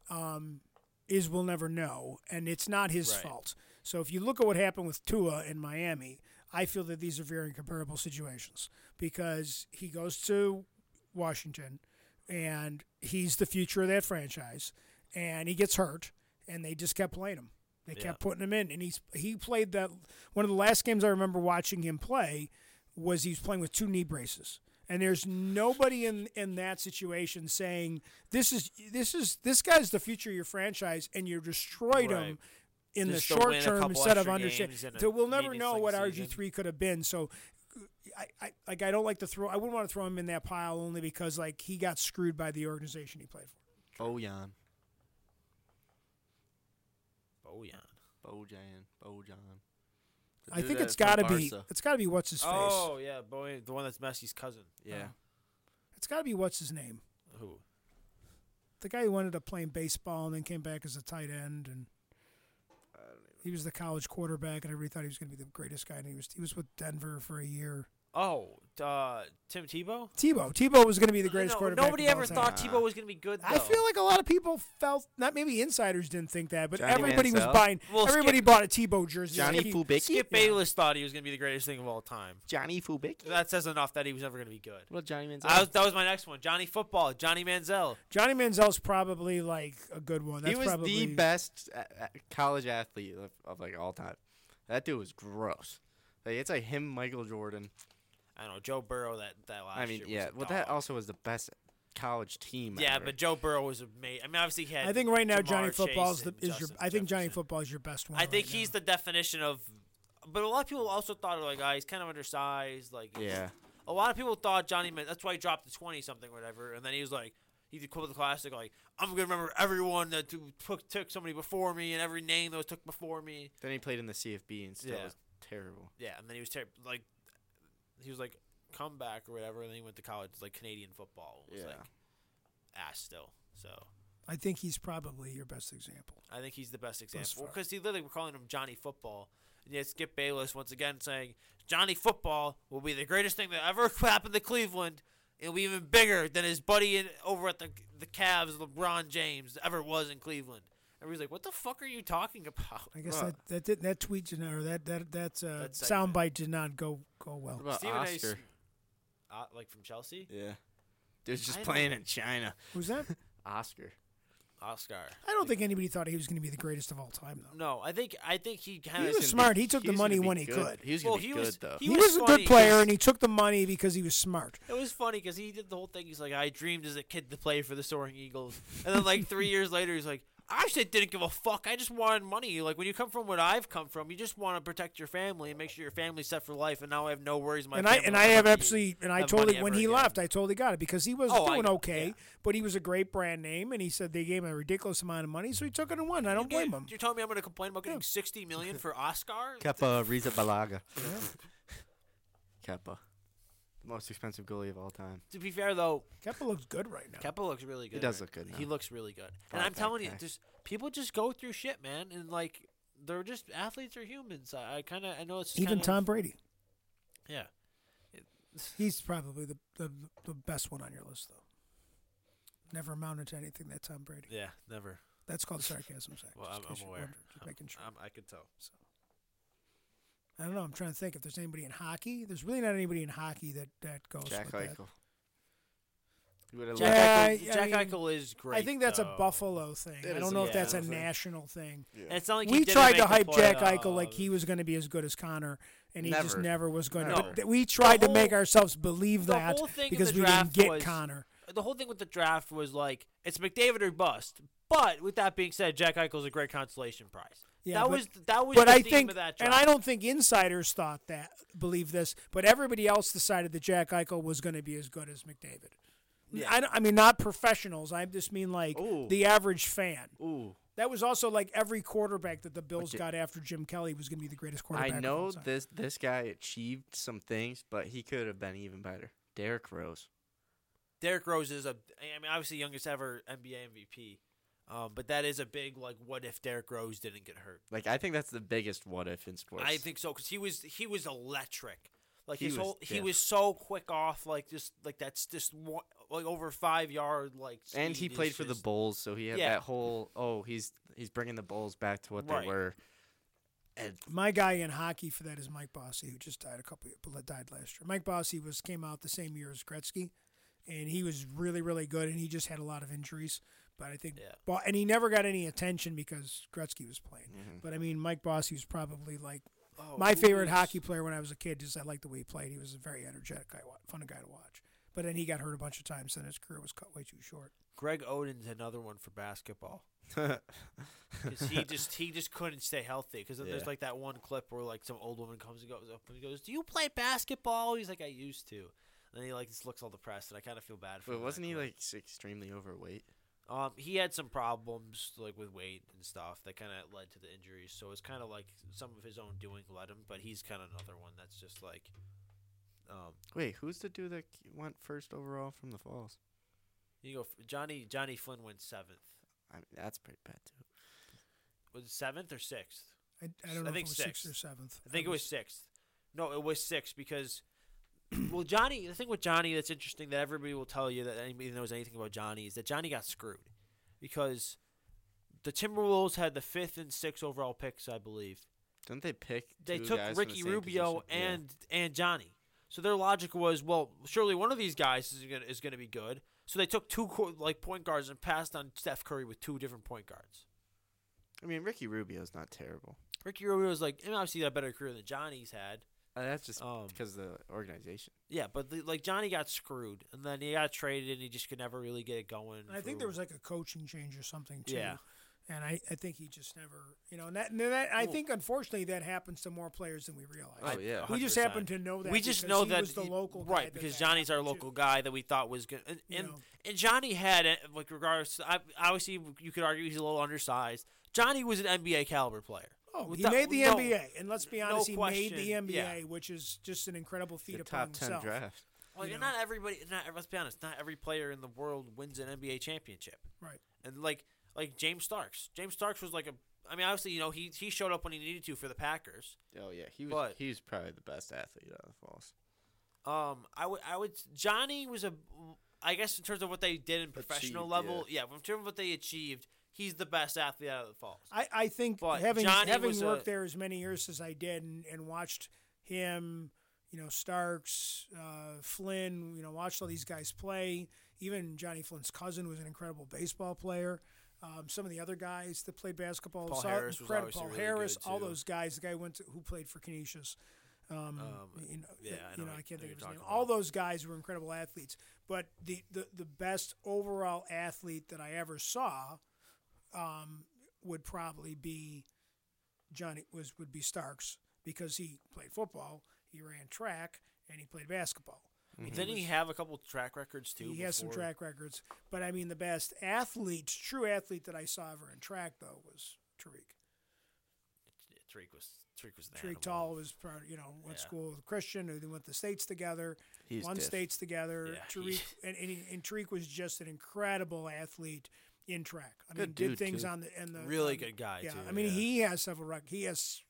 Speaker 3: um, is we'll never know, and it's not his
Speaker 2: Right.
Speaker 3: fault. So if you look at what happened with Tua in Miami, I feel that these are very comparable situations because he goes to Washington, and he's the future of that franchise, and he gets hurt, and they just kept playing him. They
Speaker 2: Yeah.
Speaker 3: kept putting him in, and he's he played that one of the last games I remember watching him play was he was playing with two knee braces. And there's nobody in, in that situation saying this is this is this guy's the future of your franchise, and you destroyed
Speaker 2: Right.
Speaker 3: him in
Speaker 2: Just
Speaker 3: the
Speaker 2: to
Speaker 3: short
Speaker 2: win a
Speaker 3: term
Speaker 2: couple
Speaker 3: instead of
Speaker 2: extra
Speaker 3: understand.
Speaker 2: games in a
Speaker 3: So we'll never
Speaker 2: meaningless
Speaker 3: know what
Speaker 2: season.
Speaker 3: RG three could have been. So, I, I like I don't like to throw. I wouldn't want to throw him in that pile only because like he got screwed by the organization he played for.
Speaker 4: Bojan.
Speaker 2: Bojan.
Speaker 4: Bojan. Bojan. The
Speaker 3: I
Speaker 4: dude
Speaker 3: think
Speaker 4: that-
Speaker 3: it's
Speaker 4: from
Speaker 3: got to be
Speaker 4: Barca.
Speaker 3: it's got to be what's his face.
Speaker 2: Oh yeah, boy, the one that's Messi's cousin. Uh,
Speaker 4: Yeah.
Speaker 3: It's got to be what's his name.
Speaker 2: Who?
Speaker 3: The guy who ended up playing baseball and then came back as a tight end, and
Speaker 4: I don't even-
Speaker 3: he was the college quarterback, and everybody thought he was going to be the greatest guy. And he was he was with Denver for a year.
Speaker 2: Oh, uh, Tim Tebow.
Speaker 3: Tebow. Tebow was going to be the
Speaker 2: Uh,
Speaker 3: greatest
Speaker 2: no,
Speaker 3: quarterback.
Speaker 2: Nobody
Speaker 3: of all
Speaker 2: ever
Speaker 3: time.
Speaker 2: thought
Speaker 4: time.
Speaker 2: Tebow was going to be good. Though.
Speaker 3: I feel like a lot of people felt not maybe insiders didn't think that, but
Speaker 4: Johnny
Speaker 3: everybody
Speaker 4: Manziel.
Speaker 3: was buying.
Speaker 2: Well,
Speaker 3: everybody
Speaker 2: Skip-
Speaker 3: bought a Tebow jersey.
Speaker 4: Johnny
Speaker 3: Like he-
Speaker 4: Fubicki.
Speaker 2: Skip Bayless thought he was going to be the greatest thing of all time.
Speaker 4: Johnny Fubicki.
Speaker 2: That says enough that he was never going to be good.
Speaker 4: What about Johnny Manziel?
Speaker 2: I was, that was my next one. Johnny Football, Johnny Manziel.
Speaker 3: Johnny Manziel's probably like a good one. That's
Speaker 4: he was
Speaker 3: probably,
Speaker 4: the best a- a- college athlete of, of like all time. That dude was gross. Like, it's like him, Michael Jordan.
Speaker 2: I don't know Joe Burrow that that last
Speaker 4: I mean,
Speaker 2: year. was
Speaker 4: yeah.
Speaker 2: a
Speaker 4: Well, that
Speaker 2: dog.
Speaker 4: also was the best college team.
Speaker 2: Yeah,
Speaker 4: ever.
Speaker 2: but Joe Burrow was amazing. I mean, obviously he had.
Speaker 3: I think right now
Speaker 2: Jamar
Speaker 3: Johnny
Speaker 2: Chase
Speaker 3: Football is the,
Speaker 2: and
Speaker 3: is your.
Speaker 2: Justin
Speaker 3: I think Johnny
Speaker 2: Jefferson.
Speaker 3: Football is your best one.
Speaker 2: I think
Speaker 3: right
Speaker 2: he's
Speaker 3: now.
Speaker 2: the definition of. But a lot of people also thought like, ah, he's kind of undersized. Like, he's-
Speaker 4: yeah,
Speaker 2: A lot of people thought Johnny. Man- that's why he dropped to twenty something, whatever. And then he was like, he did quote the classic, like, "I'm gonna remember everyone that t- took took somebody before me and every name that was took before me."
Speaker 4: then he played in the CFB and still
Speaker 2: Yeah.
Speaker 4: was terrible.
Speaker 2: Yeah, and then he was ter- like, he was like, come back or whatever. And then he went to college, like Canadian football. It was
Speaker 4: Yeah.
Speaker 2: like ass still. So
Speaker 3: I think he's probably your best example.
Speaker 2: I think he's the best example
Speaker 3: far.
Speaker 2: because he literally we're calling him Johnny Football. And yet Skip Bayless once again saying Johnny Football will be the greatest thing that ever happened to Cleveland. It'll be even bigger than his buddy in, over at the the Cavs, LeBron James, ever was in Cleveland. Everybody's like, "What the fuck are you talking about?"
Speaker 3: I guess
Speaker 4: Well-
Speaker 3: that that did, that tweet did not, or that that that uh,
Speaker 2: That segment.
Speaker 3: soundbite did not go go well.
Speaker 4: What about
Speaker 2: Stephen A.
Speaker 4: Oscar?
Speaker 2: Sm- Uh, like from Chelsea,
Speaker 4: Yeah, dude's just
Speaker 2: I don't-
Speaker 4: playing in China.
Speaker 3: Who's that?
Speaker 4: Oscar.
Speaker 2: Oscar.
Speaker 3: I don't think anybody thought he was going to be the greatest of all time though.
Speaker 2: No, I think I think he kind
Speaker 3: He
Speaker 2: of
Speaker 3: was smart. He took the
Speaker 4: was
Speaker 3: money
Speaker 4: gonna be
Speaker 3: when he
Speaker 4: good.
Speaker 3: could.
Speaker 4: He was
Speaker 2: Well,
Speaker 4: gonna
Speaker 2: he
Speaker 4: be good
Speaker 2: was-
Speaker 4: though.
Speaker 2: he
Speaker 3: He,
Speaker 2: was
Speaker 3: was, a
Speaker 2: funny
Speaker 3: good player
Speaker 2: 'cause-
Speaker 3: and he took the money because he was smart.
Speaker 2: It was funny because he did the whole thing. He's like, I dreamed as a kid to play for the Soaring Eagles, and then like three years later, he's like, I actually didn't give a fuck. I just wanted money. Like when you come from what I've come from, you just want to protect your family and make sure your family's set for life. And now I have no worries. My
Speaker 3: and I
Speaker 2: family
Speaker 3: and
Speaker 2: will
Speaker 3: I have
Speaker 2: ever be-
Speaker 3: absolutely and I
Speaker 2: have
Speaker 3: totally
Speaker 2: money
Speaker 3: when
Speaker 2: ever
Speaker 3: he
Speaker 2: again.
Speaker 3: left I totally got it because he was
Speaker 2: Oh, I
Speaker 3: doing
Speaker 2: know,
Speaker 3: okay,
Speaker 2: yeah.
Speaker 3: but he was a great brand name and he said they gave him a ridiculous amount of money, so he took it and won. I don't
Speaker 2: Dude,
Speaker 3: blame him.
Speaker 2: You're telling me I'm going to complain about getting sixty million for Oscar?
Speaker 4: Kappa Riza Balaga. Kappa. The most expensive goalie of all time.
Speaker 2: to be fair though,
Speaker 3: Keppa looks good right now.
Speaker 2: Keppa looks really good.
Speaker 4: does
Speaker 2: right
Speaker 4: look good
Speaker 2: He
Speaker 4: now.
Speaker 2: looks really good.
Speaker 4: Fine
Speaker 2: And I'm telling you,
Speaker 4: back eh? guy.
Speaker 2: just people just go through shit, man, and like they're just athletes are humans. I, I kind of I know it's just
Speaker 3: Even
Speaker 2: kinda-
Speaker 3: Tom Brady,
Speaker 2: Yeah.
Speaker 3: he's probably the, the the best one on your list though. Never amounted to anything that Tom Brady.
Speaker 2: Yeah, never.
Speaker 3: That's called sarcasm. Zach,
Speaker 2: Well,
Speaker 3: just
Speaker 2: I'm,
Speaker 3: in case
Speaker 2: I'm
Speaker 3: you're
Speaker 2: aware.
Speaker 3: wondering, just
Speaker 2: I'm-
Speaker 3: making sure.
Speaker 2: I'm- i could tell. So.
Speaker 3: I don't know. I'm trying to think if there's anybody in hockey. There's really not anybody in hockey that that goes
Speaker 4: Jack
Speaker 3: with that.
Speaker 4: Eichel. You would have
Speaker 3: Jack
Speaker 4: loved-
Speaker 3: Yeah,
Speaker 2: Eichel,
Speaker 3: I
Speaker 2: Jack
Speaker 3: mean,
Speaker 2: Eichel is great.
Speaker 3: I think that's
Speaker 2: though.
Speaker 3: a Buffalo thing.
Speaker 4: That
Speaker 3: I
Speaker 4: is
Speaker 3: don't
Speaker 4: a
Speaker 3: know if that's a
Speaker 2: Buffalo
Speaker 4: thing.
Speaker 3: national thing.
Speaker 2: And it's not like he
Speaker 3: we
Speaker 2: didn't
Speaker 3: tried
Speaker 2: make
Speaker 3: to
Speaker 2: the
Speaker 3: hype Jack Eichel
Speaker 2: playoffs.
Speaker 3: like he was going to be as good as Connor, and he just
Speaker 4: Never.
Speaker 3: never was going to.
Speaker 2: No.
Speaker 3: But th- we tried to make
Speaker 2: whole-
Speaker 3: ourselves believe
Speaker 2: the
Speaker 3: that
Speaker 2: whole thing in
Speaker 3: because
Speaker 2: the
Speaker 3: we didn't
Speaker 2: draft
Speaker 3: get
Speaker 2: was-
Speaker 3: Connor.
Speaker 2: The whole thing with the draft was like it's McDavid or bust. But with that being said, Jack Eichel's a great consolation prize.
Speaker 3: Yeah,
Speaker 2: that
Speaker 3: but-
Speaker 2: was that was
Speaker 3: But
Speaker 2: the
Speaker 3: I
Speaker 2: theme
Speaker 3: think,
Speaker 2: of that
Speaker 3: and
Speaker 2: draft.
Speaker 3: I don't think insiders thought that, believe this, but everybody else decided that Jack Eichel was going to be as good as McDavid.
Speaker 2: Yeah.
Speaker 3: I, don't- I mean, not professionals. I just mean like
Speaker 4: Ooh.
Speaker 3: the average fan.
Speaker 4: Ooh.
Speaker 3: That was also like every quarterback that the Bills
Speaker 4: But you-
Speaker 3: got after Jim Kelly was going to be the greatest
Speaker 4: I
Speaker 3: quarterback. of all
Speaker 4: know
Speaker 3: time.
Speaker 4: this this guy achieved some things, but he could have been even better. Derrick Rose.
Speaker 2: Derrick Rose is a I mean obviously youngest ever NBA MVP. Um, but that is a big like what if Derrick Rose didn't get hurt?
Speaker 4: Like I think that's the biggest what if in sports.
Speaker 2: I think so because he was he was electric. Like
Speaker 4: He
Speaker 2: his
Speaker 4: was
Speaker 2: whole he
Speaker 4: diff.
Speaker 2: was so quick off like just like that's just one, like over five yard like.
Speaker 4: and he
Speaker 2: speed is
Speaker 4: played for the
Speaker 2: just-
Speaker 4: Bulls, so he had
Speaker 2: Yeah.
Speaker 4: that whole oh he's he's bringing the Bulls back to what
Speaker 2: Right.
Speaker 4: they were. And
Speaker 3: My guy in hockey for that is Mike Bossy, who just died a couple died last year. Mike Bossy was came out the same year as Gretzky, and he was really really good, and he just had a lot of injuries. But I think,
Speaker 2: Yeah.
Speaker 3: Bo- and he never got any attention because Gretzky was playing. But I mean, Mike Bossy was probably like
Speaker 2: Mm-hmm. Oh,
Speaker 3: my
Speaker 2: who
Speaker 3: favorite
Speaker 2: is-
Speaker 3: hockey player when I was a kid. Just I liked the way he played. He was a very energetic guy, wa- fun guy to watch. But then he got hurt a bunch of times, and his career was cut way too short.
Speaker 2: Greg Oden's another one for basketball. 'Cause he just he just couldn't stay healthy. Because then there's
Speaker 4: Yeah.
Speaker 2: like that one clip where like some old woman comes and goes up and goes, "Do you play basketball?" He's like, "I used to." And then he like just looks all depressed, and I kind of feel bad for
Speaker 4: but
Speaker 2: him. in that
Speaker 4: wasn't he
Speaker 2: clip.
Speaker 4: like s- extremely overweight?
Speaker 2: Um, he had some problems like with weight and stuff that kind of led to the injuries. So it's kind of like some of his own doing led him, but he's kind of another one that's just like, um,
Speaker 4: Wait, who's the dude that went first overall from the Falls?
Speaker 2: you go f- Johnny Johnny Flynn went seventh.
Speaker 4: I mean, that's pretty bad too.
Speaker 2: Was it seventh or sixth?
Speaker 3: I, I
Speaker 2: I
Speaker 3: don't know
Speaker 2: think
Speaker 3: if it was sixth or
Speaker 2: sixth.
Speaker 3: seventh.
Speaker 2: I think it was sixth. No, it was sixth because well, Johnny, the thing with Johnny that's interesting that everybody will tell you that anybody that knows anything about Johnny is that Johnny got screwed because the Timberwolves had the fifth and sixth overall picks, I believe.
Speaker 4: Didn't they pick?
Speaker 2: They
Speaker 4: two
Speaker 2: took
Speaker 4: guys from the
Speaker 2: Ricky
Speaker 4: same
Speaker 2: Rubio
Speaker 4: position? Yeah.
Speaker 2: and and Johnny. So their logic was, well, surely one of these guys is gonna is gonna be good. So they took two co- like point guards and passed on Steph Curry with two different point guards.
Speaker 4: I mean, Ricky Rubio's not terrible.
Speaker 2: Ricky Rubio was like, and obviously he had a better career than Johnny's had.
Speaker 4: Uh, that's just
Speaker 2: Um,
Speaker 4: because the organization.
Speaker 2: Yeah, but the, like Johnny got screwed, and then he got traded, and he just could never really get it going.
Speaker 3: And I think there
Speaker 2: for-
Speaker 3: was like a coaching change or something too.
Speaker 2: Yeah.
Speaker 3: And I, I think he just never, you know, and that, and that I
Speaker 2: Well-
Speaker 3: think unfortunately that happens to more players than we realize.
Speaker 4: Oh,
Speaker 2: I-
Speaker 4: yeah.
Speaker 3: We just
Speaker 2: 100%.
Speaker 3: happen to know that
Speaker 2: we just
Speaker 3: because
Speaker 2: know
Speaker 3: he
Speaker 2: that
Speaker 3: was the
Speaker 2: he-
Speaker 3: local guy
Speaker 2: right
Speaker 3: that
Speaker 2: because
Speaker 3: that
Speaker 2: Johnny's our
Speaker 3: happened to.
Speaker 2: low local guy that we thought was good. And
Speaker 3: You
Speaker 2: and,
Speaker 3: know.
Speaker 2: and Johnny had uh, like regards. To, I, obviously, you could argue he's a little undersized. Johnny was an NBA caliber player.
Speaker 3: Oh, he
Speaker 2: Without-
Speaker 3: made the
Speaker 2: no-
Speaker 3: NBA, and let's be
Speaker 2: no
Speaker 3: honest, he made the
Speaker 2: question,
Speaker 3: NBA,
Speaker 2: yeah.
Speaker 3: which is just an incredible feat
Speaker 4: The
Speaker 3: upon
Speaker 4: top ten
Speaker 3: himself.
Speaker 4: draft.
Speaker 2: Like,
Speaker 3: you
Speaker 2: and
Speaker 3: know.
Speaker 2: not everybody. Not let's be honest. Not every player in the world wins an NBA championship.
Speaker 3: Right.
Speaker 2: And like like James Starks. James Starks was like a. I mean, obviously, you know, he he showed up when he needed to for the Packers.
Speaker 4: Oh yeah, he was.
Speaker 2: But-
Speaker 4: he was probably the best athlete out of the Falls.
Speaker 2: Um, I would, I would. Johnny was a, I guess in terms of what they did in professional
Speaker 4: Achieved,
Speaker 2: level, yeah. in terms of what they achieved, he's the best athlete out of the falls.
Speaker 3: I, I think
Speaker 2: But
Speaker 3: having
Speaker 2: Johnny
Speaker 3: having
Speaker 2: was
Speaker 3: worked
Speaker 2: a-
Speaker 3: there as many years as I did and, and watched him, you know, Starks, uh, Flynn, you know, watched all these guys play. Even Johnny Flynn's cousin was an incredible baseball player. Um, some of the other guys that played basketball,
Speaker 2: Paul
Speaker 3: saw
Speaker 2: Harris was
Speaker 3: incredible.
Speaker 2: obviously
Speaker 3: Paul
Speaker 2: really
Speaker 3: Harris,
Speaker 2: good,
Speaker 3: all
Speaker 2: too.
Speaker 3: those guys. The guy who went to, who played for Canisius. Um, you know,
Speaker 2: yeah, I
Speaker 3: you
Speaker 2: know
Speaker 3: know, I
Speaker 2: who
Speaker 3: can't
Speaker 2: you're
Speaker 3: think of his
Speaker 2: talking
Speaker 3: name. All
Speaker 2: about.
Speaker 3: those guys were incredible athletes, but the, the, the best overall athlete that I ever saw um, would probably be Johnny was would be Starks because he played football, he ran track, and he played basketball.
Speaker 4: Mm-hmm.
Speaker 2: Didn't he have a couple track records too?
Speaker 3: He has some
Speaker 2: before?
Speaker 3: track records, but I mean the best athlete, true athlete that I saw ever in track though was Tariq.
Speaker 2: Tariq was Tariq was an
Speaker 3: Tariq
Speaker 2: animal.
Speaker 3: Tall was part, you know, went
Speaker 2: Yeah.
Speaker 3: school with Christian, who then went to states together,
Speaker 4: He's
Speaker 3: won
Speaker 4: diff.
Speaker 3: states together.
Speaker 2: Yeah, he-
Speaker 3: Tariq and, and, he- and Tariq was just an incredible athlete in track. I mean,
Speaker 4: Good
Speaker 3: did
Speaker 4: dude,
Speaker 3: things
Speaker 4: too.
Speaker 3: on the and the
Speaker 2: Really
Speaker 3: on-
Speaker 2: good guy,
Speaker 3: Yeah,
Speaker 2: too,
Speaker 3: I mean,
Speaker 2: yeah.
Speaker 3: he has several rec- he has.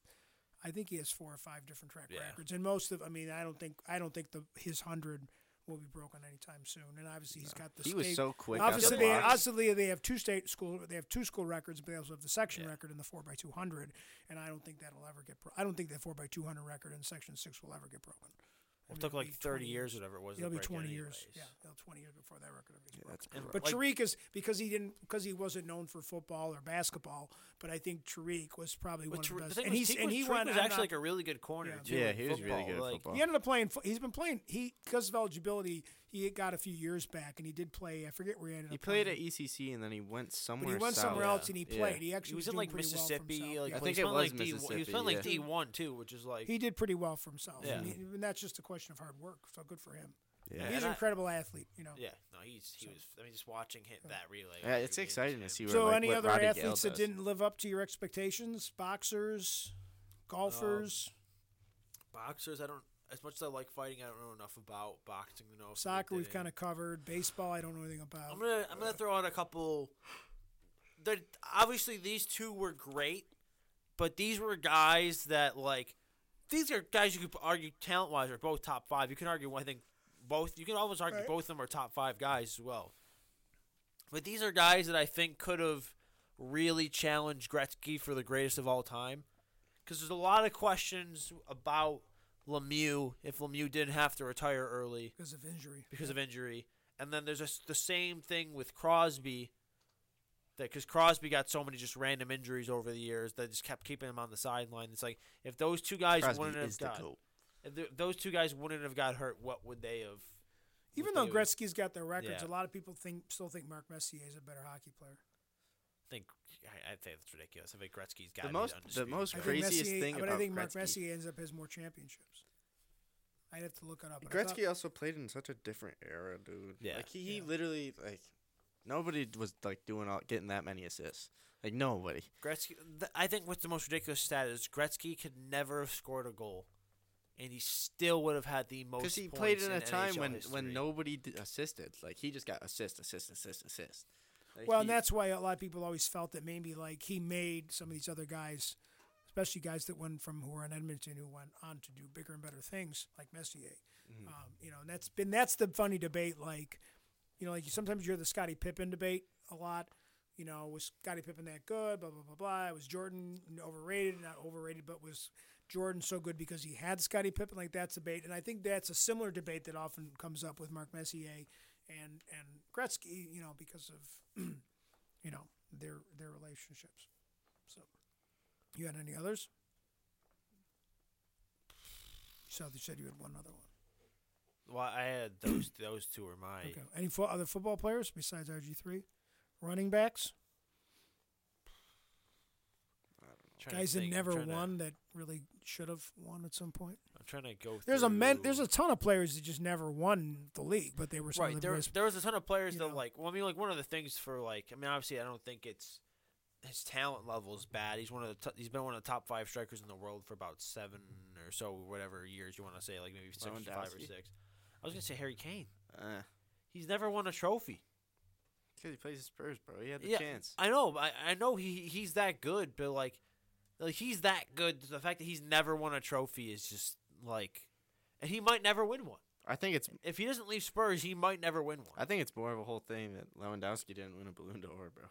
Speaker 3: I think he has four or five different track
Speaker 2: Yeah.
Speaker 3: records, and most of. I mean, I don't think I don't think the his hundred will be broken anytime soon. And obviously, he's got the
Speaker 4: He was
Speaker 3: state-
Speaker 4: so quick out the
Speaker 3: Obviously, they,
Speaker 4: blocks.
Speaker 3: obviously they have two state school they have two school records, but they also have the section
Speaker 2: Yeah.
Speaker 3: record and the four x two hundred. And I don't think that'll ever get. Bro- I don't think that four x two hundred record in section six will ever get broken. I
Speaker 2: Well,
Speaker 3: mean,
Speaker 2: it took
Speaker 3: it'll
Speaker 2: like
Speaker 3: be
Speaker 2: thirty
Speaker 3: 20
Speaker 2: years, or whatever it was. to
Speaker 3: It'll be
Speaker 2: break
Speaker 3: twenty
Speaker 2: anyways.
Speaker 3: years. Yeah, it'll twenty years before that record ever gets
Speaker 4: Yeah,
Speaker 3: broken.
Speaker 4: that's
Speaker 2: And,
Speaker 4: correct.
Speaker 3: But
Speaker 2: like,
Speaker 3: Tariq is because he didn't because he wasn't known for football or basketball, but I think Tariq was probably one
Speaker 2: but
Speaker 3: of
Speaker 2: Tariq,
Speaker 3: the
Speaker 2: the
Speaker 3: best.
Speaker 2: thing
Speaker 3: and
Speaker 2: was,
Speaker 3: he's
Speaker 2: Tariq
Speaker 3: and
Speaker 2: was,
Speaker 3: he
Speaker 2: Tariq
Speaker 3: went.
Speaker 2: was
Speaker 3: I'm
Speaker 2: actually
Speaker 3: not-
Speaker 2: like a really good corner
Speaker 3: Yeah.
Speaker 2: too.
Speaker 4: Yeah,
Speaker 2: in
Speaker 4: he was really
Speaker 2: football.
Speaker 4: good at
Speaker 2: like,
Speaker 4: football.
Speaker 3: he ended up playing. fo- He's been playing. He because of eligibility, he got a few years back, and he did play. I forget where he ended
Speaker 4: He
Speaker 3: up.
Speaker 4: played
Speaker 3: playing.
Speaker 4: at ECC and then he went somewhere.
Speaker 3: But he went
Speaker 4: south.
Speaker 3: somewhere
Speaker 2: Yeah.
Speaker 3: else and he
Speaker 4: Yeah.
Speaker 3: played. He actually
Speaker 2: He was
Speaker 3: doing
Speaker 2: in like
Speaker 3: pretty well for
Speaker 2: Mississippi.
Speaker 3: himself.
Speaker 2: like,
Speaker 3: Yeah.
Speaker 4: I
Speaker 2: well,
Speaker 4: think
Speaker 2: he
Speaker 4: it
Speaker 2: was
Speaker 4: was
Speaker 2: like D1, He was
Speaker 4: Mississippi,
Speaker 2: playing like
Speaker 4: yeah.
Speaker 2: D one too, which is like
Speaker 3: he did pretty well for himself.
Speaker 2: Yeah.
Speaker 3: And, he- and that's just a question of hard work. So good for him.
Speaker 4: Yeah.
Speaker 3: He's
Speaker 2: And
Speaker 3: an
Speaker 2: I-
Speaker 3: incredible athlete. You know.
Speaker 2: yeah. No, he's he was. I mean, just watching him that relay.
Speaker 4: Yeah, it's
Speaker 2: it was
Speaker 4: exciting to
Speaker 2: him.
Speaker 4: see where
Speaker 3: So
Speaker 4: like,
Speaker 3: any
Speaker 4: what
Speaker 3: other
Speaker 4: Robbie Gale
Speaker 3: athletes that
Speaker 4: does.
Speaker 3: didn't live up to your expectations? Boxers,
Speaker 2: Oh,
Speaker 3: golfers,
Speaker 2: boxers. I don't as much as I like fighting. I don't know enough about boxing to know. if
Speaker 3: soccer
Speaker 2: they
Speaker 3: we've
Speaker 2: did.
Speaker 3: kind of covered. Baseball I don't know anything about.
Speaker 2: I'm gonna I'm gonna throw out a couple. That obviously these two were great, but these were guys that like these are guys you could argue talent wise are both top five. You can argue I think both. You can almost argue
Speaker 3: Right.
Speaker 2: both of them are top five guys as well. But these are guys that I think could have really challenged Gretzky for the greatest of all time. Because there's a lot of questions about Lemieux if Lemieux didn't have to retire early
Speaker 3: because of injury.
Speaker 2: because of injury. And then there's just the same thing with Crosby, that because Crosby got so many just random injuries over the years that just kept keeping him on the sideline. It's like if those two guys
Speaker 4: Crosby
Speaker 2: wouldn't
Speaker 4: is
Speaker 2: have
Speaker 4: the
Speaker 2: got
Speaker 4: goat.
Speaker 2: if th- those two guys wouldn't have got hurt, what would they have?
Speaker 3: Even
Speaker 2: what
Speaker 3: though
Speaker 2: they would
Speaker 3: Gretzky's got their records,
Speaker 2: Yeah.
Speaker 3: a lot of people think still think Mark Messier is a better hockey player.
Speaker 2: think I, I think that's ridiculous. I think Gretzky's got
Speaker 4: The most, the most
Speaker 3: I think
Speaker 4: craziest
Speaker 3: Messier-
Speaker 4: thing
Speaker 3: but
Speaker 4: about
Speaker 3: I think Mark
Speaker 4: Gretzky.
Speaker 3: Messier ends up has more championships. I'd have to look it up. but I thought-
Speaker 4: Gretzky also played in such a different era, dude.
Speaker 2: Yeah.
Speaker 4: like he, he
Speaker 3: Yeah.
Speaker 4: literally like nobody was like doing all getting that many assists. Like nobody.
Speaker 2: Gretzky. Th- I think what's the most ridiculous stat is Gretzky could never have scored a goal, and he still would have had the most.
Speaker 4: Because he
Speaker 2: points
Speaker 4: played in a time
Speaker 2: NHL
Speaker 4: when
Speaker 2: history.
Speaker 4: when nobody d- assisted. Like he just got assist, assist, assist, assist. Like,
Speaker 3: Well,
Speaker 4: he-
Speaker 3: and that's why a lot of people always felt that maybe like he made some of these other guys, especially guys that went from who were in Edmonton who went on to do bigger and better things like Messier. Um, you know, and that's been that's the funny debate. Like, you know, like you sometimes you hear the Scottie Pippen debate a lot. You know, was Scottie Pippen that good? Blah blah blah blah. Was Jordan overrated? Not overrated, but was Jordan so good because he had Scottie Pippen? Like that's a debate, and I think that's a similar debate that often comes up with Mark Messier and and Gretzky. You know, because of you know their their relationships. So, you had any others? So you said you had one other one.
Speaker 2: Well, I had those. those two were my.
Speaker 3: Okay. Any fo- other football players besides RG three? Running backs,
Speaker 2: trying to
Speaker 3: guys that
Speaker 2: think, I'm
Speaker 3: never
Speaker 2: trying to-
Speaker 3: won that really should have won at some point.
Speaker 2: I'm trying to go.
Speaker 3: There's a men,
Speaker 2: through-
Speaker 3: there's a ton of players that just never won the league, but they were some
Speaker 2: right
Speaker 3: of the
Speaker 2: there.
Speaker 3: best.
Speaker 2: There was a ton of players
Speaker 3: you
Speaker 2: that
Speaker 3: know.
Speaker 2: like. Well, I mean, like one of the things for like. I mean, obviously, I don't think it's his talent level is bad. He's one of the. T- he's been one of the top five strikers in the world for about seven or so, whatever years you want to say, like maybe six, or five or
Speaker 4: Lewandowski?
Speaker 2: six. I was gonna say Harry Kane.
Speaker 4: Uh,
Speaker 2: He's never won a trophy.
Speaker 4: Because he plays the Spurs, bro. He had the chance.
Speaker 2: I know. I, I know he he's that good, but like, like he's that good. The fact that he's never won a trophy is just like, and he might never win one.
Speaker 4: I think it's
Speaker 2: If he doesn't leave Spurs, he might never win one.
Speaker 4: I think it's more of a whole thing that Lewandowski didn't win a Balloon d'Or, bro.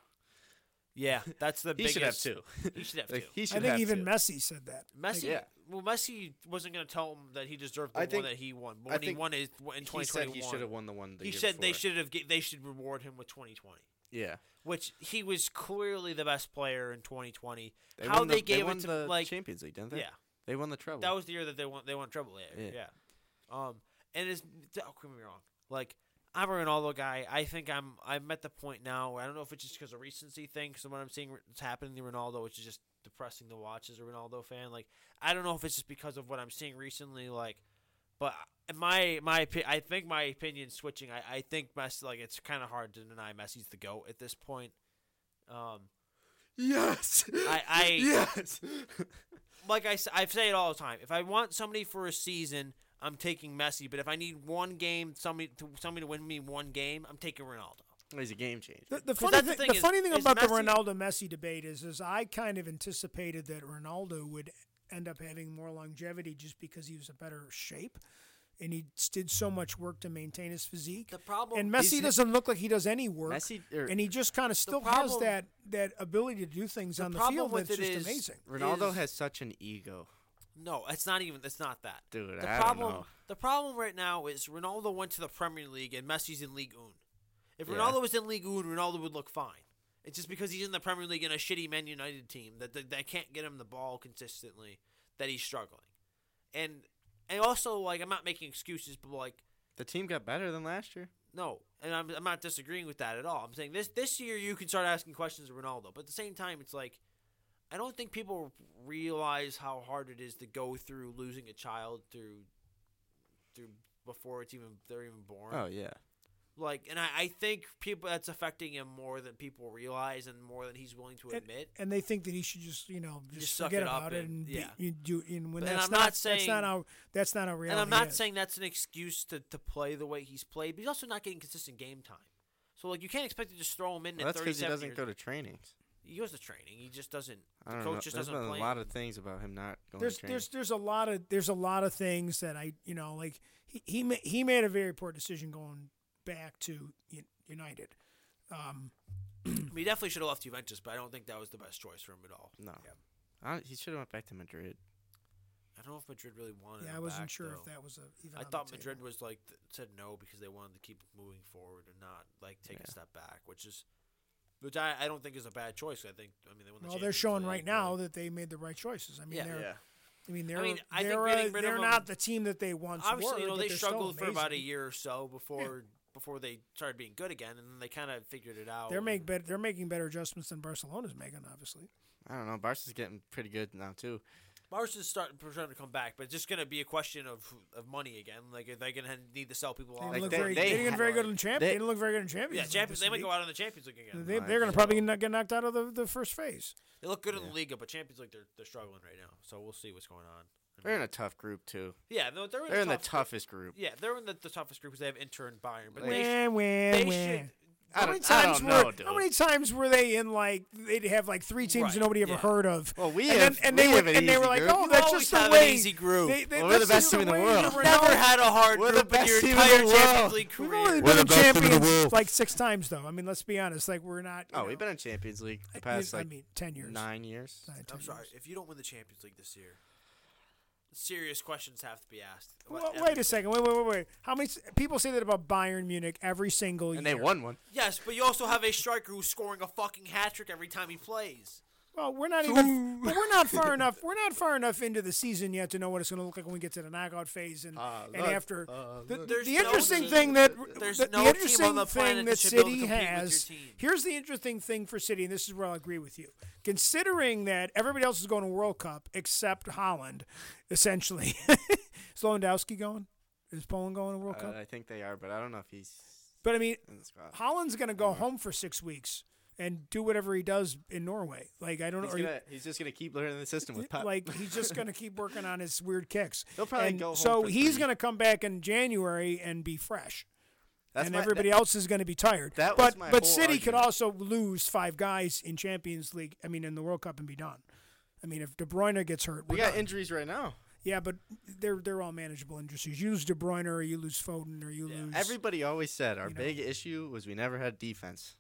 Speaker 2: Yeah, that's the
Speaker 4: He
Speaker 2: biggest.
Speaker 4: should have two.
Speaker 2: He should have
Speaker 4: Like,
Speaker 2: two.
Speaker 4: he should
Speaker 3: I think
Speaker 4: have
Speaker 3: even
Speaker 4: two.
Speaker 3: Messi said that.
Speaker 2: Messi,
Speaker 4: Yeah.
Speaker 2: well, Messi wasn't going to tell him that he deserved the
Speaker 4: I
Speaker 2: one
Speaker 4: think-
Speaker 2: that he won. But
Speaker 4: I
Speaker 2: when he
Speaker 4: think
Speaker 2: won his in
Speaker 4: he said
Speaker 2: 2021,
Speaker 4: he should have won the one. The
Speaker 2: he
Speaker 4: year
Speaker 2: said they
Speaker 4: before.
Speaker 2: should have g- they should reward him with 2020,
Speaker 4: Yeah,
Speaker 2: which he was clearly the best player in 2020.
Speaker 4: they
Speaker 2: How
Speaker 4: won the,
Speaker 2: they gave
Speaker 4: won
Speaker 2: it to
Speaker 4: the
Speaker 2: like
Speaker 4: Champions League, didn't they?
Speaker 2: yeah,
Speaker 4: they won the treble.
Speaker 2: that was the year that they won they won treble yeah, yeah.
Speaker 4: Yeah.
Speaker 2: Um, and it's don't get me wrong, like. I'm a Ronaldo guy. I think I'm. I'm at the point now. Where I don't know if it's just because of recency thing, because what I'm seeing is happening to Ronaldo, which is just depressing to watch as a Ronaldo fan. Like I don't know if it's just because of what I'm seeing recently. Like, but in my my opi- I think my opinion's switching. I I think Messi. Like it's kind of hard to deny Messi's the goat at this point. Um,
Speaker 4: yes.
Speaker 2: I I
Speaker 4: yes.
Speaker 2: like I, s- I say it all the time. If I want somebody for a season, I'm taking Messi. But if I need one game, somebody to, somebody to win me one game, I'm taking Ronaldo.
Speaker 4: He's a game changer.
Speaker 3: The, the
Speaker 2: 'Cause
Speaker 3: funny
Speaker 2: that's
Speaker 3: thing,
Speaker 2: the
Speaker 3: the,
Speaker 2: thing is-
Speaker 3: funny thing
Speaker 2: is
Speaker 3: about the
Speaker 2: Messi-
Speaker 3: Ronaldo Messi debate is, is I kind of anticipated that Ronaldo would end up having more longevity just because he was a better shape, and he did so much work to maintain his physique.
Speaker 2: The problem
Speaker 3: and Messi
Speaker 4: is-
Speaker 3: doesn't look like he does any work,
Speaker 4: Messi or-
Speaker 3: and he just kind of still has
Speaker 2: er, problem-
Speaker 3: that that ability to do things
Speaker 2: the
Speaker 3: on the
Speaker 2: problem
Speaker 3: field
Speaker 2: with
Speaker 3: that's
Speaker 2: it
Speaker 3: just
Speaker 2: is-
Speaker 3: amazing.
Speaker 4: Ronaldo
Speaker 2: is-
Speaker 4: has such an ego,
Speaker 2: No, it's not even. It's not that.
Speaker 4: dude.
Speaker 2: The
Speaker 4: I
Speaker 2: problem.
Speaker 4: don't know.
Speaker 2: The problem right now is Ronaldo went to the Premier League and Messi's in League One. If
Speaker 4: Yeah.
Speaker 2: Ronaldo was in League One, Ronaldo would look fine. It's just because he's in the Premier League in a shitty Man United team that that, that can't get him the ball consistently that he's struggling. And and also like I'm not making excuses, but like
Speaker 4: The team got better than last year.
Speaker 2: No, and I'm, I'm not disagreeing with that at all. I'm saying this this year you can start asking questions of Ronaldo, but at the same time, it's like I don't think people realize how hard it is to go through losing a child through through before it's even they're even born.
Speaker 4: Oh yeah.
Speaker 2: Like, and I, I think people that's affecting him more than people realize, and more than he's willing to
Speaker 3: And-
Speaker 2: admit.
Speaker 3: and they think that he should just you know just,
Speaker 2: Just suck
Speaker 3: forget
Speaker 2: it up
Speaker 3: about it
Speaker 2: and-
Speaker 3: and be-
Speaker 2: yeah.
Speaker 3: you do and when
Speaker 2: And
Speaker 3: that's
Speaker 2: I'm
Speaker 3: not,
Speaker 2: not
Speaker 3: that's
Speaker 2: saying-
Speaker 3: not how that's not how reality.
Speaker 2: And I'm not
Speaker 3: is.
Speaker 2: saying that's an excuse to, to play the way he's played, but he's also not getting consistent game time. So like, you can't expect to just throw him in.
Speaker 4: Well,
Speaker 2: at
Speaker 4: that's because he
Speaker 2: 37
Speaker 4: doesn't
Speaker 2: years
Speaker 4: go to trainings.
Speaker 2: he goes to training. He just doesn't.
Speaker 4: I
Speaker 2: The
Speaker 4: don't
Speaker 2: coach
Speaker 4: know.
Speaker 2: just
Speaker 4: There's
Speaker 2: doesn't
Speaker 4: been
Speaker 2: play.
Speaker 4: a
Speaker 2: him.
Speaker 4: lot of things about him not going
Speaker 3: there's
Speaker 4: to training.
Speaker 3: there's there's a lot of there's a lot of things that I you know like he he, ma- he made a very poor decision going back to U- United. Um,
Speaker 2: I mean, he definitely should have left Juventus, but I don't think that was the best choice for him at all.
Speaker 4: no.
Speaker 3: Yeah.
Speaker 4: I, he should have went back to Madrid.
Speaker 2: I don't know if Madrid really wanted.
Speaker 3: yeah,
Speaker 2: him
Speaker 3: I wasn't
Speaker 2: back,
Speaker 3: sure if
Speaker 2: though.
Speaker 3: that was a. Even
Speaker 2: I
Speaker 3: on the
Speaker 2: thought
Speaker 3: table.
Speaker 2: Madrid was like th- said no because they wanted to keep moving forward and not like take a
Speaker 4: Yeah.
Speaker 2: step back, which is, which I, I don't think is a bad choice. I think I mean they won the
Speaker 3: Well, they're
Speaker 2: Champions
Speaker 3: showing
Speaker 2: League,
Speaker 3: right now
Speaker 2: but-
Speaker 3: that they made the right choices. I mean,
Speaker 2: Yeah.
Speaker 3: they're I mean they're
Speaker 2: mean, I think
Speaker 3: they're uh,
Speaker 2: getting rid of
Speaker 3: they're
Speaker 2: them-
Speaker 3: not the team that they once were.
Speaker 2: obviously you know
Speaker 3: but
Speaker 2: they
Speaker 3: they're still
Speaker 2: struggled for about a
Speaker 3: amazing.
Speaker 2: year or so before before they started being good again, and then they kind of figured it out.
Speaker 3: They're make
Speaker 2: and-
Speaker 3: better, they're making better adjustments than Barcelona's making, obviously.
Speaker 4: I don't know. Barca's getting pretty good now too.
Speaker 2: Mars is starting starting to come back, but it's just going to be a question of of money again. Like are they going to need to sell people
Speaker 3: They
Speaker 2: off?
Speaker 3: didn't
Speaker 4: Like,
Speaker 3: look
Speaker 4: they-
Speaker 3: very,
Speaker 4: they
Speaker 3: they didn't
Speaker 4: ha-
Speaker 3: look very good in champ. They,
Speaker 4: they-
Speaker 3: didn't look very good in champions.
Speaker 2: yeah,
Speaker 3: League
Speaker 2: Champions.
Speaker 3: this
Speaker 2: They might go
Speaker 3: week.
Speaker 2: out on the Champions League again.
Speaker 3: They,
Speaker 4: No,
Speaker 3: they're going
Speaker 4: it's-
Speaker 3: to probably not get knocked out of the, the first phase.
Speaker 2: They look good in the
Speaker 4: Yeah.
Speaker 2: Liga, but Champions League they're they're struggling right now. So we'll see what's going on. I
Speaker 4: They're in
Speaker 2: mean,
Speaker 4: a tough group too.
Speaker 2: yeah, no, they're in,
Speaker 4: They're in the
Speaker 2: tough,
Speaker 4: toughest group.
Speaker 2: Yeah, they're in the, the toughest group because they have Inter and Bayern, but
Speaker 4: Like-
Speaker 2: they, sh-
Speaker 3: Win, win,
Speaker 2: they
Speaker 3: win.
Speaker 2: should
Speaker 4: I
Speaker 3: How
Speaker 4: don't-
Speaker 3: many
Speaker 4: I don't
Speaker 3: times
Speaker 4: know,
Speaker 3: were
Speaker 4: dude.
Speaker 3: how many times were they in like they'd have like three teams
Speaker 2: Right,
Speaker 3: nobody ever
Speaker 2: yeah.
Speaker 3: heard of?
Speaker 4: Well, we
Speaker 3: and
Speaker 4: have-
Speaker 3: then, and
Speaker 4: we
Speaker 3: they
Speaker 4: have
Speaker 3: were
Speaker 4: an
Speaker 3: and they
Speaker 4: easy
Speaker 3: were like,
Speaker 4: group.
Speaker 3: oh,
Speaker 2: You
Speaker 3: that's
Speaker 2: always
Speaker 3: just the
Speaker 2: have an
Speaker 3: way.
Speaker 2: easy group.
Speaker 3: They, they,
Speaker 4: Well, we're
Speaker 3: that's
Speaker 4: the best
Speaker 3: just
Speaker 4: team in the
Speaker 3: way
Speaker 4: world.
Speaker 3: Ronaldo-
Speaker 2: Never had a hard
Speaker 4: We're the
Speaker 2: group in
Speaker 4: best
Speaker 2: your
Speaker 4: team in the
Speaker 2: entire
Speaker 4: world.
Speaker 2: Champions League
Speaker 3: We've
Speaker 2: career.
Speaker 3: only
Speaker 5: We're
Speaker 3: been
Speaker 5: the best team in the
Speaker 3: champions
Speaker 5: world.
Speaker 3: like six times though. I mean, let's be honest. Like we're not.
Speaker 4: Oh,
Speaker 3: you
Speaker 4: we've
Speaker 3: know,
Speaker 4: been in Champions League the
Speaker 3: I,
Speaker 4: past
Speaker 3: I
Speaker 4: like
Speaker 3: mean, ten years.
Speaker 4: nine years.
Speaker 3: Nine, ten
Speaker 2: I'm sorry,
Speaker 3: years.
Speaker 2: if you don't win the Champions League this year, serious questions have to be asked. about
Speaker 3: Well,
Speaker 2: every-
Speaker 3: wait a second. Wait, wait, wait, wait. How many s- people say that about Bayern Munich every single
Speaker 4: And
Speaker 3: year?
Speaker 4: they won one.
Speaker 2: Yes, but you also have a striker who's scoring a fucking hat trick every time he plays.
Speaker 3: Well, we're not even. But we're not far enough. We're not far enough into the season yet to know what it's going to look like when we get to the knockout phase and
Speaker 4: Ah,
Speaker 3: and
Speaker 4: look,
Speaker 3: after.
Speaker 4: ah,
Speaker 3: the,
Speaker 4: look.
Speaker 3: the
Speaker 2: There's no
Speaker 3: interesting
Speaker 2: team-
Speaker 3: thing that
Speaker 2: there's
Speaker 3: the,
Speaker 2: no
Speaker 3: the
Speaker 2: team
Speaker 3: interesting
Speaker 2: on the planet
Speaker 3: thing
Speaker 2: that
Speaker 3: that
Speaker 2: should be able to
Speaker 3: City
Speaker 2: compete with your
Speaker 3: has.
Speaker 2: team.
Speaker 3: Here's the interesting thing for City, and this is where I'll agree with you. Considering that everybody else is going to World Cup except Holland, essentially. is Lewandowski going? Is Poland going to World
Speaker 4: Uh,
Speaker 3: Cup?
Speaker 4: I think they are, but I don't know if he's
Speaker 3: But I mean,
Speaker 4: in the squad.
Speaker 3: Holland's going to go home for six weeks and do whatever he does in Norway. Like I don't
Speaker 4: He's,
Speaker 3: know. or-
Speaker 4: gonna, he's just gonna keep learning the system with Pep.
Speaker 3: like he's just going to keep working on his weird kicks.
Speaker 4: He'll probably
Speaker 3: And
Speaker 4: go home
Speaker 3: so
Speaker 4: for
Speaker 3: he's
Speaker 4: three.
Speaker 3: going to come back in January and be fresh.
Speaker 4: That's
Speaker 3: and
Speaker 4: my-
Speaker 3: everybody
Speaker 4: that-
Speaker 3: else is going to be tired.
Speaker 4: That
Speaker 3: but
Speaker 4: was my
Speaker 3: but
Speaker 4: whole
Speaker 3: City could
Speaker 4: argument.
Speaker 3: also lose five guys in Champions League. I mean, in the World Cup and be done. I mean, if De Bruyne gets hurt,
Speaker 4: We
Speaker 3: we're
Speaker 4: got
Speaker 3: done.
Speaker 4: injuries right now.
Speaker 3: yeah, but they're they're all manageable injuries. You lose De Bruyne or you lose Foden or you lose.
Speaker 4: Everybody always said our
Speaker 3: you know.
Speaker 4: big issue was we never had defense.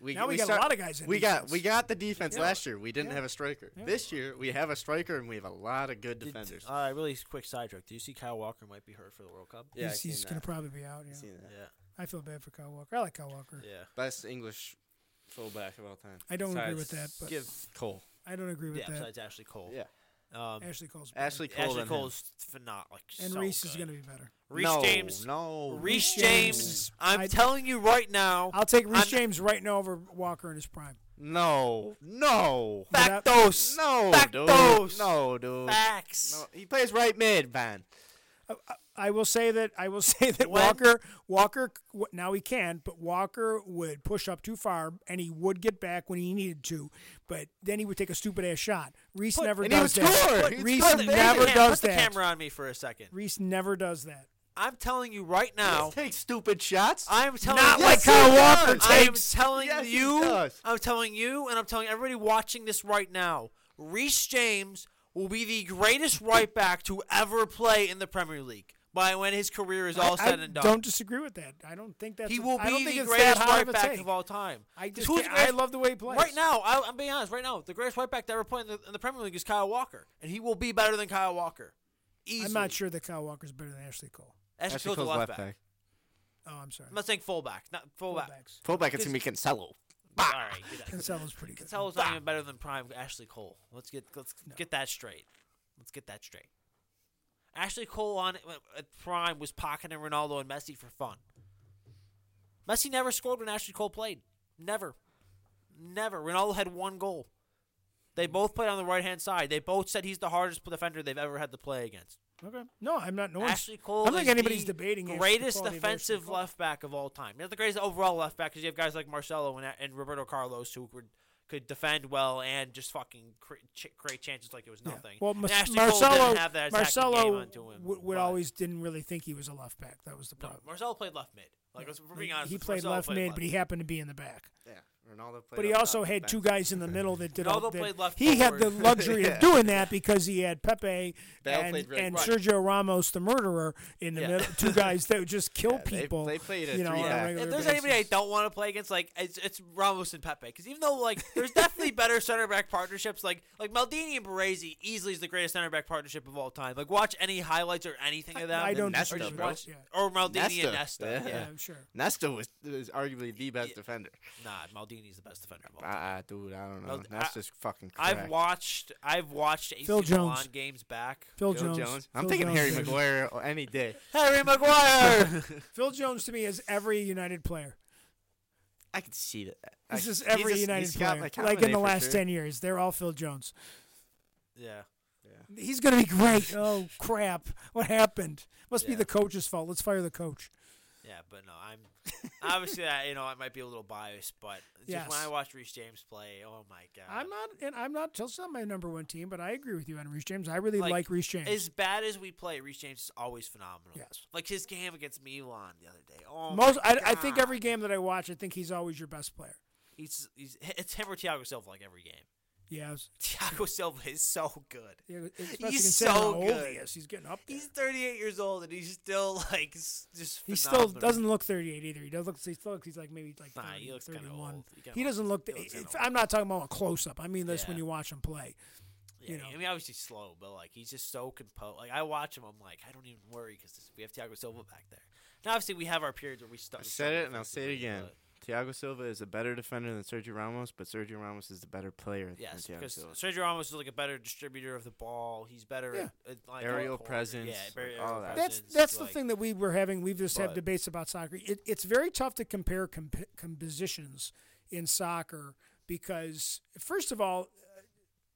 Speaker 3: Now we got a lot of guys in
Speaker 4: we
Speaker 3: defense.
Speaker 4: got we got the defense
Speaker 3: Yeah.
Speaker 4: last year. We didn't
Speaker 3: Yeah.
Speaker 4: have a striker.
Speaker 3: Yeah.
Speaker 4: This year we have a striker and we have a lot of good defenders.
Speaker 2: All right, really quick sidetrack. Do you see Kyle Walker might be hurt for the World Cup?
Speaker 4: yeah, I
Speaker 3: he's,
Speaker 4: seen
Speaker 3: he's going
Speaker 4: that.
Speaker 3: to probably be out.
Speaker 4: I
Speaker 3: Yeah,
Speaker 4: seen that.
Speaker 3: I feel bad for Kyle Walker. I like Kyle Walker.
Speaker 2: yeah.
Speaker 4: Best English fullback of all time.
Speaker 3: I don't agree
Speaker 4: Besides-
Speaker 3: with that, but-
Speaker 4: give Cole.
Speaker 3: I don't agree with
Speaker 2: Yeah,
Speaker 3: that.
Speaker 2: besides Ashley Cole.
Speaker 4: Yeah,
Speaker 2: Um,
Speaker 3: Ashley Cole's better.
Speaker 4: Ashley Cole.
Speaker 2: Ashley
Speaker 4: than him.
Speaker 2: Cole's phenomenal. Like,
Speaker 3: and
Speaker 2: so
Speaker 3: Reese
Speaker 2: good.
Speaker 3: is going to be better.
Speaker 2: Reese
Speaker 4: no,
Speaker 2: James.
Speaker 4: No.
Speaker 2: Reese
Speaker 3: Reece James
Speaker 2: James.
Speaker 3: is-
Speaker 2: I'm
Speaker 3: I-
Speaker 2: telling you right now.
Speaker 3: I'll take Reese
Speaker 2: I'm-
Speaker 3: James right now over Walker in his prime.
Speaker 4: No. No.
Speaker 3: Without-
Speaker 2: Factos.
Speaker 4: No,
Speaker 2: Factos.
Speaker 4: dude. No, dude.
Speaker 2: Facts.
Speaker 4: No, he plays right mid, man.
Speaker 3: I will say that I will say that
Speaker 2: When-
Speaker 3: Walker Walker w- now he can, but Walker would push up too far and he would get back when he needed to, but then he would take a stupid ass shot. Reese never
Speaker 4: and he
Speaker 3: does
Speaker 4: would score.
Speaker 3: that.
Speaker 4: He'd
Speaker 3: Reese
Speaker 4: score big.
Speaker 3: never
Speaker 2: Cam,
Speaker 3: does
Speaker 2: put the
Speaker 3: that.
Speaker 2: camera on me for a second.
Speaker 3: Reese never does that.
Speaker 2: I'm telling you right now.
Speaker 4: He takes stupid shots.
Speaker 2: I'm telling
Speaker 3: Not
Speaker 2: you,
Speaker 3: like Kyle
Speaker 4: Walker
Speaker 2: I am
Speaker 4: takes.
Speaker 2: telling
Speaker 4: Yes, he
Speaker 2: you,
Speaker 4: does.
Speaker 2: I'm telling you, and I'm telling everybody watching this right now. Reese James will be the greatest right back to ever play in the Premier League by when his career is all
Speaker 3: I-
Speaker 2: said
Speaker 3: I
Speaker 2: and done.
Speaker 3: Don't disagree with that. I don't think that's
Speaker 2: he will
Speaker 3: I don't
Speaker 2: be
Speaker 3: think
Speaker 2: the
Speaker 3: it's
Speaker 2: greatest
Speaker 3: that high
Speaker 2: right
Speaker 3: of a
Speaker 2: back
Speaker 3: take.
Speaker 2: of all time.
Speaker 3: I just
Speaker 2: Who's
Speaker 3: can't-
Speaker 2: great-
Speaker 3: I love the way he plays.
Speaker 2: Right now, I, I'm being honest. Right now, the greatest right back to ever play in the, in the Premier League is Kyle Walker, and he will be better than Kyle Walker. Easily.
Speaker 3: I'm not sure that Kyle Walker's better than Ashley Cole.
Speaker 2: Ashley Cole's a left back.
Speaker 3: Oh, I'm sorry.
Speaker 2: I'm not saying fullback, not fullback.
Speaker 3: Fullbacks.
Speaker 4: Fullback, it's gonna be Cancelo.
Speaker 2: All right, get that.
Speaker 3: Cancelo's pretty good.
Speaker 2: Cancelo's not even better than prime Ashley Cole. Let's get let's get that straight. Let's get that straight. Ashley Cole on at prime was pocketing Ronaldo and Messi for fun. Messi never scored when Ashley Cole played. Never, never. Ronaldo had one goal. They both played on the right hand side. They both said he's the hardest defender they've ever had to play against.
Speaker 3: Okay. No, I'm not. No one's-
Speaker 2: Ashley Cole.
Speaker 3: I don't think
Speaker 2: is
Speaker 3: anybody's
Speaker 2: the
Speaker 3: debating Ashley
Speaker 2: greatest
Speaker 3: Cole and the
Speaker 2: defensive
Speaker 3: Ashley Cole.
Speaker 2: left back of all time. You're the greatest overall left back because you have guys like Marcelo and, and Roberto Carlos who could could defend well and just fucking cre- ch- create chances like it was
Speaker 3: Yeah.
Speaker 2: nothing.
Speaker 3: Well,
Speaker 2: And
Speaker 3: Mas-
Speaker 2: Ashley
Speaker 3: Marcelo,
Speaker 2: Cole didn't have that attacking
Speaker 3: Marcelo
Speaker 2: game onto him,
Speaker 3: would, would
Speaker 2: but-
Speaker 3: always didn't really think he was a left back. That was the
Speaker 2: No,
Speaker 3: problem.
Speaker 2: Marcelo played left mid. Like let's- if we're being honest,
Speaker 3: he
Speaker 2: let's-
Speaker 3: played
Speaker 2: Marcelo
Speaker 3: left mid, but he happened to be in the back.
Speaker 4: Yeah, Ronaldo played.
Speaker 3: But he
Speaker 4: up
Speaker 3: also
Speaker 4: top,
Speaker 3: had
Speaker 4: back.
Speaker 3: two guys in the middle that did. all
Speaker 2: Ronaldo
Speaker 3: that-
Speaker 2: played left
Speaker 3: He had the
Speaker 2: forward.
Speaker 3: luxury
Speaker 4: Yeah.
Speaker 3: of doing that because he had Pepe
Speaker 4: Bale
Speaker 3: and,
Speaker 4: played right
Speaker 3: and
Speaker 4: back.
Speaker 3: Sergio Ramos, the murderer, in the
Speaker 2: Yeah.
Speaker 3: middle. Two guys that would just kill
Speaker 4: Yeah, they-
Speaker 3: people.
Speaker 4: they played a
Speaker 3: you know, on a
Speaker 4: three-back.
Speaker 3: regular
Speaker 2: If there's
Speaker 3: basis.
Speaker 2: anybody I don't want to play against, like it's, it's Ramos and Pepe, because even though like there's definitely better center back partnerships, like like Maldini and Baresi easily is the greatest center back partnership of all time. Like watch any highlights or anything of that.
Speaker 3: I don't
Speaker 4: Nesta,
Speaker 3: disagree.
Speaker 4: bro.
Speaker 3: with that, yeah.
Speaker 2: or Maldini and
Speaker 4: Nesta.
Speaker 2: Nesta.
Speaker 4: Yeah.
Speaker 2: Yeah.
Speaker 3: Yeah, I'm sure.
Speaker 4: Nesta was, was arguably the best
Speaker 2: Yeah.
Speaker 4: defender.
Speaker 2: Nah, Maldini's the best defender of all time.
Speaker 4: Ah, dude, I don't know.
Speaker 2: Well, I-
Speaker 4: Nesta's fucking crack.
Speaker 2: I've watched I've watched AC
Speaker 3: Phil
Speaker 2: Milan
Speaker 3: Jones.
Speaker 2: games back.
Speaker 3: Phil,
Speaker 4: Phil Jones. I'm
Speaker 3: Phil
Speaker 4: thinking
Speaker 3: Jones,
Speaker 4: Harry
Speaker 3: baby.
Speaker 4: Maguire or any day.
Speaker 2: Harry Maguire.
Speaker 3: Phil Jones to me is every United player.
Speaker 4: I can see that. I-
Speaker 3: This is
Speaker 4: he's
Speaker 3: every
Speaker 4: just-
Speaker 3: United
Speaker 4: he's got
Speaker 3: player,
Speaker 4: that
Speaker 3: like
Speaker 4: combination
Speaker 3: in the
Speaker 4: for
Speaker 3: last
Speaker 4: sure.
Speaker 3: ten years. They're all Phil Jones.
Speaker 2: yeah.
Speaker 3: He's gonna be great. Oh crap! What happened? Must be
Speaker 2: Yeah.
Speaker 3: the coach's fault. Let's fire the coach.
Speaker 2: Yeah. Yeah, but no, I'm obviously I, you know I might be a little biased, but just when
Speaker 3: Yes.
Speaker 2: I watch Reese James play, oh my god,
Speaker 3: I'm not, and I'm not. Chelsea's not my number one team, but I agree with you on Reese James. I really like,
Speaker 2: Like,
Speaker 3: Reese James.
Speaker 2: as bad as we play, Reese James is always phenomenal.
Speaker 3: Yes.
Speaker 2: like his game against Milan the other day. Oh,
Speaker 3: Most,
Speaker 2: my
Speaker 3: I, I think
Speaker 2: God.
Speaker 3: every game that I watch, I think he's always your best player.
Speaker 2: he's, he's it's him or Thiago Silva like every game.
Speaker 3: Yes,
Speaker 2: Thiago Silva is so good.
Speaker 3: Yeah, especially
Speaker 2: He's
Speaker 3: considering how
Speaker 2: so
Speaker 3: old
Speaker 2: good.
Speaker 3: he is. He's getting up there.
Speaker 2: He's 38 years old and he's still like s- just.
Speaker 3: he still
Speaker 2: phenomenal.
Speaker 3: doesn't look 38 either. He does look. He still looks. He's like maybe like
Speaker 2: Nah,
Speaker 3: 30,
Speaker 2: he looks kinda
Speaker 3: 31.
Speaker 2: old. He kinda
Speaker 3: He doesn't look.
Speaker 2: looks kinda
Speaker 3: if-
Speaker 2: old.
Speaker 3: I'm not talking about a close up. I mean this when
Speaker 2: Yeah.
Speaker 3: you watch him play.
Speaker 2: Yeah,
Speaker 3: you know.
Speaker 2: I mean, obviously slow, but like he's just so composed. Like I watch him, I'm like, I don't even worry because we have Thiago Silva back there. Now, obviously, we have our periods where we start.
Speaker 4: I said it and I'll say it again. Thiago Silva is a better defender than Sergio Ramos, but Sergio Ramos is the better player
Speaker 2: Yes,
Speaker 4: than Thiago
Speaker 2: because
Speaker 4: Silva.
Speaker 2: Sergio Ramos is like a better distributor of the ball. He's better
Speaker 3: Yeah.
Speaker 2: at, at like
Speaker 4: Aerial
Speaker 2: all corners.
Speaker 4: presence,
Speaker 2: Yeah, very
Speaker 4: all
Speaker 2: aerial
Speaker 4: that.
Speaker 3: That's
Speaker 2: presence,
Speaker 3: that's
Speaker 2: like-
Speaker 3: the thing that we were having. We've just had
Speaker 2: But-
Speaker 3: debates about soccer. It, it's very tough to compare comp- compositions in soccer because first of all, uh,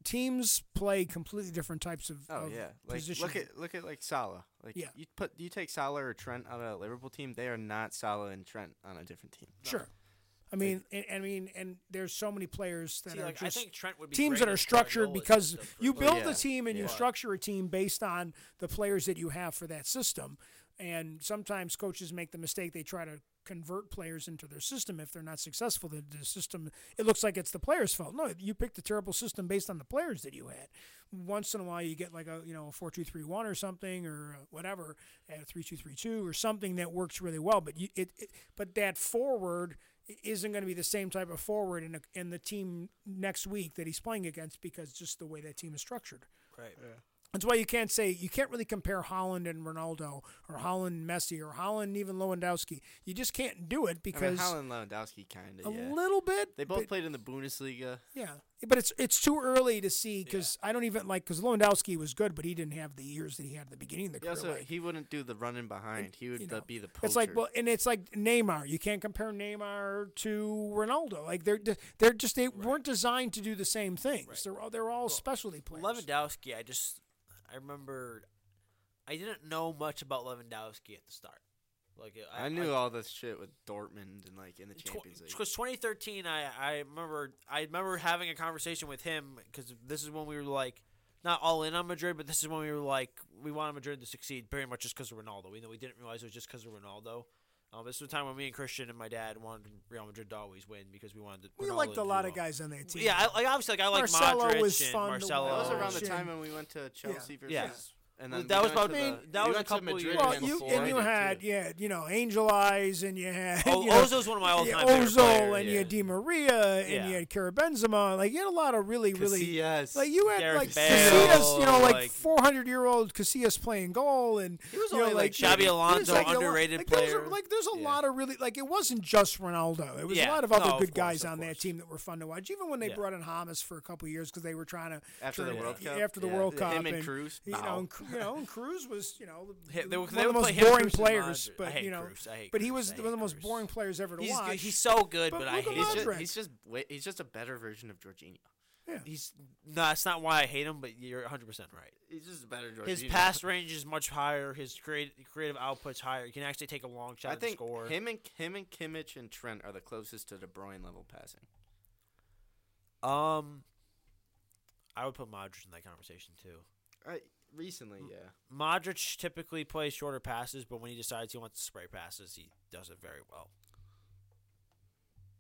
Speaker 3: teams play completely different types of,
Speaker 4: Oh
Speaker 3: of
Speaker 4: yeah, like
Speaker 3: position.
Speaker 4: look at look at like Salah. Like
Speaker 3: Yeah.
Speaker 4: you put you take Salah or Trent on a Liverpool team, they are not Salah and Trent on a different team.
Speaker 3: sure. I mean, and, I mean, and there's so many players that
Speaker 2: See,
Speaker 3: are
Speaker 2: like, I
Speaker 3: just
Speaker 2: think Trent would be
Speaker 3: teams
Speaker 2: great
Speaker 3: that are
Speaker 2: at Guardiola
Speaker 3: structured
Speaker 2: and
Speaker 3: because
Speaker 2: stuff for-
Speaker 3: you
Speaker 2: Oh,
Speaker 3: build
Speaker 4: yeah,
Speaker 3: a team and you
Speaker 2: yeah.
Speaker 3: structure a team based on the players that you have for that system. And sometimes coaches make the mistake they try to convert players into their system if they're not successful. The, the system it looks like it's the players' fault. No, you picked a terrible system based on the players that you had. Once in a while, you get like a you know a four two three one or something or uh, whatever, a three two three two or something that works really well. But you, it, it but that forward isn't going to be the same type of forward in, a, in the team next week that he's playing against because just the way that team is structured.
Speaker 2: Right.
Speaker 3: That's why you can't say you can't really compare Holland and Ronaldo or Holland and Messi or Holland and even Lewandowski. You just can't do it
Speaker 4: I mean,
Speaker 3: because
Speaker 4: Holland Lewandowski kind
Speaker 3: a
Speaker 4: of. Yeah.
Speaker 3: little bit.
Speaker 4: They both
Speaker 3: but-
Speaker 4: played in the Bundesliga.
Speaker 3: yeah, but it's it's too early to see because I don't even like because Lewandowski was good, but he didn't have the years that he had at the beginning of the
Speaker 4: He
Speaker 3: career.
Speaker 4: also
Speaker 3: like,
Speaker 4: he wouldn't do the running behind. he would
Speaker 3: you
Speaker 4: the-
Speaker 3: know,
Speaker 4: be the poacher.
Speaker 3: it's like well, and it's like Neymar. You can't compare Neymar to Ronaldo. Like they're they're just they weren't designed to do the same things. They're all they're all specialty players.
Speaker 2: Lewandowski, I just I remember I didn't know much about Lewandowski at the start. Like
Speaker 4: I knew all this shit with Dortmund and like in the Champions League.
Speaker 2: because 2013, I I remember I remember having a conversation with him because this is when we were like not all in on Madrid, but this is when we were like we wanted Madrid to succeed very much just because of Ronaldo. We know we didn't realize it was just because of Ronaldo. Um, this was the time when me and Christian and my dad wanted Real Madrid to always win because we wanted.
Speaker 3: We
Speaker 2: Ronaldo
Speaker 3: liked
Speaker 2: to
Speaker 3: a
Speaker 2: do
Speaker 3: lot
Speaker 2: well.
Speaker 3: of guys on that team.
Speaker 2: Yeah, I, like obviously, like I like
Speaker 3: Marcelo
Speaker 2: Modric
Speaker 3: was
Speaker 2: and
Speaker 3: fun to
Speaker 2: Marcelo.
Speaker 4: that was
Speaker 3: Oh,
Speaker 4: around the
Speaker 3: shit.
Speaker 4: time when we went to Chelsea versus.
Speaker 2: Yeah.
Speaker 4: And
Speaker 2: Well,
Speaker 4: then
Speaker 2: that
Speaker 4: we
Speaker 2: was
Speaker 4: went to
Speaker 2: about-
Speaker 4: the,
Speaker 2: that
Speaker 4: we went
Speaker 2: was a
Speaker 4: to
Speaker 2: couple
Speaker 4: Madrid
Speaker 2: years
Speaker 4: again
Speaker 3: Well,
Speaker 2: and
Speaker 3: you
Speaker 4: before
Speaker 3: and
Speaker 4: I
Speaker 3: you
Speaker 4: did,
Speaker 3: had
Speaker 4: too.
Speaker 3: yeah, you know, Angel Eyes and you had
Speaker 2: Oh,
Speaker 3: you know,
Speaker 2: Ozil's one of my
Speaker 3: yeah,
Speaker 2: all-time favorite
Speaker 3: Ozil
Speaker 2: players.
Speaker 3: and
Speaker 2: yeah.
Speaker 3: you had Di Maria and
Speaker 2: Yeah.
Speaker 3: you had Karim Benzema. Like you had a lot of really really
Speaker 4: Casillas.
Speaker 3: like you had
Speaker 2: Gareth
Speaker 3: like
Speaker 2: Bale,
Speaker 3: Casillas, you know, like
Speaker 2: like-
Speaker 3: four hundred year old Casillas playing goal and
Speaker 4: He was
Speaker 3: you know,
Speaker 4: only, like,
Speaker 3: you know,
Speaker 2: Xabi
Speaker 3: he was,
Speaker 2: Alonso,
Speaker 3: a lot-
Speaker 2: underrated
Speaker 3: like, there was a-
Speaker 2: player.
Speaker 3: like there's a
Speaker 4: Yeah.
Speaker 3: lot of really like it wasn't just Ronaldo. It was a
Speaker 2: Yeah.
Speaker 3: lot of other
Speaker 2: No, of
Speaker 3: good
Speaker 2: course,
Speaker 3: guys
Speaker 2: of
Speaker 3: on that
Speaker 2: course.
Speaker 3: team that were fun to watch. Even when they
Speaker 2: Yeah.
Speaker 3: brought in Hamas for a couple years because they were trying to
Speaker 4: after the
Speaker 3: turn-
Speaker 4: World Cup.
Speaker 3: after the
Speaker 4: Yeah.
Speaker 3: World Cup
Speaker 4: Him and Cruz.
Speaker 3: you know,
Speaker 4: Wow.
Speaker 3: and, Cru- you know, and Cruz was, you know,
Speaker 2: Yeah, they would-
Speaker 3: one
Speaker 2: they
Speaker 3: of the
Speaker 2: would
Speaker 3: most
Speaker 2: play him,
Speaker 3: boring
Speaker 2: Cruz, and
Speaker 3: players.
Speaker 2: Modric. I
Speaker 3: But
Speaker 2: hate
Speaker 3: you know,
Speaker 2: Cruz. I hate
Speaker 3: but he
Speaker 2: Cruz.
Speaker 3: was
Speaker 2: I
Speaker 3: one of the
Speaker 2: hate
Speaker 3: most
Speaker 2: Cruz.
Speaker 3: boring players ever to
Speaker 2: He's
Speaker 3: watch.
Speaker 2: good. he's so good,
Speaker 3: But
Speaker 2: but, I
Speaker 3: look at
Speaker 2: hate
Speaker 4: He's
Speaker 2: him.
Speaker 4: just,
Speaker 3: Modric.
Speaker 4: he's just way, he's just a better version of Jorginho.
Speaker 2: He's no, that's not why I hate him. But you're 100 percent right.
Speaker 4: He's just a better Jorginho.
Speaker 2: His pass range is much higher. His creative creative output's higher. He can actually take a long shot
Speaker 4: I think
Speaker 2: and score.
Speaker 4: him and him and Kimmich and Trent are the closest to De Bruyne level passing.
Speaker 2: Um, I would put Modric in that conversation too.
Speaker 4: I Uh, recently, yeah.
Speaker 2: Modric typically plays shorter passes, but when he decides he wants to spray passes, he does it very well.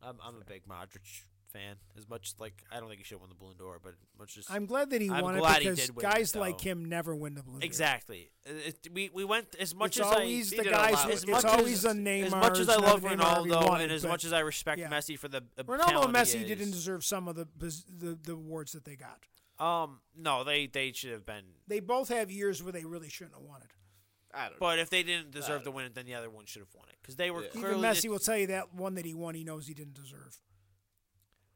Speaker 2: I'm I'm a big Modric fan. As much like I don't think he should win the Balloon d'Or, but much as
Speaker 3: I'm glad that he
Speaker 2: I'm
Speaker 3: won it
Speaker 2: glad he
Speaker 3: because
Speaker 2: did win it,
Speaker 3: guys like
Speaker 2: though.
Speaker 3: him never win the Blue. Jays.
Speaker 2: exactly, Uh, It- it- we we went as much
Speaker 3: It's
Speaker 2: as I-
Speaker 3: always
Speaker 4: he
Speaker 3: the
Speaker 4: did a
Speaker 3: guys.
Speaker 4: lot
Speaker 3: It's
Speaker 4: with it.
Speaker 3: always the
Speaker 2: as,
Speaker 3: Neymar.
Speaker 2: as much as I
Speaker 3: it's not
Speaker 2: love
Speaker 3: a Neymar he
Speaker 2: Ronaldo
Speaker 3: wanted,
Speaker 2: and as
Speaker 3: but
Speaker 2: much as I respect
Speaker 3: yeah.
Speaker 2: Messi for the uh,
Speaker 3: Ronaldo and
Speaker 2: talent he
Speaker 3: Messi didn't
Speaker 2: is,
Speaker 3: deserve some of the, bus- the the awards that they got.
Speaker 2: Um, no, they they should have been.
Speaker 3: They both have years where they really shouldn't have won it.
Speaker 4: I don't.
Speaker 2: But if they didn't deserve to win it, then the other one should have won it because they were
Speaker 4: Yeah.
Speaker 2: clearly
Speaker 3: Even
Speaker 2: the-
Speaker 3: Messi will tell you that one that he won, he knows he didn't deserve.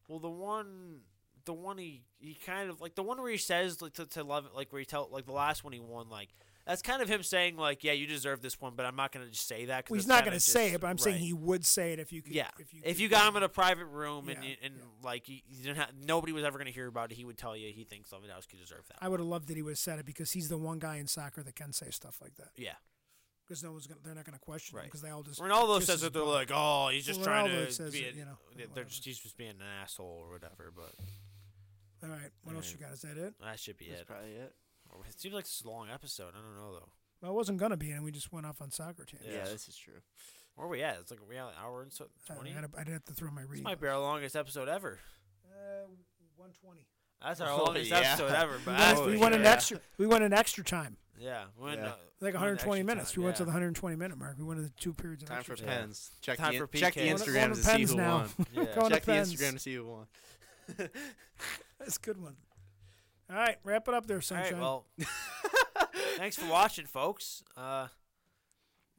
Speaker 2: Well, the one, the one he he kind of like the one where he says like to, to love it, like where he tell like the last one he won, like that's kind of him saying like, yeah, you deserve this one, but I'm not gonna just say that. 'cause
Speaker 3: Well, he's
Speaker 2: it's
Speaker 3: not
Speaker 2: kinda
Speaker 3: going to say
Speaker 2: just-
Speaker 3: it, but I'm saying
Speaker 2: right.
Speaker 3: he would say it if you could.
Speaker 2: Yeah,
Speaker 3: if you, could-
Speaker 2: got him in a private room and
Speaker 3: Yeah,
Speaker 2: you, and like you, you didn't have, nobody was ever gonna hear about it, he would tell you he thinks Lewandowski deserved that.
Speaker 3: I would have loved that he would have said it because he's the one guy in soccer that can say stuff like that.
Speaker 2: yeah,
Speaker 3: because no one's gonna, they're not going to question
Speaker 2: Right.
Speaker 3: because they all just
Speaker 2: Ronaldo
Speaker 3: just
Speaker 2: says
Speaker 3: as
Speaker 2: that they're
Speaker 3: dumb.
Speaker 2: like, oh, he's just
Speaker 3: Well,
Speaker 2: trying
Speaker 3: Ronaldo
Speaker 2: to
Speaker 3: says
Speaker 2: be.
Speaker 3: it,
Speaker 2: an-
Speaker 3: you know,
Speaker 2: they're
Speaker 3: whatever.
Speaker 2: just, he's just being an asshole or whatever. But
Speaker 3: All right, what else you got? Is that it?
Speaker 2: that should be
Speaker 4: That's
Speaker 2: it.
Speaker 4: probably it.
Speaker 2: Or- It seems like this is a long episode. I don't know though.
Speaker 3: Well, it wasn't going to be, and we just went off on soccer team.
Speaker 4: Yeah,
Speaker 2: Yes.
Speaker 4: this is true.
Speaker 2: Where are we at? It's like we have an hour and so
Speaker 3: I,
Speaker 2: twenty.
Speaker 3: I'd, I'd have to throw my read.
Speaker 2: This might be our longest episode ever.
Speaker 3: Uh, 120.
Speaker 2: That's our
Speaker 4: Oh,
Speaker 2: longest
Speaker 4: yeah.
Speaker 2: episode ever. But
Speaker 4: That's
Speaker 3: we
Speaker 4: for sure.
Speaker 3: went an
Speaker 4: Yeah.
Speaker 3: extra. We went an extra time,
Speaker 2: Yeah, we went,
Speaker 4: Yeah.
Speaker 2: uh,
Speaker 3: like
Speaker 2: we went
Speaker 3: 120
Speaker 2: extra
Speaker 3: minutes.
Speaker 2: time,
Speaker 3: we went to
Speaker 2: yeah.
Speaker 3: the 120 minute mark. We went to the two periods. Of
Speaker 4: Time for
Speaker 3: extra
Speaker 2: Yeah.
Speaker 4: pens. Check
Speaker 2: Time
Speaker 4: the
Speaker 2: for
Speaker 4: in- check the
Speaker 2: PKs.
Speaker 3: Going to- going
Speaker 4: Instagram
Speaker 3: to
Speaker 4: to see
Speaker 3: pens
Speaker 4: who
Speaker 3: now.
Speaker 4: won.
Speaker 2: Yeah.
Speaker 3: Going to
Speaker 4: Check the
Speaker 3: pens.
Speaker 4: Instagram to see who won.
Speaker 3: That's a good one. All right, wrap it up there,
Speaker 2: All
Speaker 3: sunshine.
Speaker 2: right, well, thanks for watching, folks. Uh,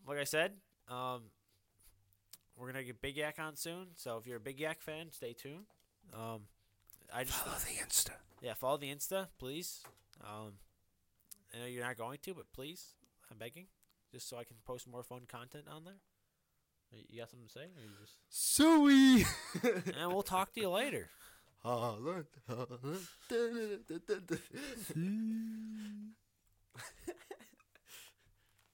Speaker 2: like I said, um, we're gonna get Big Yak on soon. So if you're a Big Yak fan, stay tuned. Um, I just
Speaker 3: Follow Oh, the Insta.
Speaker 2: yeah, follow the Insta, please. Um, I know you're not going to, but please, I'm begging, just so I can post more fun content on there. Y- You got something to say? Or you just...
Speaker 4: Suey.
Speaker 2: and we'll talk to you later.
Speaker 4: Holland, Holland.